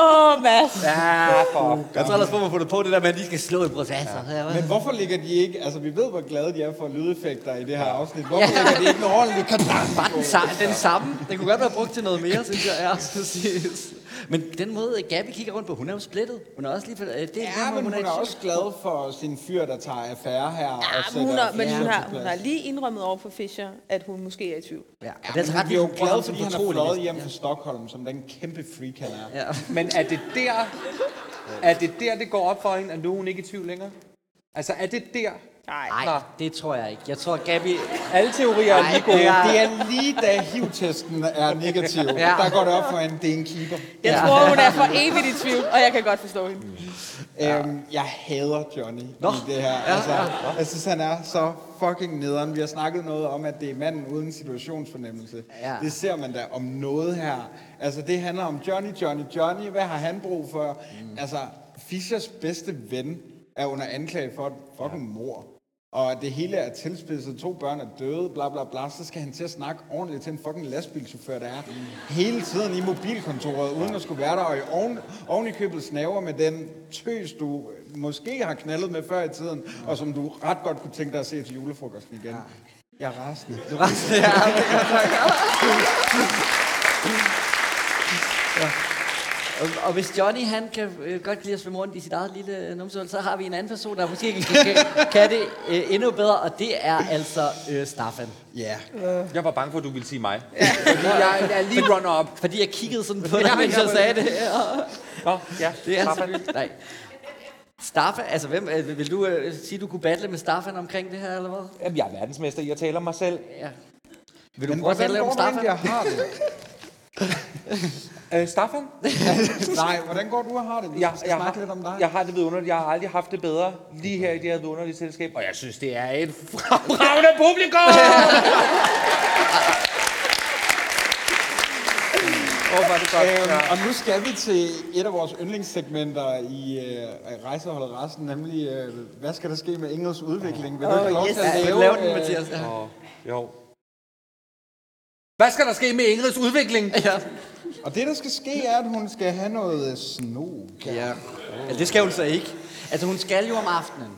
S5: åh, oh, Mads.
S6: Ja, for.
S3: Jeg tror ellers, hvor man får det på, det der med, at de skal slå i brysasser. Ja.
S4: Men hvorfor ligger de ikke, altså vi ved, hvor glade de er for lydeffekter i det her afsnit, hvorfor ligger de ikke en ordentlig kadang
S3: Bare den, sa- den samme. Den kunne godt være brugt til noget mere, synes jeg. Ja, præcis. Men den måde, Gabi kigger rundt på, hun er jo splittet. Hun er også lige... øh, Det er
S4: Ja, men hun er også glad for sin fyr, der tager affære her. og
S5: Ja, men
S4: sætter
S5: hun har, men
S4: flere
S5: hun
S4: på
S5: har, hun
S4: plads.
S5: har lige indrømmet over for Fischer, at hun måske er i tvivl.
S3: Ja, og
S4: Men
S3: det er altså ret
S4: vi er jo
S3: vildt, som
S4: glade, fordi han er
S3: fortrolig
S4: fløjet
S3: næsten.
S4: hjem fra Stockholm, som den kæmpe freak han er.
S3: Ja.
S6: Men er det der, er det der, det går op for hende, at nu er hun ikke i tvivl længere? Altså, er det der?
S5: Nej.
S3: Nej, det tror jeg ikke. Jeg tror, Gabi...
S6: Alle teorier er lige gode.
S3: det er-
S4: Øh, Det er lige da HIV-testen er negativ,
S3: Ja.
S4: der går det op for hende, det er en keeper.
S5: Jeg tror, hun er for evigt i tvivl, og jeg kan godt forstå hende.
S4: Øhm, jeg hader Johnny Nå. i det her. Altså, jeg synes, han er så fucking nederen. Vi har snakket noget om, at det er manden uden situationsfornemmelse.
S3: Ja.
S4: Det ser man da om noget her. Altså, det handler om Johnny, Johnny, Johnny. Hvad har han brug for? Mm. Altså, Fischers bedste ven er under anklage for et fucking mor. og det hele er tilspidset, to børn er døde, bla bla bla, så skal han til at snakke ordentligt til en fucking lastbilchauffør, der er hele tiden i mobilkontoret, uden at skulle være der, og i oven, oven i købet snaver med den tøs, du måske har knaldet med før i tiden, og som du ret godt kunne tænke dig at se til julefrokosten igen. Jeg er rasende. Du er rasende, ja. det kan
S3: Og, og hvis Johnny han kan øh, godt lide at svømme rundt i sit eget lille øh, numsehul, så har vi en anden person, der måske kan, kan, kan det øh, endnu bedre, og det er altså øh, Staffan.
S4: Ja.
S6: Jeg var bange for, at du ville sige mig. Fordi jeg, jeg er lige runner-up.
S3: Fordi jeg kiggede sådan på dig, mens jeg sagde det.
S6: Nå, ja.
S3: Det er
S6: Staffan.
S3: altså Nej. Staffan, altså hvem, øh, vil du øh, sige, du kunne battle med Staffan omkring det her, eller hvad?
S6: Jamen, jeg er verdensmester i at tale om mig selv.
S3: Ja. Vil du
S4: Men
S3: prøve at
S4: hvordan
S3: tale om
S4: går det
S3: Staffan?
S4: egentlig, jeg har det?
S6: Øh, Staffan?
S4: Nej, hvordan går du og har det? Vi
S6: Jeg,
S4: skal
S6: jeg,
S4: snakke
S6: har,
S4: lidt om dig.
S6: jeg har det vidunderligt. Jeg har aldrig haft det bedre lige her i det her vidunderlige selskab. Og jeg synes, det er et fremragende publikum! Åh, oh, var det godt. Ja.
S4: Øhm, og nu skal vi til et af vores yndlingssegmenter i øh, Rejseholdet Resten, nemlig, øh, hvad skal der ske med Ingels udvikling? Vil du ikke have lov til
S3: Ja,
S4: at
S3: vil
S4: lave,
S3: du lave den,
S4: øh,
S3: Mathias? Ja.
S6: Åh, jo. Hvad skal der ske med Ingrids udvikling?
S4: Og det, der skal ske, er, at hun skal have noget øh, sno.
S3: Ja. ja. det skal hun så ikke. Altså, hun skal jo om aftenen.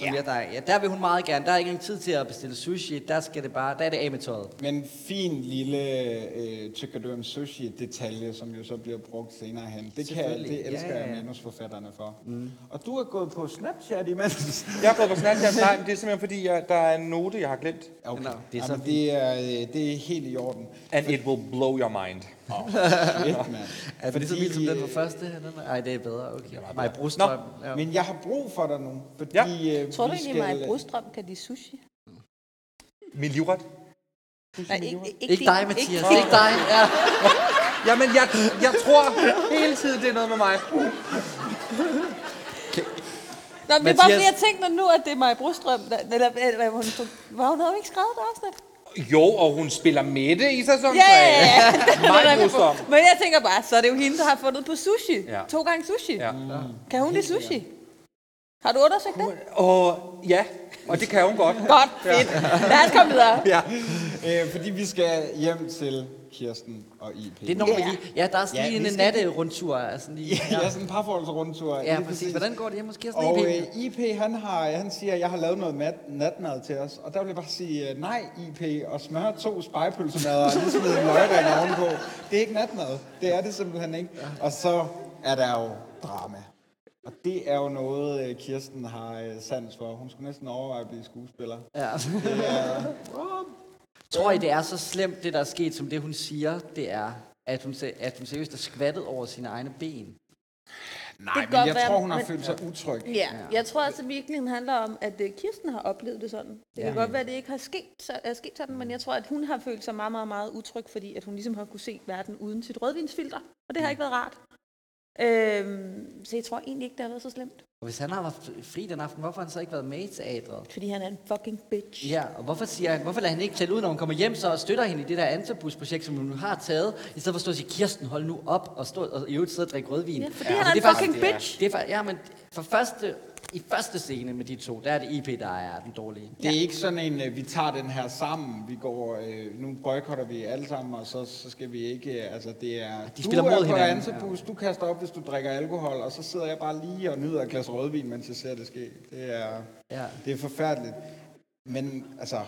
S3: Ja. Jeg, der, er- ja, der vil hun meget gerne. Der er ikke engang tid til at bestille sushi. Der skal det bare, der er det af med tøjet.
S4: Men fin lille øh, tykkerdøm sushi-detalje, som jo så bliver brugt senere hen. Det, kan, det elsker ja, ja. jeg manusforfatterne for. Mm. Og du er gået på Snapchat imens.
S6: Jeg er gået på Snapchat. Nej, men det er simpelthen, fordi jeg, der er en note, jeg har glemt.
S4: Okay.
S3: Nå,
S4: Det, er så Jamen, det, er, øh, det er helt i orden.
S6: And it will blow your mind.
S4: Fedt, mand.
S3: Er det så
S4: Fordi,
S3: vildt som den var
S4: øh,
S3: første? eller hvad? Ej, det er bedre. Okay. Nej, Brostrøm. Ja.
S4: Men jeg har brug for dig nu, fordi
S6: Ja.
S4: ja. øh,
S5: Tror du
S4: vi
S5: egentlig,
S4: skal-
S5: Maja Brostrøm kan lide sushi?
S6: Min livret.
S5: Nej, ikke, ikke,
S3: Ikke dig, Mathias. Ikke dig. Ja.
S6: Jamen, jeg, jeg tror hele tiden, det er noget med mig.
S5: Nå, men det er bare
S3: Mathias.
S5: fordi, jeg tænkte nu, at det er Maja Brostrøm, der, eller, eller, eller, hun, var hun havde ikke skrevet det afsnit?
S6: Jo, og hun spiller Mette i sæson 3.
S5: Ja, ja, ja, ja.
S6: Meget grusom.
S5: Men jeg tænker bare, så er det jo hende, der har fundet på sushi.
S6: Ja.
S5: To gange sushi.
S6: Ja.
S5: Kan hun lide sushi? Har du undersøgt det?
S6: Og ja, og det kan hun godt.
S5: Godt, fedt. Lad os komme videre.
S6: Ja.
S4: Øh, fordi vi skal hjem til Kirsten og IP.
S3: Det
S4: Det
S3: når vi lige. Ja, der er sådan
S4: Ja,
S3: lige
S4: vi
S3: en
S4: skal-
S3: natterundtur. altså Sådan lige.
S4: ja. er sådan en parforholdsrundtur.
S3: Ja,
S4: lige
S3: præcis. Hvordan går det hjemme hos Kirsten?
S4: Og
S3: EP?
S4: øh, IP, han, har, han siger, at jeg har lavet noget mat, natmad til os. Og der vil jeg bare sige, øh, nej IP, og smøre to spejpølsemader og lige smide en løgring ovenpå. Det er ikke natmad. Det er det simpelthen ikke. Og så er der jo drama. Og det er jo noget, øh, Kirsten har øh, sans for. Hun skulle næsten overveje at blive skuespiller.
S3: Ja. Tror I, det er så slemt, det der er sket, som det hun siger, det er, at hun, se- at hun seriøst er skvattet over sine egne ben?
S4: Nej,
S5: kan
S4: men
S5: godt
S4: jeg
S5: være,
S4: tror, hun har
S5: men-
S4: følt sig utryg.
S5: Ja, jeg tror altså virkelig, det handler om, at øh, Kirsten har oplevet det sådan. Det kan godt være, at det ikke har sket, så, er sket sådan, men jeg tror, at hun har følt sig meget, meget, meget utryg, fordi at hun ligesom har kunne se verden uden sit rødvinsfilter, og
S6: Mm.
S5: det har ikke været rart. Øhm, så jeg tror egentlig ikke, det har været så slemt,
S3: Og hvis han har været fri den aften, hvorfor har han så ikke været med i teatret?
S5: fordi han er en fucking bitch.
S3: Ja, og hvorfor, siger han, hvorfor lader han ikke klæde ud, når hun kommer hjem så og støtter hende i det der antabusprojekt, som hun nu har taget, i stedet for at stå og sige, Kirsten, hold nu op, og, stå, og i øvrigt sidde og drikke rødvin.
S5: Ja, fordi han er en
S3: det faktisk-
S5: fucking
S3: det er-
S5: bitch.
S3: Det er, fa- ja, men for første, i første scene med de to, der er det IP, der er den dårlige.
S4: Det er ikke sådan en, øh, vi tager den her sammen, vi går, øh, nu boykotter vi alle sammen, og så, så skal vi ikke, øh, altså det er,
S3: de spiller
S4: du
S3: mod
S4: er på
S3: hinanden,
S4: ansebus, du kaster op, hvis du drikker alkohol, og så sidder jeg bare lige og nyder et glas rødvin, mens jeg ser det ske. Det er,
S3: Ja.
S4: det er forfærdeligt. Men altså,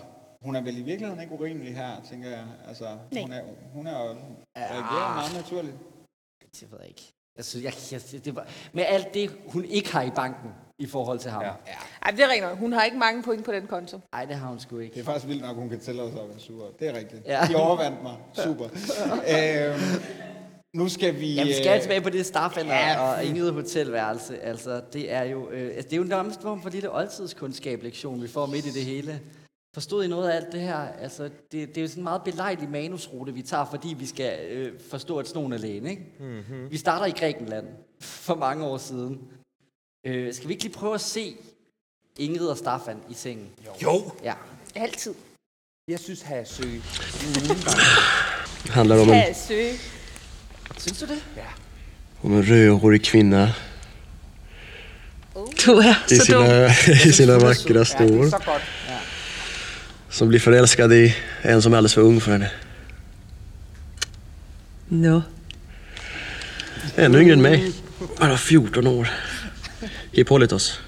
S4: hun er vel i virkeligheden ikke urimelig her, tænker jeg. Altså, hun er, hun er jo
S3: Ah.
S4: reagerer meget naturligt.
S3: Jeg ved jeg ikke. Jeg synes, jeg, Altså, jeg, det var, med alt det, hun ikke har i banken i forhold til ham.
S6: Ja.
S3: Ja.
S5: Ej, det er rigtigt. nok. Hun har ikke mange point på den konto.
S3: Ej, det har hun sgu ikke.
S4: Det er faktisk vildt nok, hun kan tillade sig at være sur. Det er rigtigt.
S3: Ja.
S4: Ja. De overvandt mig. Super. øhm, nu skal vi...
S3: Jamen, skal jeg
S4: øh,
S3: tilbage på det Starfan
S4: ja.
S3: og Ingrid Hotelværelse? Altså, det er jo, øh, altså, det er jo nærmest en form for lille oldtidskundskab-lektion, vi får midt i det hele. Forstod I noget af alt det her? Altså, det, det er jo sådan en meget belejlig manusrute, vi tager, fordi vi skal øh, forstå, at snogen er lægen, ikke?
S4: Mhm.
S3: Mm-hmm. Vi starter i Grækenland for mange år siden. Øh, skal vi ikke lige prøve at se Ingrid og Staffan i sengen?
S6: Jo.
S3: Ja.
S5: Altid.
S6: Jeg synes, Hasø.
S11: handlar om en,
S5: Kassø.
S3: Synes du det?
S11: om en rödhårig kvinna
S10: Du er
S7: I
S10: så dum.
S7: sina, i sina vackra
S4: Det er
S7: strål.
S4: så godt.
S7: Som blir förälskad i en som är alldeles för ung för henne.
S10: Nå.
S7: Ännu yngre än mig. Bara 14 år. Hippolytos.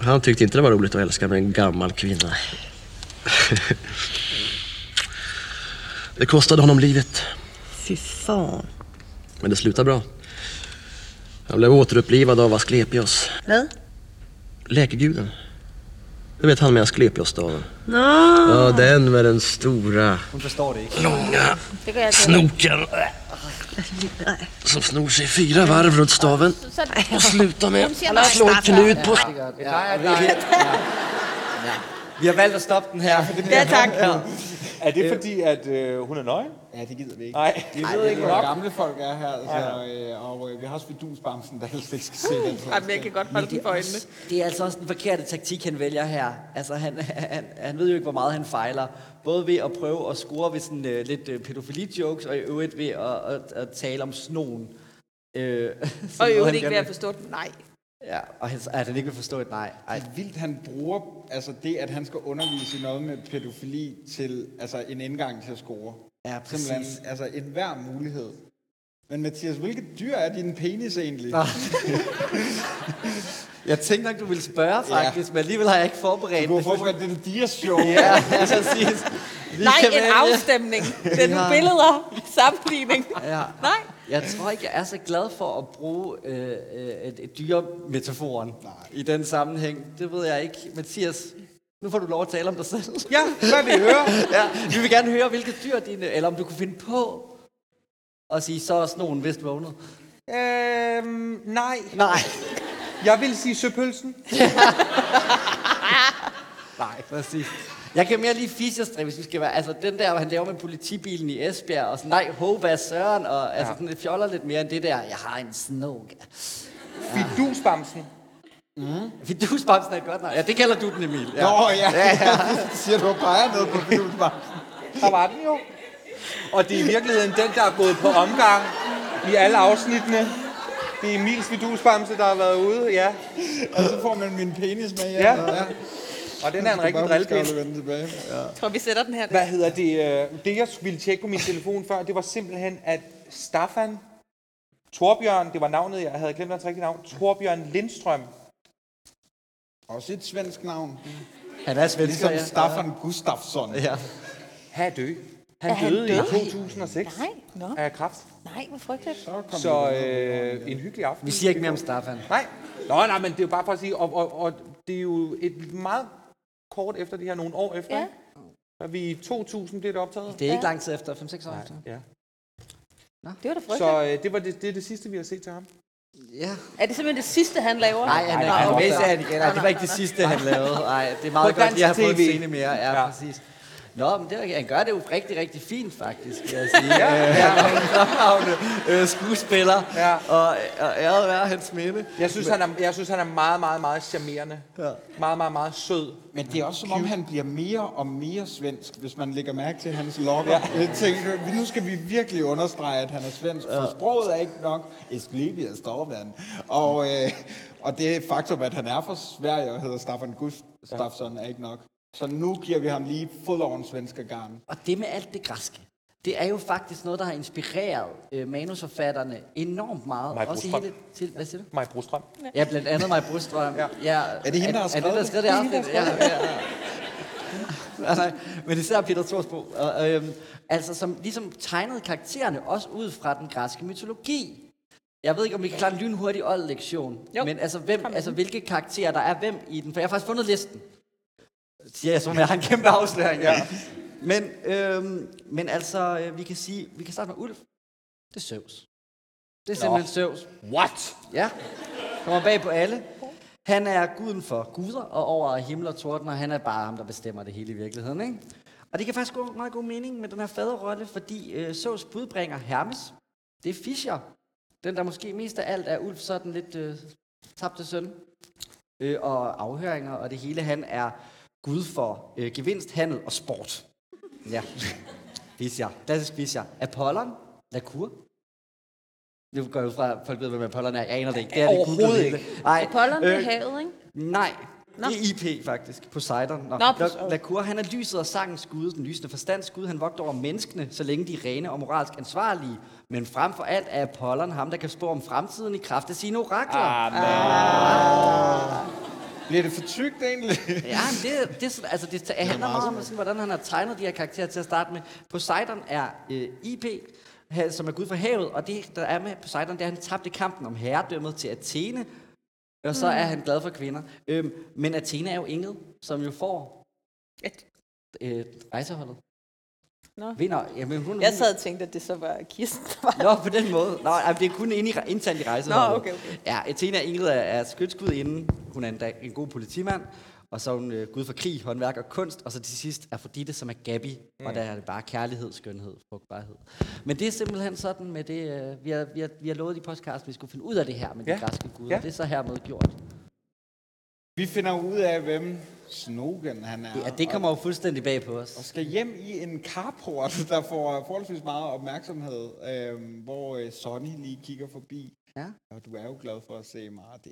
S7: Han tyckte inte det var roligt att älska med en gammal kvinna. Det kostade honom livet.
S11: Fy fan.
S7: Men det slutade bra. Han blev återupplivad av Asklepios,
S11: Hvad?
S7: läkeguden. Du vet han med Asklepios-staven?
S11: Nå.
S7: Ja, den med den stora
S3: Hun forstår det ikke.
S7: Långa
S5: Det gør jeg altså ikke.
S7: snoken som snor sig fyra varv runt staven
S5: Så,
S7: och slutar med
S5: Hun siger nej.
S7: att slå en knut på...
S3: Vi har valgt at stoppe den her.
S11: Ja, tak.
S9: Er det fordi, at øh, hun er nøgen?
S4: Ja, det gider vi ikke.
S9: Nej.
S4: Vi ved ikke, hvor gamle folk er her, altså, øh, og øh, vi har også Vidusbamsen, der helst ikke skal se den slags.
S5: Jamen, jeg kan godt holde de for øjnene.
S3: Det er altså også den forkerte taktik, han vælger her. Altså, han, han, han ved jo ikke, hvor meget han fejler. Både ved at prøve at score ved sådan øh, lidt øh, pædofili-jokes, og i øvrigt ved at, at, at tale om snoen. Øh,
S5: Og
S3: sådan
S5: jo,
S3: noget,
S5: det ikke
S3: han
S5: ved at
S3: gerne-
S5: forstå den. Nej.
S3: Ja, og han, at han ikke vil forstå et nej. Ej,
S4: Det er vildt, han bruger altså det, at han skal undervise i noget med pædofili til altså en indgang til at score.
S3: ja,
S4: Simpelthen,
S3: præcis.
S4: altså enhver mulighed. Men Mathias, hvilket dyr er din penis egentlig?
S3: Jeg tænkte nok, du ville spørge faktisk, men alligevel har jeg ikke forberedt
S4: Du har
S3: det.
S4: forberedt den deer show.
S3: Ja, præcis. Vi
S5: Nej,
S3: kan
S5: en
S3: vælge.
S5: afstemning. Det er
S3: Ja.
S5: billeder. Sammenligning.
S3: Ja.
S5: Nej.
S3: Jeg tror ikke, jeg er så glad for at bruge øh, øh, et- et dyremetaforen i den sammenhæng. Det ved jeg ikke. Mathias, nu får du lov at tale om dig selv.
S4: Ja, hvad vi hører.
S3: ja, vi vil gerne høre, hvilke dyr dine, eller om du kunne finde på at sige, så er snoen vist vågnet.
S6: Øhm, nej.
S3: Nej,
S6: Jeg vil sige søpølsen.
S3: nej, præcis. Jeg kan mere lige fisjerstræk, hvis vi skal være. Altså den der, hvor han laver med politibilen i Esbjerg, og sådan, nej, ho, hvad søren, og altså sådan lidt fjoller lidt mere end det der, jeg har en snog.
S6: Fidusbamsen.
S3: Fidusbamsen er godt nok. Ja, det kalder du den, Emil. Ja.
S4: Nå ja, siger du bare noget på Vidusbamsen.
S6: Der var den jo. Og det er i virkeligheden den, der er gået på omgang i alle afsnittene. Det er Emils Vidusbamse, der har været ude, ja.
S4: Og så får man min penis med hjem.
S6: Ja.
S4: ja.
S6: Og den er en rigtig drillepind.
S4: drillpind. vende tilbage. Ja.
S5: Jeg tror, vi sætter den her.
S6: Hvad hedder det? øh, Det, jeg ville tjekke på min telefon før, det var simpelthen, at Staffan Torbjørn, det var navnet, jeg havde glemt hans rigtige navn, Torbjørn Lindstrøm.
S4: Også et svensk navn.
S3: Han er svensker,
S4: Ligesom
S3: ja.
S4: Staffan Gustafsson.
S3: ja.
S6: Han er død. Han,
S5: han
S6: døde
S5: død?
S6: i 2006
S5: Nej, nå.
S6: af kræft.
S5: Nej, hvor frygteligt.
S6: Så øh, en hyggelig aften.
S3: Vi siger ikke mere om Staffan.
S6: Nej. Nå, nej, men det er jo bare for at sige, og, og, og det er jo et meget kort efter det her, nogle år efter.
S5: Ja.
S6: Ja. Så vi i 2000 blev det optaget.
S3: Det er altså. ikke lang tid efter, 5-6 år efter.
S6: Ja.
S5: Det var da frygteligt.
S6: Så øh, det var det, det, er det sidste, vi har set til ham.
S3: Ja.
S5: Er det simpelthen det sidste, han laver?
S3: Nej, han er
S5: Nå,
S3: han
S5: okay.
S3: med han igen. Nej, det var ikke det sidste, han lavede. Nej, det er meget
S6: På
S3: godt,
S6: dansk
S3: at jeg har fået en
S6: TV.
S3: scene mere. Ja,
S6: Ja.
S3: præcis. Nå, men det, er- han gør det jo rigtig, rigtig fint, faktisk, vil jeg sige. ja, ja. Han er en fremragende øh, skuespiller, ja.
S6: Ja.
S3: og, og æret være hans minde.
S6: Jeg synes, han er, jeg synes, han er meget, meget, meget charmerende. Ja. Meget, meget, meget sød.
S4: Men det er også som om, han bliver mere og mere svensk, hvis man lægger mærke til hans lokker. Ja. Jeg tænker, nu skal vi virkelig understrege, at han er svensk, for sproget er ikke nok. Esblevi er stormand. Og, øh, og det faktum, at han er fra Sverige og hedder Staffan Gustafsson, er ikke nok. Så nu giver vi ham lige full on svenskergarn.
S3: Og det med alt det græske, det er jo faktisk noget, der har inspireret øh, manusforfatterne enormt meget.
S6: Maja
S3: også i
S6: Brostrøm.
S3: hele, til, hvad siger du?
S6: Maja Brostrøm.
S3: Ja, blandt andet mig Brostrøm. ja. ja.
S4: Er det hende, der har
S3: Er det,
S4: skrevet
S3: der har
S4: det?
S3: skrevet det? Er det, ja, ja, ja. Nej, nej, men især Peter Thorsbo. Og, øhm, altså, som ligesom tegnede karaktererne også ud fra den græske mytologi. Jeg ved ikke, om vi kan klare en lynhurtig old-lektion.
S5: Jo.
S3: Men altså, hvem, altså, hvilke karakterer der er hvem i den? For jeg har faktisk fundet listen. Siger jeg, som om jeg har en kæmpe afsløring. Ja. Men, øhm, men altså, øh, vi kan sige, vi kan starte med Ulf. Det er Søvs. Det er simpelthen Søvs.
S6: What?
S3: Ja, kommer bag på alle. Han er guden for guder og over himmel og torden, og han er bare ham, der bestemmer det hele i virkeligheden. Ikke? Og det kan faktisk gå meget god mening med den her faderrolle, fordi øh, Sås budbringer Hermes, det er Fischer. Den, der måske mest af alt er Ulf sådan lidt øh, tabte søn. Øh, og afhøringer og det hele. Han er gud for øh, gevinst, handel og sport. Ja, Fischer. Klassisk Fischer. Apollon, Lacour, Nu går jeg ud fra, at folk ved, hvad Apollon er. Jeg aner det ikke. Det er
S6: Overhovedet
S3: ikke. Nej. Øh,
S5: Apollon, det er havet, ikke?
S3: Nej. Det er IP faktisk, Poseidon. Nå,
S5: Nå,
S3: Nå,
S5: Poseidon.
S3: Lacour, han er lyset og sangens gud, den lysende forstands gud. Han vogter over menneskene, så længe de er rene og moralsk ansvarlige. Men frem for alt er Apollon ham, der kan spå om fremtiden i kraft af sine orakler. Ah,
S4: Bliver det for tykt egentlig?
S3: ja, men det, det, er sådan- altså, det, det handler meget om, sådan, hvordan han har tegnet de her karakterer til at starte med. Poseidon er øh, IP, ha- som er gud for havet, og det, der er med Poseidon, det er, at han tabte kampen om herredømmet til Athene, og så er han glad for kvinder. Øhm, men Athene er jo enget, som jo får øh, rejseholdet.
S5: Nå.
S3: Vinder. Jamen, hun,
S5: Jeg sad og tænkte, at det så var Kirsten, der var...
S3: Nå, på den måde. Nå, jamen, det er kun inde i, re- internt i rejseholdet.
S5: Nå, okay, okay.
S3: Ja, Athena Ingrid er, er skytskud inden. Hun er en, da- en god politimand. Og så er hun øh, gud for krig, håndværk og kunst. Og så til sidst er Frodite, som er Gabi. Mm. Og der er det bare kærlighed, skønhed, frugtbarhed. Men det er simpelthen sådan med det... Øh, vi, har, vi, har, vi har lovet i podcast, at vi skulle finde ud af det her med ja.
S6: Ja.
S3: de græske guder. Ja.
S6: Ja.
S3: Det er så hermed gjort.
S4: Vi finder ud af, hvem Snogen han er.
S3: Ja, det kommer jo fuldstændig bag på
S4: og
S3: os.
S4: skal hjem i en carport, der får forholdsvis meget opmærksomhed, øh, hvor øh, Sonny lige kigger forbi.
S3: Ja.
S4: Og du er jo glad for at se meget der.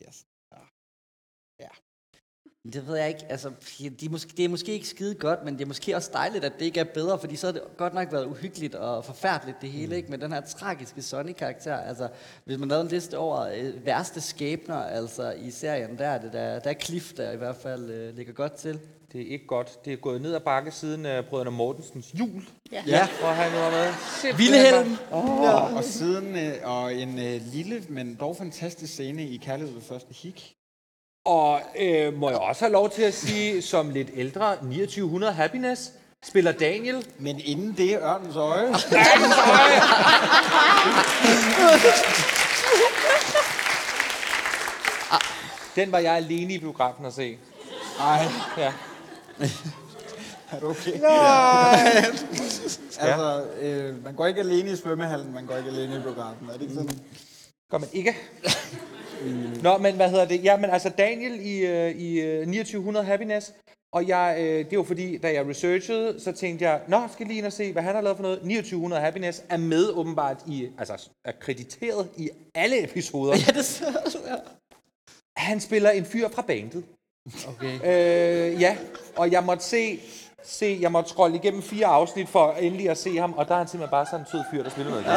S3: Men Det ved jeg ikke. Altså, de er måske, det er måske ikke skide godt, men det er måske også dejligt, at det ikke er bedre, fordi så har det godt nok været uhyggeligt og forfærdeligt det hele, mm. ikke? Men den her tragiske Sonny-karakter, altså, hvis man lavede en liste over øh, værste skæbner, altså, i serien, der er det der, der er Cliff, der i hvert fald øh, ligger godt til.
S6: Det er ikke godt. Det er gået ned ad bakke siden uh, brødrene Mortensens jul,
S3: Ja.
S6: hvor han nu har været.
S3: Vilhelm!
S4: Oh. Og siden øh, og en øh, lille, men dog fantastisk scene i Kærlighed ved første hik.
S6: Og øh, må jeg også have lov til at sige, som lidt ældre, 2900 Happiness spiller Daniel.
S4: Men inden det er Ørnens Øje.
S6: Den var jeg alene i biografen at se.
S4: Ej,
S6: Ja.
S4: er du okay? Nej. altså, øh, man går ikke alene i svømmehallen, man går ikke alene i programmet. Er det ikke sådan?
S6: Gør man ikke. Nå, men hvad hedder det? Ja, men altså Daniel i, øh, i øh, 2900 Happiness. Og jeg, øh, det var fordi, da jeg researchede, så tænkte jeg, nå, skal lige ind og se, hvad han har lavet for noget. 2900 Happiness er med åbenbart i, altså er krediteret i alle episoder.
S3: Ja, det så du, ja.
S6: Han spiller en fyr fra bandet.
S3: Okay.
S6: Øh, ja, og jeg måtte se, se, jeg måtte scrolle igennem fire afsnit for endelig at se ham, og der er han simpelthen bare sådan en sød fyr, der spiller noget.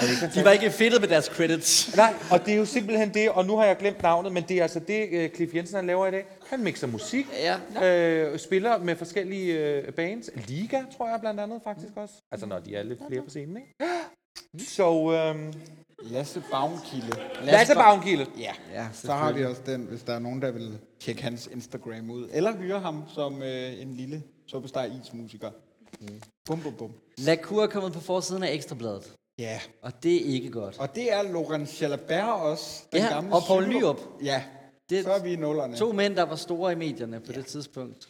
S6: guitar.
S3: De var ikke fedtet med deres credits.
S6: Nej, og det er jo simpelthen det, og nu har jeg glemt navnet, men det er altså det, øh, Cliff Jensen han laver i dag. Han mixer musik,
S3: Ja.
S6: øh, spiller med forskellige øh, bands. Liga, tror jeg blandt andet faktisk også. Altså når de er lidt flere på scenen, ikke? Så øh,
S4: Lasse Bavnkilde.
S6: Lasse Bavngilde.
S4: Ja, ja så har vi også den, hvis der er nogen, der vil tjekke hans Instagram ud. Eller hyre ham som øh, en lille superstar ismusiker.
S3: Mm.
S4: Bum, bum, bum.
S3: Lacour er kommet på forsiden af Ekstrabladet,
S4: Ja,
S3: og det er ikke godt.
S4: og det er Laurent Jalabert også. Den
S3: Ja,
S4: gamle
S3: og Poul
S4: psykolog.
S3: Nyrup.
S4: Ja,
S3: Det-
S4: det, så er vi i nullerne.
S3: To mænd, der var store i medierne på det tidspunkt.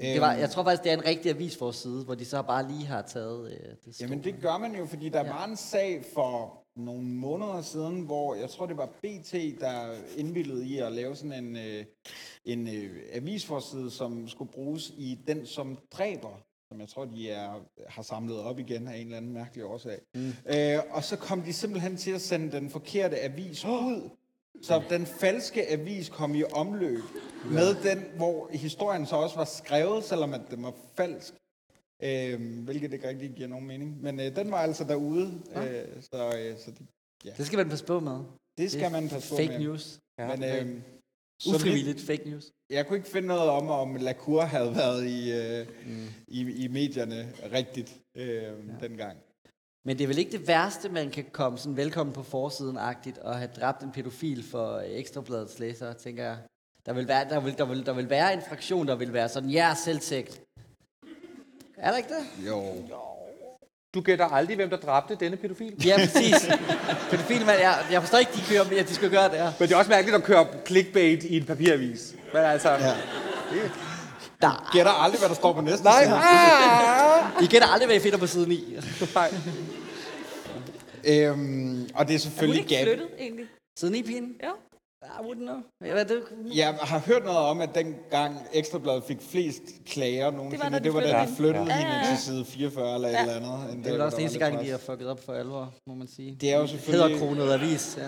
S3: Det
S4: Øhm,
S3: var, jeg tror faktisk, det er en rigtig avis for side, hvor de så bare lige har taget øh, det store.
S4: Jamen det gør man jo, fordi der ja. var en sag for nogle måneder siden, hvor jeg tror, det var BT, der indvillede i at lave sådan en, øh, en øh, avisforside, som skulle bruges i Den, som dræber, som jeg tror, de er, har samlet op igen af en eller anden mærkelig årsag. Mm. Øh, og så kom de simpelthen til at sende den forkerte avis ud, så den falske avis kom i omløb med den, hvor historien så også var skrevet, selvom at den var falsk. Øh, hvilket ikke rigtig giver nogen mening. Men øh, den var altså derude, øh, så, øh, så det,
S3: Det skal man passe på med.
S4: det skal man passe på
S3: Fake
S4: med.
S3: news.
S4: Men, øh, så
S3: Ufrivilligt fake news.
S4: vidt- Jeg kunne ikke finde noget om, om Lacour havde været i, øh, mm. i, i medierne rigtigt øh, ja. dengang.
S3: Men det er vel ikke det værste, man kan komme sådan velkommen på forsiden-agtigt og have dræbt en pædofil for øh, Ekstrabladets læsere, tænker jeg. Der vil, være, der, vil, der, vil, der vil være en fraktion, der vil være sådan, ja, selvtægt. Er der ikke det?
S4: Jo.
S6: Du gætter aldrig, hvem der dræbte denne pædofil.
S3: Ja, præcis. Pædofilmand, jeg, jeg forstår ikke, de kører, men de skal gøre det her.
S6: Men det er også mærkeligt at køre clickbait i en papiravis. Men altså... Ja.
S3: Nej,
S4: Gætter aldrig, hvad der står på næste
S6: Nej,
S4: side.
S6: ah!
S3: I gætter aldrig, hvad I finder på siden i.
S6: Nej.
S4: Øhm, og det er selvfølgelig
S5: Hun er ikke
S4: Gabi.
S5: flyttet, egentlig.
S3: Siden i pigen? Ah,
S5: Ja.
S3: I wouldn't know. Jeg ved, det,
S4: Jeg har hørt noget om, at dengang Ekstrabladet fik flest klager nogensinde, det var,
S5: da de
S4: det var da de
S5: flyttede
S4: flyttede
S5: hende.
S4: hende
S5: Ja, ja, ja.
S4: til side 44 eller et eller andet. end
S3: det er vel også den
S4: der
S3: eneste
S4: var lidt
S3: gang, de har
S4: pres.
S3: fucket op for alvor, må man sige.
S4: Det er jo selvfølgelig-
S3: Hedderkronet avis, ja.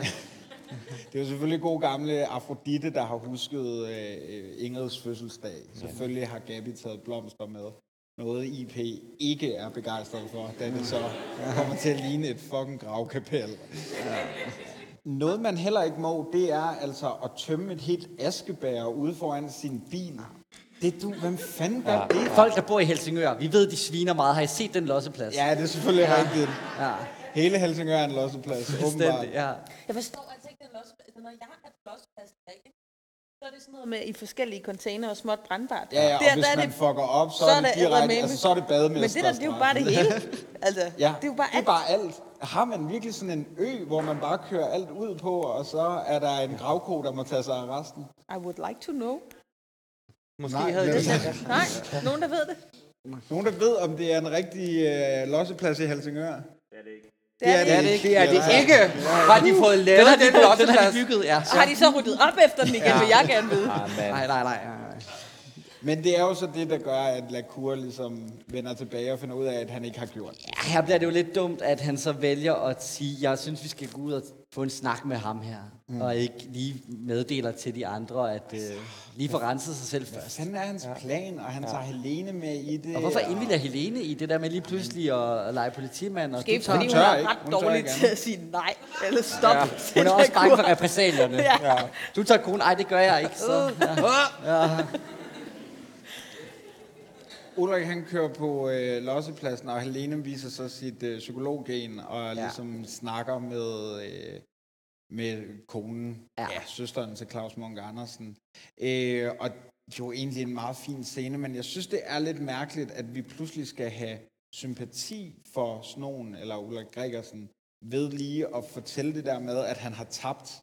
S4: Det er jo selvfølgelig god gamle Afrodite, der har husket øh, øh, Ingrids fødselsdag. Selvfølgelig har Gabi taget blomster med. Noget IP ikke er begejstret for, da det så kommer til at ligne et fucking gravkapel. Noget man heller ikke må, det er altså at tømme et helt askebær ude foran sin bil. Det du, hvem fanden gør ja. det?
S3: Folk, der bor i Helsingør, vi ved, de sviner meget. Har I set den losseplads?
S4: Ja, det er selvfølgelig
S3: Ja.
S4: ja. rigtigt.
S3: Ja,
S4: Hele Helsingør er en losseplads, åbenbart.
S3: fuldstændig, ja.
S5: Jeg forstår altså ikke den losseplads. Når jeg er på losseplads, ikke? så er det sådan noget med i forskellige container og småt brandbart.
S4: Ja, ja, og
S5: Der-
S4: hvis
S5: der er
S4: man
S5: det-
S4: fucker op, så, er det direkte,
S5: eddermame.
S4: altså, så er det bademester.
S5: Men det der, det er jo bare det hele. Altså,
S4: Ja,
S5: det er jo bare
S4: det er
S5: alt.
S4: bare alt. Har man virkelig sådan en ø, hvor man bare kører alt ud på, og så er der en gravko, der må tage sig af resten?
S5: I would like to know.
S6: Måske
S4: Nej,
S6: havde
S4: men-
S6: de...
S5: Nej, nogen der ved det.
S4: Nogen, der ved, om det er en rigtig øh, losseplads i Helsingør?
S5: Det er det.
S4: ikke.
S6: Det er det ikke. Har de fået
S3: Den
S6: lavet
S3: har, de,
S6: den
S3: den har
S6: losseplads?
S3: de bygget, ja.
S5: Og har de så ryddet op efter den igen, vil jeg gerne vide.
S3: Nej, nej, nej, nej, nej.
S4: Men det er jo så det, der gør, at Lacour ligesom vender tilbage og finder ud af, at han ikke har gjort det.
S3: Her bliver det jo lidt dumt, at han så vælger at sige, jeg synes, vi skal gå ud og få en snak med ham her. Mm. Og ikke lige meddeler til de andre, at øh, lige få renset sig selv først.
S4: Sådan er hans plan, og han tager Helene med i det.
S3: Og hvorfor indvilder Helene i det der med lige pludselig at, at lege politimand? Og
S5: Måske
S3: du tager-
S5: fordi
S4: hun
S5: hun
S4: tør
S5: er
S4: ikke.
S5: ret
S4: Hun tør
S5: dårlig
S4: ikke
S5: til at sige nej eller stop. Ja.
S3: hun er også bange for repræsalierne.
S5: Ja.
S3: ja. Du tager konen, ej det gør jeg ikke. Så. Ja.
S4: Ulrik han kører på øh, lossepladsen, og Helene viser så sit øh, psykologgen og ja. ligesom snakker med, øh, med konen,
S3: Ja.
S4: ja. Ja, søsteren til Claus Munk Andersen. Øh, og jo egentlig en meget fin scene, men jeg synes, det er lidt mærkeligt, at vi pludselig skal have sympati for Snoen eller Ulrik Gregersen ved lige at fortælle det der med, at han har tabt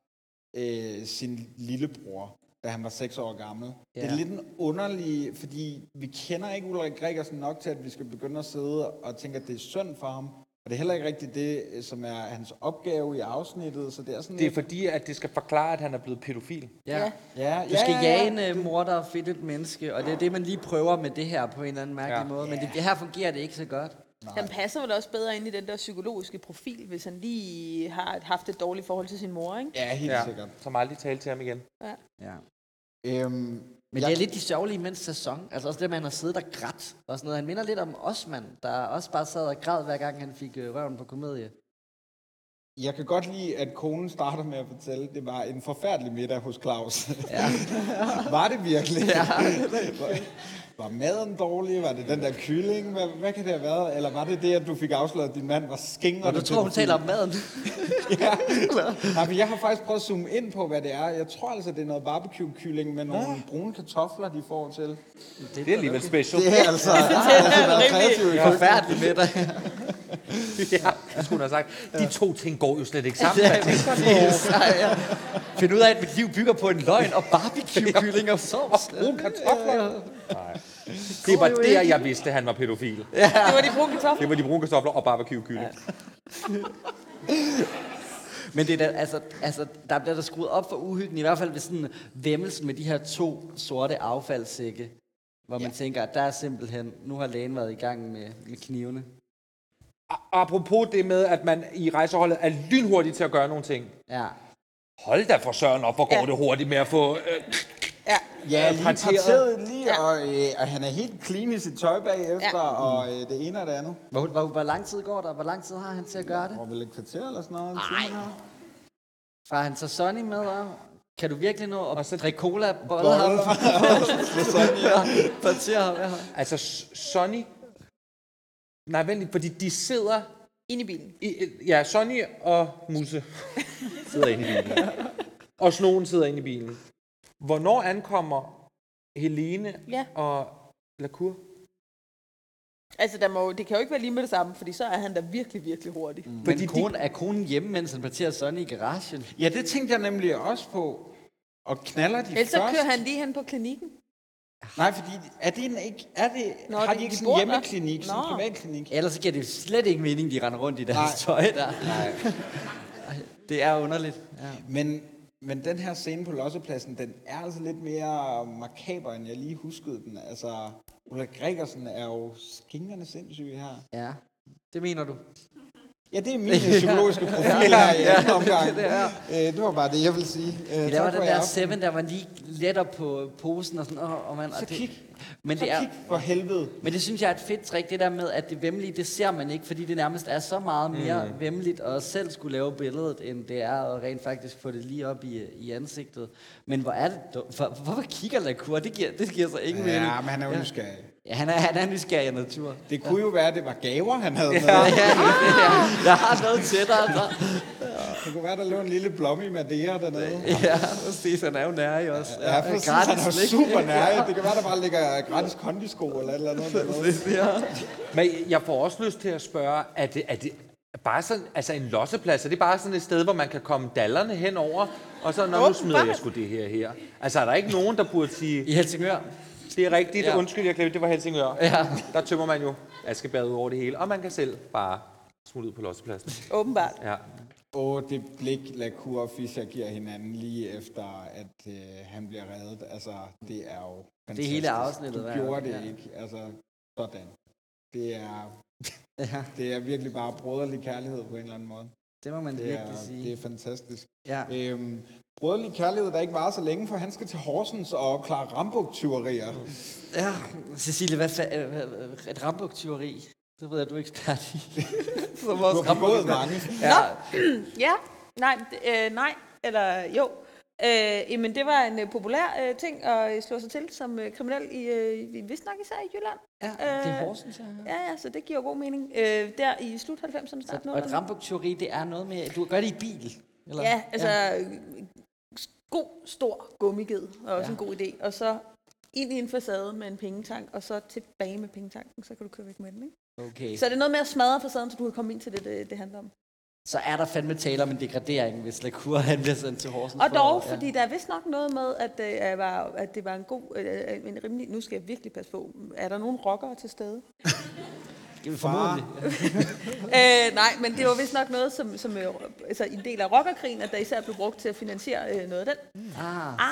S4: øh, sin lillebror, da han var 6 år gammel. Ja. Det
S3: Ja.
S4: er lidt en underlig, fordi vi kender ikke Ulrik Gregersen nok til, at vi skal begynde at sidde og tænke, at det er synd for ham. Og det er heller ikke rigtigt det, øh, som er hans opgave i afsnittet, så det er sådan
S6: Det er
S4: lidt...
S6: fordi, at det skal forklare, at han er blevet pædofil.
S3: Ja.
S4: Ja,
S3: Du skal jage en øh, morder og finde et menneske, og det er det, man lige prøver med det her på en eller anden mærkelig
S6: Ja.
S3: måde. Men det, her fungerer det ikke så godt.
S5: Han passer vel også bedre ind i den der psykologiske profil, hvis han lige har haft et dårligt forhold til sin mor, ikke?
S4: Ja, helt ja. sikkert.
S6: Som aldrig talte til ham igen.
S3: Ja.
S4: Øhm,
S3: Men det er lidt de sørgelige mænds sæson. Altså også det, man har siddet og grædt og sådan noget. Han minder lidt om Osman, der også bare sad og græd, hver gang han fik øh, røven på komedie.
S4: Jeg kan godt lide, at konen starter med at fortælle, at det var en forfærdelig middag hos Claus. Ja. var det virkelig? Ja. var, var maden dårlig? Var det den der kylling? Hvad, hvad kan det have været? Eller var det det, at du fik afsløret, at din mand var skænger?
S3: Og du tror, hun taler om maden.
S4: Ja, men jeg har faktisk prøvet at zoome ind på, hvad det er. Jeg tror altså, det er noget barbecue-kylling med nogle brune kartofler, de får til.
S6: Det er alligevel special.
S4: Det er altså... der har altså været kreativ i køkkenet.
S3: Forfærdelig med dig.
S6: Ja, det skulle hun have sagt. De to ting går jo slet ikke sammen. Patrick.
S3: Find ud af, at mit liv bygger på en løgn og barbecue-kylling og sovs.
S6: Brune kartofler. Det var der, jeg vidste, han var pædofil.
S5: Det var de brune kartofler.
S6: Det var de brune kartofler og barbecue-kylling.
S3: Men det er da, altså, altså, der bliver der skruet op for uhyggen, i hvert fald ved sådan væmmelsen med de her to sorte affaldssække, hvor man tænker, at der er simpelthen, nu har lægen været i gang med, med knivene.
S6: A- Apropos det med, at man i rejseholdet er lynhurtig til at gøre nogle ting.
S3: Ja.
S6: Hold da for søren op, hvor går det hurtigt med at få... Øh,
S5: Ja.
S4: Ja,
S6: er
S4: lige
S6: parteret.
S4: parteret lige, og, øh, og han er helt clean i sit tøj bagefter,
S5: Ja.
S4: og øh, det ene og det andet.
S3: Hvor, hvor, hvor lang tid går der? Hvor lang tid har han til at gøre det?
S4: Hvor vel et kvarter eller sådan noget?
S3: Nej. Fra han tager Sonny med op? Kan du virkelig nå at drikke cola, bolle ham?
S4: Bolle
S3: Partere ham? ja.
S6: altså, S- Sonny... Nej, vent lige, fordi de sidder...
S5: Ind i bilen.
S6: I, ja, Sonny og Musse sidder inde i bilen. Og Snogen sidder inde i bilen. Hvornår ankommer Helene
S5: Ja.
S6: og Lacour?
S5: Altså, der må, det kan jo ikke være lige med det samme, fordi så er han da virkelig, virkelig hurtig. Mm.
S3: Fordi Men konen, er konen hjemme, mens han parterer Sonny i garagen?
S4: Ja, det tænkte jeg nemlig også på. Og knaller de
S5: Ellers så
S4: først?
S5: kører han lige hen på klinikken.
S4: Nej, fordi er det en, ikke, er det, Nå,
S5: Nå,
S4: har
S5: det-
S4: de ikke
S5: de
S4: sådan
S5: bor
S4: en
S5: der.
S4: hjemmeklinik, sådan en
S5: Nå.
S4: privatklinik?
S3: Ellers så giver det slet ikke mening, de render rundt i deres
S4: Nej.
S3: tøj der. Nej. Det er underligt. Ja.
S4: Men men den her scene på Lossepladsen, den er altså lidt mere makaber, end jeg lige huskede den. Altså, Ulla Gregersen er jo skingerne sindssyg her.
S3: Ja, det mener du.
S4: Ja, det er min øh, psykologiske profil
S3: Ja,
S4: her i
S3: ja,
S4: anden omgang.
S3: det er.
S4: Øh, det var bare det, jeg ville sige. Øh,
S3: Men der
S4: tak
S3: var
S4: for
S3: den
S4: i
S3: der
S4: aften.
S3: seven, der var lige lettere på posen og sådan, åh, og man,
S4: Så
S3: og det,
S4: kig.
S3: men
S4: Så
S3: det er,
S4: kig for helvede.
S3: Men det synes jeg er et fedt trick, det der med, at det vemmelige, det ser man ikke, fordi det nærmest er så meget mere mm. vemmeligt at selv skulle lave billedet, end det er at rent faktisk få det lige op i, i ansigtet. Men hvor er det dum- hvor, Hvorfor kigger Lacour? Det giver, det giver så ingen mening.
S4: Ja, men han er jo
S3: Ja.
S4: nysgerrig.
S3: Ja, han er, han er nysgerrig af natur.
S4: Det kunne jo være, at det var gaver, han havde med.
S3: Ja, ja, ja. Der har noget tættere. Der.
S4: Det kunne være, der lå en lille blomme i Madeira dernede.
S3: Ja, præcis. Han er jo nærig også.
S4: Ja, præcis.
S3: gratis
S4: han er jo
S3: slik.
S4: super nær. Det kan være, der bare ligger gratis kondisko eller et eller andet. dernede.
S6: Men jeg får også lyst til at spørge, er det, er det bare sådan, altså en losseplads, er det bare sådan et sted, hvor man kan komme dallerne henover, og så, når nu smider jeg sgu det her her. Altså er der ikke nogen, der burde
S3: I
S6: sige,
S3: Helsingør.
S6: det er rigtigt,
S3: Ja.
S6: ja. undskyld, jeg glemte, det var Helsingør.
S3: Ja.
S6: Der tømmer man jo askebad ud over det hele, og man kan selv bare smutte ud på lossepladsen.
S5: Åbenbart.
S6: Ja.
S4: Og det blik, Lacour og Fischer giver hinanden lige efter, at øh, han bliver reddet. Altså, det er jo
S3: Det er
S4: fantastisk.
S3: hele afsnittet.
S4: Du
S3: hver.
S4: gjorde det
S3: Ja.
S4: ikke. Altså, sådan. Det er,
S3: Ja,
S4: det er virkelig bare broderlig kærlighed på en eller anden måde.
S3: det må man
S4: Det er,
S3: virkelig sige.
S4: det er fantastisk.
S3: Ja.
S4: Øhm, brødlig kærlighed, der ikke varer så længe, for han skal til Horsens og klare rambuk-tyverier.
S3: Mm. Ja, Cecilie, hvad fa- øh, hvad- øh, et rambuk-tyveri, det ved jeg, du er ekspert i. Som
S4: Du har begået mange.
S3: Ja,
S5: Ja, nej, d- øh, nej, eller jo. Øh, jamen, det var en øh, populær øh, ting at øh, slå sig til som øh, kriminel, i, øh, i- vist nok især i Jylland.
S3: ja, det er Horsens, ja. ja.
S5: Ja, ja, Øh, så det giver god mening. Øh, der i slut 90'erne,
S3: Så,
S5: start
S3: og et
S5: 00'erne.
S3: rambuk-tyveri, det er noget med, du gør det i bil, eller?
S5: Ja, altså øh, god, stor gummiged er
S3: Ja.
S5: også ja. en god idé. Og så ind i en facade med en pengetank, og så tilbage med pengetanken, så kan du køre væk med den. Ikke?
S3: Okay,
S5: Så er det noget med at smadre facaden, så du kan komme ind til det, det, det handler om.
S3: så er der fandme tale om en degradering, hvis Lacour han bliver sendt til Horsens.
S5: Og
S3: for-
S5: dog, fordi der er vist nok noget med, at det øh, var, at det var en god, øh, en rimelig, nu skal jeg virkelig passe på, er der nogen rockere til stede?
S3: Ja, formodentlig.
S5: Øh, nej, men det var vist nok noget, som, som øh, altså, en del af rockerkrigen, at der især blev brugt til at finansiere øh, noget af den
S3: Ah.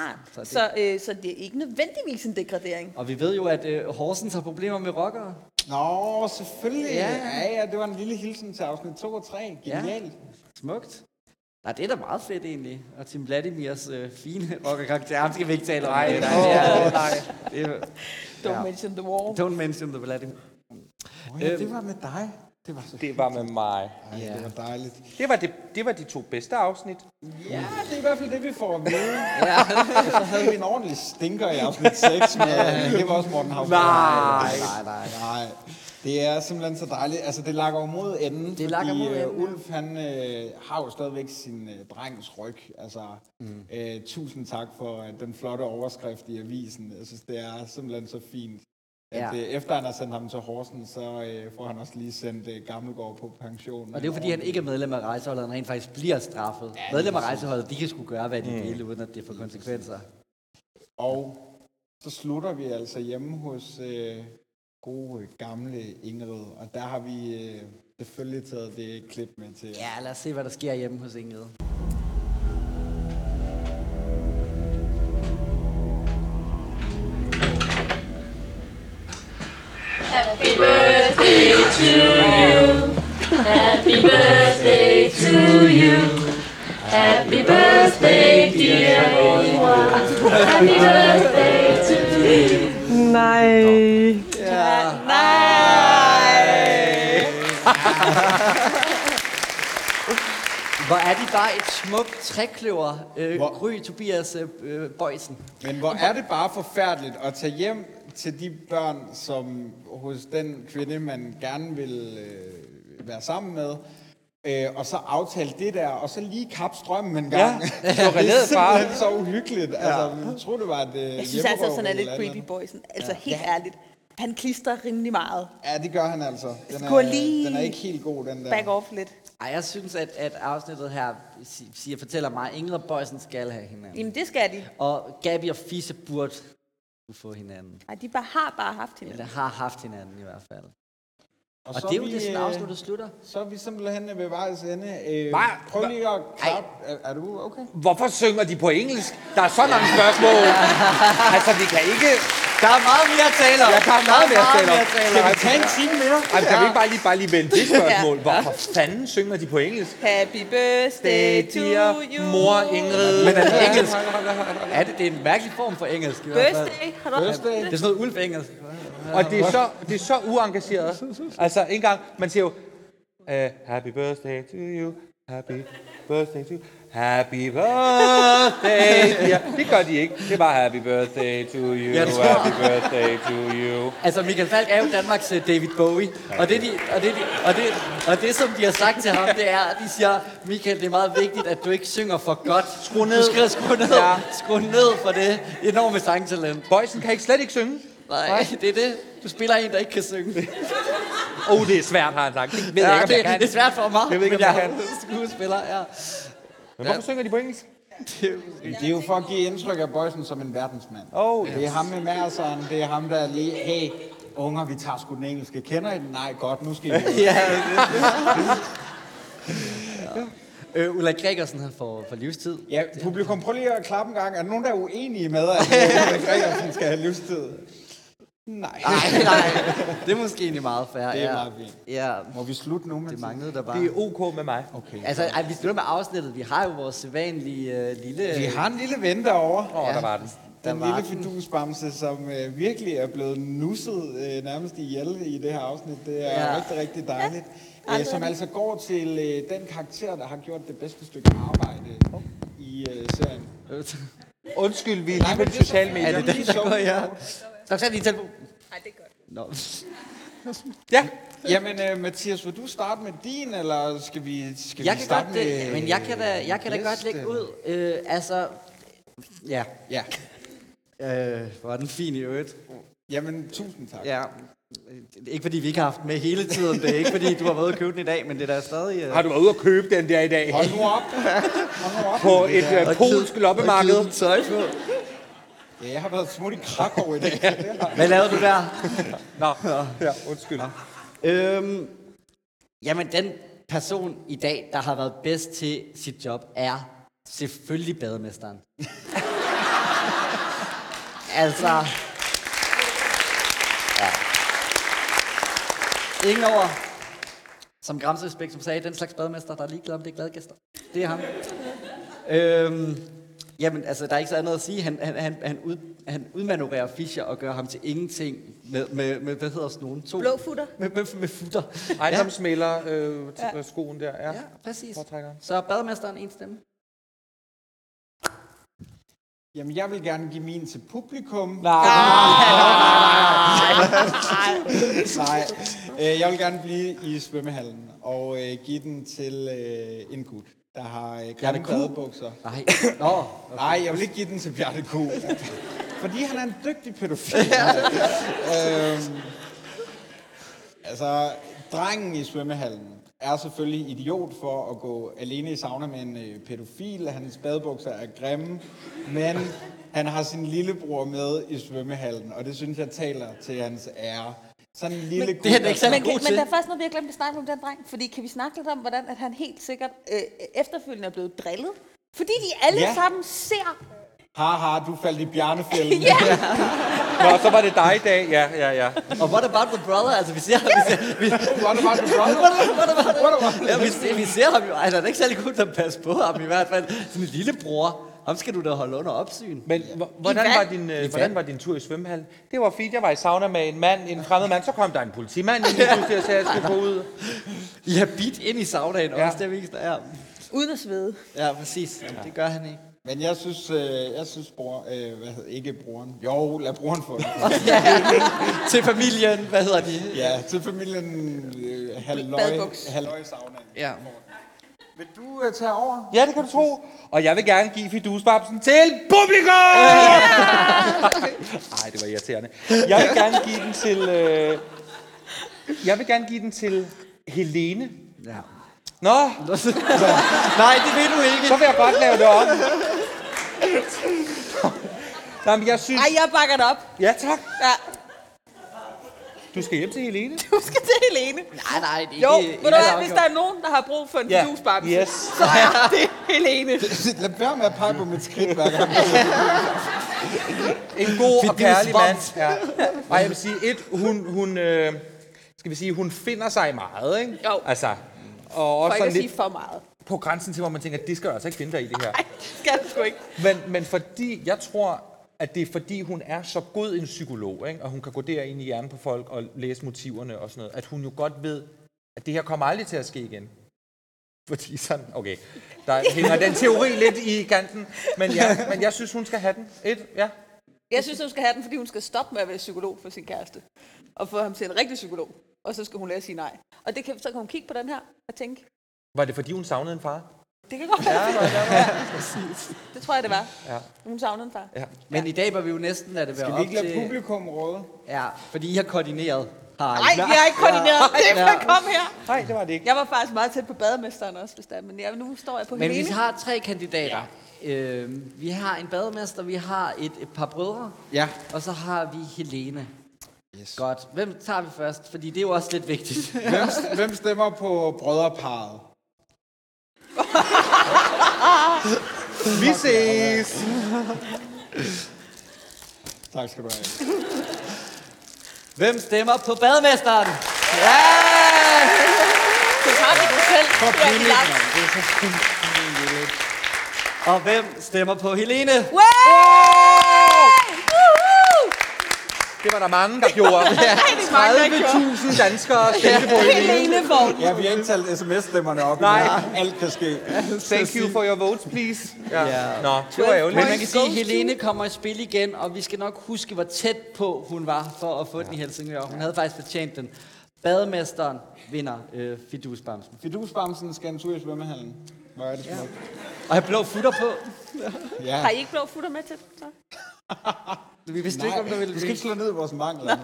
S5: art.
S3: så
S5: Så
S3: det-
S5: det, så, øh, så det er ikke nødvendigvis en degradering.
S3: Og vi ved jo, at øh, Horsens har problemer med rockere.
S4: Nå, selvfølgelig.
S3: Ja.
S4: Ja. ja, ja, det var en lille hilsen til afsnit 2 og 3. Genialt.
S3: Smukt. Nej, det er da meget fedt egentlig. Og Tim Vladimirs øh, fine rockerkarakter, ham skal vi ikke tale om. Nej, nej, nej. Det er,
S5: Don't ja. mention the war.
S3: don't mention the Vladimir.
S4: Oh,
S3: Øhm.
S4: ja, det var med dig. Det var så
S6: Det var med mig.
S4: Ej, det var dejligt.
S6: Det var, det, det var de to bedste afsnit.
S4: Ja, det er i hvert fald det, vi får at vide. ja. Så havde vi en ordentlig stinker i afsnit 6, men øh, det var også Morten Havn.
S3: Nej.
S4: nej, nej, nej. Det er simpelthen så dejligt. Altså, det lakker jo mod enden, det
S3: lakker
S4: fordi
S3: mod
S4: øh,
S3: enden, ja.
S4: Ulf, han øh, har jo stadigvæk sin øh, drengs ryg. Altså, mm. øh, tusind tak for øh, den flotte overskrift i avisen. Jeg synes, det er simpelthen så fint. At,
S3: Ja.
S4: ja. øh, efter han har sendt ham til Horsen, så øh, får han også lige sendt øh, Gammelgaard på pension.
S3: Og det er jo fordi, han ikke er medlem af rejseholdet, han rent faktisk bliver straffet. Ja, medlem af rejseholdet, de kan sgu gøre, hvad de vil, uden at det får konsekvenser.
S4: Og så slutter vi altså hjemme hos øh, gode gamle Ingrid, og der har vi øh, selvfølgelig taget det klip med til. jer.
S3: Ja, lad os se, hvad der sker hjemme hos Ingrid. Hvor er de bare et smukt trækløver, øh,
S4: Hvor-
S3: Gry Tobias øh, øh, Bøjsen.
S4: Men hvor er det bare forfærdeligt at tage hjem til de børn, som hos den kvinde, man gerne vil øh, være sammen med, øh, og så aftale det der, og så lige kappe strømmen en gang. Ja, det er
S6: relateret, far.
S4: simpelthen så uhyggeligt. Ja. Altså, jeg tror, det var et øh,
S5: Jeg synes altså, at han er lidt
S4: hjemmerøverland.
S5: creepy boysen. Altså ja. helt ærligt. Han klister rimelig meget.
S4: Ja, det gør han altså. Den
S5: Gå
S4: er,
S5: lige
S4: den er ikke helt god, den der.
S5: Back off lidt.
S3: Ej, jeg synes, at, at afsnittet her si- siger, fortæller mig, at Ingrid og Bøjsen skal have hinanden.
S5: Jamen det skal de.
S3: Og Gabi og Fisse burde kunne få hinanden.
S5: Ej, de bare har bare haft
S3: Eller
S5: hinanden.
S3: har haft hinanden i hvert fald. Og det er jo det, sådan afsnittet slutter.
S4: Så er vi simpelthen ved vejs ende. Øh,
S6: Hvad?
S4: prøv lige at klappe. Er, er du okay?
S6: Hvorfor synger de på engelsk? Der er så mange spørgsmål. altså, vi kan ikke...
S3: Der er meget mere at tale om.
S6: Ja, der er meget mere at tale om.
S4: Skal vi tage en time mere?
S6: Ej, kan vi ikke bare lige, bare lige vende det spørgsmål?
S5: Ja.
S6: Hvorfor fanden synger de på engelsk?
S5: Happy birthday to
S6: dear
S5: you.
S6: mor Ingrid.
S3: Men er det engelsk?
S6: Hold, hold, hold, hold, hold.
S3: Er det, det er en mærkelig form for engelsk i hvert fald.
S5: Birthday, har du også
S4: Birthday.
S3: Det er sådan noget ulf-engelsk.
S6: Og det er så, det er så uengageret. Altså, ikke engang, man siger jo, øh, happy birthday to you, happy birthday to you, happy birthday. Ja, det gør de ikke. Det er bare happy birthday to you,
S3: Jeg tror-
S6: happy birthday to you.
S3: Altså, Michael Falk er jo Danmarks øh, David Bowie, og det, de, og, det, de, og, det, og det, som de har sagt til ham, det er, at de siger, Michael, det er meget vigtigt, at du ikke synger for godt. Skru
S6: ned.
S3: Du skal skru ned,
S6: Ja.
S3: ja. skru ned for det enorme sangtalent.
S6: Boysen kan ikke slet ikke synge.
S3: Nej, det er det. Du spiller en, der ikke kan synge.
S6: Åh, oh, det er svært, har han sagt. Det ved
S3: Ja,
S6: jeg ikke, om
S3: det,
S6: jeg kan.
S3: det er svært for mig.
S6: Jeg ved ikke, om jeg
S3: men
S6: kan.
S3: Skuespiller, ja.
S6: Men hvorfor synger de på engelsk?
S4: Det er jo for at give indtryk af Bøjsen som en verdensmand.
S6: Oh,
S4: Det er ham med mærkeren, det er ham, der er lige, hey, unger, vi tager sgu den engelske. Kender I den? Nej, godt, nu skal I ud."
S3: ja. Øh, Ulla Gregersen her for, for livstid.
S4: Ja, publikum, prøv lige at klappe en gang. Er der nogen, der er uenige med, at Ulrik Gregersen skal have livstid? Nej.
S3: Nej, nej. Det er måske egentlig meget fair.
S4: Det er
S3: ja.
S4: meget fint.
S3: Ja,
S4: Må vi slutte nu med
S3: det manglede der bare.
S6: Det er ok med mig.
S4: Okay.
S3: Altså, ej, vi slutter med afsnittet. Vi har jo vores sædvanlige øh, lille...
S4: Vi har en lille ven derovre.
S6: Åh, der var den.
S4: Den
S3: var
S4: lille
S3: den.
S4: fidusbamse, som øh, virkelig er blevet nusset øh, nærmest ihjel i det her afsnit. Det er
S3: Ja.
S4: ja. rigtig, rigtig dejligt. Ja. Øh, som altså går til øh, den karakter, der har gjort det bedste stykke arbejde i øh, serien.
S6: Undskyld, vi er lige på de sociale medier.
S4: Er det den, der går, ja?
S3: Stop selv din telefon.
S5: Nej, det er godt.
S3: Nå.
S6: Ja.
S4: Jamen, øh, Mathias, vil du starte med din, eller skal vi, skal
S3: Jeg
S4: vi
S3: kan
S4: starte
S3: godt,
S4: med... øh,
S3: det, men jeg kan da, jeg kan da godt lægge ud. Øh, altså, ja.
S4: Ja.
S3: Øh, hvor er den fin i øvrigt.
S4: Jamen, tusind tak.
S3: Ja. Det er Ikke fordi vi ikke har haft den med hele tiden. Det er ikke fordi, du har været ude og købe den i dag, men det er da stadig... Øh,
S6: Har du været ude og købe den der i dag?
S4: Hold nu op. Hold nu op.
S6: På et øh, polsk loppemarked?
S3: tøj på.
S4: Ja, jeg har været smut i Krakow i dag. Det har-
S3: Hvad lavede du der?
S6: Nå, ja, undskyld.
S3: øhm, jamen, den person i dag, der har været bedst til sit job, er selvfølgelig bademesteren. altså... Ja. Ingen over. Som Gramsø Spektrum sagde, den slags bademester, der er ligeglad om det er glade gæster. Det er ham. øhm, jamen, altså, der er ikke så andet at sige. Han, han, han, han, ud, han udmanøvrerer Fischer og gør ham til ingenting med, med, med hvad hedder sådan nogen? To,
S5: Blå futter.
S3: Med, med, med futter.
S6: Ejendomsmælder, øh, t- skoen der. Ja.
S3: Ja, præcis.
S6: Foretrækkeren.
S3: Så bademesteren en stemme.
S4: Jamen, jeg vil gerne give min til publikum. Nej, øh, jeg vil gerne blive i svømmehallen og øh, give den til øh, en gut, der har øh,
S3: Bjarne
S4: grimme
S3: Kuh?
S4: badebukser.
S3: Nej. Nå.
S4: Nej, jeg vil ikke give den til Bjarne Ko. Fordi han er en dygtig pædofil. øhm, altså, drengen i svømmehallen er selvfølgelig idiot for at gå alene i sauna med en øh, pædofil. Hans badebukser er grimme, men han har sin lillebror med i svømmehallen, og det synes jeg taler til hans ære. Sådan en lille
S5: Men-
S4: gut,
S3: Det er han ikke
S4: der-
S3: særlig
S5: Men,
S3: god
S5: kan, men
S3: til.
S5: der er faktisk noget, vi har glemt at snakke om den dreng. Fordi kan vi snakke lidt om, hvordan at han helt sikkert øh, efterfølgende er blevet drillet? Fordi de alle
S4: Ja.
S5: ja. sammen ser...
S4: Haha, du faldt i bjernefælden.
S5: Ja,
S6: Nå, så var det dig i dag. Ja, ja, ja.
S3: Og what about the brother? Altså, vi ser, vi ser, vi,
S4: What about the brother?
S3: What about- what about-
S4: What about
S3: ja, vi, ser, vi ser ham jo. Altså, han er ikke særlig god til at passe på ham i hvert fald. Sådan en lillebror. Ham skal du da holde under opsyn.
S6: Men h- hvordan
S5: vand.
S6: var, din, øh, hvordan var din tur i svømmehallen? Det var fint, jeg var i sauna med en mand, en fremmed mand. Så kom der en politimand ind lige pludselig og sagde, at jeg skulle gå ud.
S3: I har bidt ind i saunaen ja.
S6: Ja.
S3: også, det er vigtigt. Ja,
S5: uden at svede.
S3: ja præcis. Jamen, det gør han ikke.
S4: Men jeg synes, øh, jeg synes bror, øh, hvad hedder, ikke broren. Jo, lad broren få det.
S3: til familien, hvad hedder de?
S4: Ja, til familien øh, halløj,
S5: Badbuks.
S4: halløj saunaen.
S3: Ja.
S4: Vil du øh, tage over?
S6: Ja, det kan du tro. Og jeg vil gerne give fidusbabsen til publikum! Nej, det var irriterende. Jeg vil gerne give den til... Øh, jeg vil gerne give den til Helene.
S3: ja.
S6: Nå,
S3: Nej, det vil du ikke.
S6: så vil jeg godt lave det om. Nå, men jeg synes...
S5: Ej, jeg bakker det op.
S6: Ja, tak.
S5: Ja.
S6: Du skal hjem til Helene.
S5: Du skal til Helene.
S3: Nej, nej, det er
S5: Jo,
S3: ikke-
S5: ved du
S3: ikke
S5: hvad, hvis der er nogen, der har brug for en
S6: Ja,
S5: yeah. fidusbamse,
S6: yes.
S5: så er det Helene.
S4: Lad være med at pege på mit skridt hver gang.
S6: En god og
S4: Fordi det er
S6: kærlig mand.
S4: svamp.
S6: Ja. Og jeg vil sige, et, hun, hun, øh, skal vi sige, hun finder sig i meget, ikke?
S5: Jo.
S6: Altså, og
S5: For
S6: også
S5: ikke
S6: sådan
S5: at sige
S6: lidt
S5: for meget.
S6: på grænsen til, hvor man tænker, det skal du altså ikke finde dig i det her.
S5: Nej, det skal du sgu ikke.
S6: Men, men fordi, jeg tror, at det er fordi, hun er så god en psykolog, ikke? og hun kan gå derind i hjernen på folk og læse motiverne og sådan noget, at hun jo godt ved, at det her kommer aldrig til at ske igen. Fordi sådan, okay, der hænger den teori lidt i kanten, men, ja, men jeg synes, hun skal have den. Et, ja.
S5: Jeg synes, hun skal have den, fordi hun skal stoppe med at være psykolog for sin kæreste. Og få ham til en rigtig psykolog. Og så skal hun lære at sige nej. Og det kan, så kan hun kigge på den her og tænke,
S6: Var det fordi, hun savnede en far?
S5: det kan godt være. Ja, det tror jeg, det var.
S6: Ja.
S5: Hun savnede en far.
S6: Ja.
S3: Men i dag var vi jo næsten, at det være
S4: Skal
S3: op
S4: vi ikke lade
S3: til...
S4: publikum råde?
S3: Ja, fordi I har koordineret. Har I?
S5: Nej, jeg er ikke koordineret. Det er for at komme her.
S6: Nej, det var det ikke.
S5: Jeg var faktisk meget tæt på bademesteren også, hvis der, men jeg, nu står jeg på
S3: Men
S5: Helene.
S3: vi har tre kandidater. Ja. Øh, vi har en bademester, vi har et, et par brødre,
S4: Ja.
S3: og så har vi Helene. Yes. Godt. Hvem tager vi først? Fordi det er jo også lidt vigtigt.
S4: Hvem, hvem stemmer på brødreparet?
S6: Vi ses!
S4: Tak skal du have.
S3: Hvem stemmer på bademesteren?
S5: Du har det du selv. Du er ikke langt.
S3: Og hvem stemmer på Helene?
S6: Det var der mange, der gjorde. Ja.
S5: Det er mange, der ikke gjorde.
S6: 30.000 danskere stemte på
S5: Helene får den.
S4: Ja, vi har ikke talt sms-stemmerne op.
S6: Nej.
S4: men Alt kan ske.
S6: Thank you for your votes, please. Ja.
S3: Ja.
S6: Nå, det var ærgerligt.
S3: Men man kan sige, at Helene kommer i spil igen, og vi skal nok huske, hvor tæt på hun var for at få den i Helsingør. Hun havde faktisk fortjent den. Bademesteren vinder øh, Fidusbamsen.
S4: Fidusbamsen skal en tur i svømmehallen. Hvor er det smukt.
S3: Og jeg blå futter på.
S4: Ja.
S5: Har I ikke blå futter med til den, så?
S3: Vi vidste
S4: Nej,
S3: ikke, om der ville
S4: du skal ikke slå ned i vores mangler.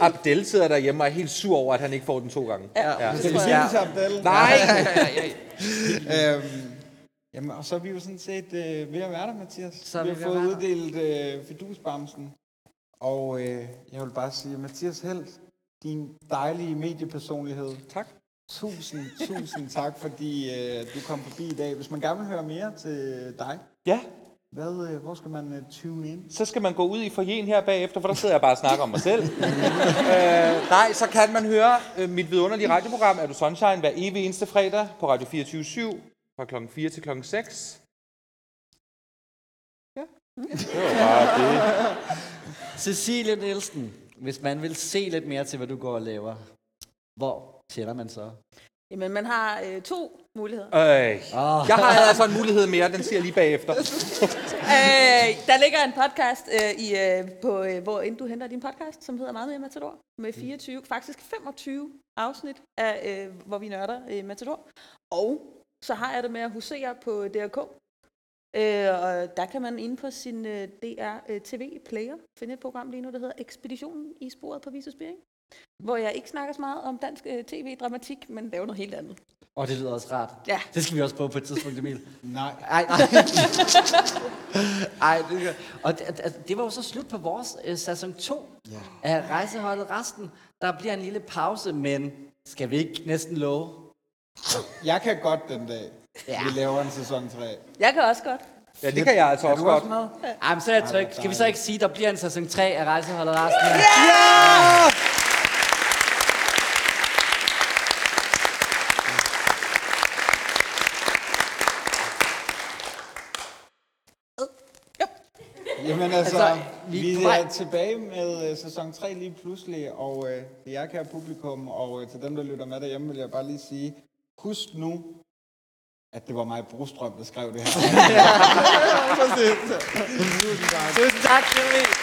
S6: Abdel sidder derhjemme og er helt sur over, at han ikke får den to gange. Ja.
S4: Skal vi sige det til Abdel?
S6: Nej!
S4: Øhm, jamen, og så er vi jo sådan set øh, ved at være der, Mathias.
S3: Så er
S4: vi
S3: vi
S4: har
S3: ved at
S4: fået
S3: være der.
S4: uddelt øh, fidusbamsen. Og øh, jeg vil bare sige, Mathias Held, din dejlige mediepersonlighed.
S6: Tak.
S4: Tusind, tusind tak, fordi øh, du kom forbi i dag. Hvis man gerne vil høre mere til dig,
S6: Ja,
S4: hvad, øh, hvor skal man øh, tune ind?
S6: så skal man gå ud i forjen her bagefter, for der sidder jeg bare og snakker om mig selv. øh, nej, så kan man høre øh, mit vidunderlige radioprogram, Er du Sunshine, hver evig eneste fredag på Radio 24 fra klokken 4 til klokken 6.
S3: Cecilie Nielsen, hvis man vil se lidt mere til, hvad du går og laver, hvor tæller man så?
S5: Jamen, man har øh, to muligheder.
S6: Øh.
S3: Oh.
S6: Jeg har altså en mulighed mere, den siger jeg lige bagefter.
S5: Øh, der ligger en podcast, øh, i, øh, på, øh, hvor end du henter din podcast, som hedder Meget mere Matador, med 24, faktisk 25 afsnit, af, øh, hvor vi nørder øh, Matador. Og så har jeg det med at husere på DRK. Øh, og der kan man inde på sin øh, DR øh, TV Player finde et program lige nu, der hedder Ekspeditionen i sporet på Visus Bering, hvor jeg ikke snakker så meget om dansk øh, tv-dramatik, men laver noget helt andet.
S3: Og det lyder også rart.
S5: Ja.
S3: Det skal vi også prøve på et tidspunkt, Emil.
S4: Nej.
S3: Ej, ej. ej det, gør- og det, altså, det var jo så slut på vores øh, sæson 2 ja. af rejseholdet resten. Der bliver en lille pause, men skal vi ikke næsten love?
S4: Jeg kan godt den dag,
S3: Ja.
S4: ja. vi laver en sæson 3.
S5: Jeg kan også godt.
S6: Ja, det kan jeg altså også godt.
S3: Ej, men så er jeg tryg. Skal vi så ikke sige, at der bliver en sæson 3 af rejseholdet resten?
S4: Jamen altså,
S3: Altså,
S4: altså
S3: vi
S4: vi,
S3: er
S4: vi
S3: på
S4: er
S3: vej.
S4: tilbage med øh, sæson 3 lige pludselig, og øh, det er jer, kære publikum, og øh, til dem, der lytter med derhjemme, vil jeg bare lige sige, husk nu, at det var mig Brostrøm, der skrev det her.
S3: Tusind tak, Emil.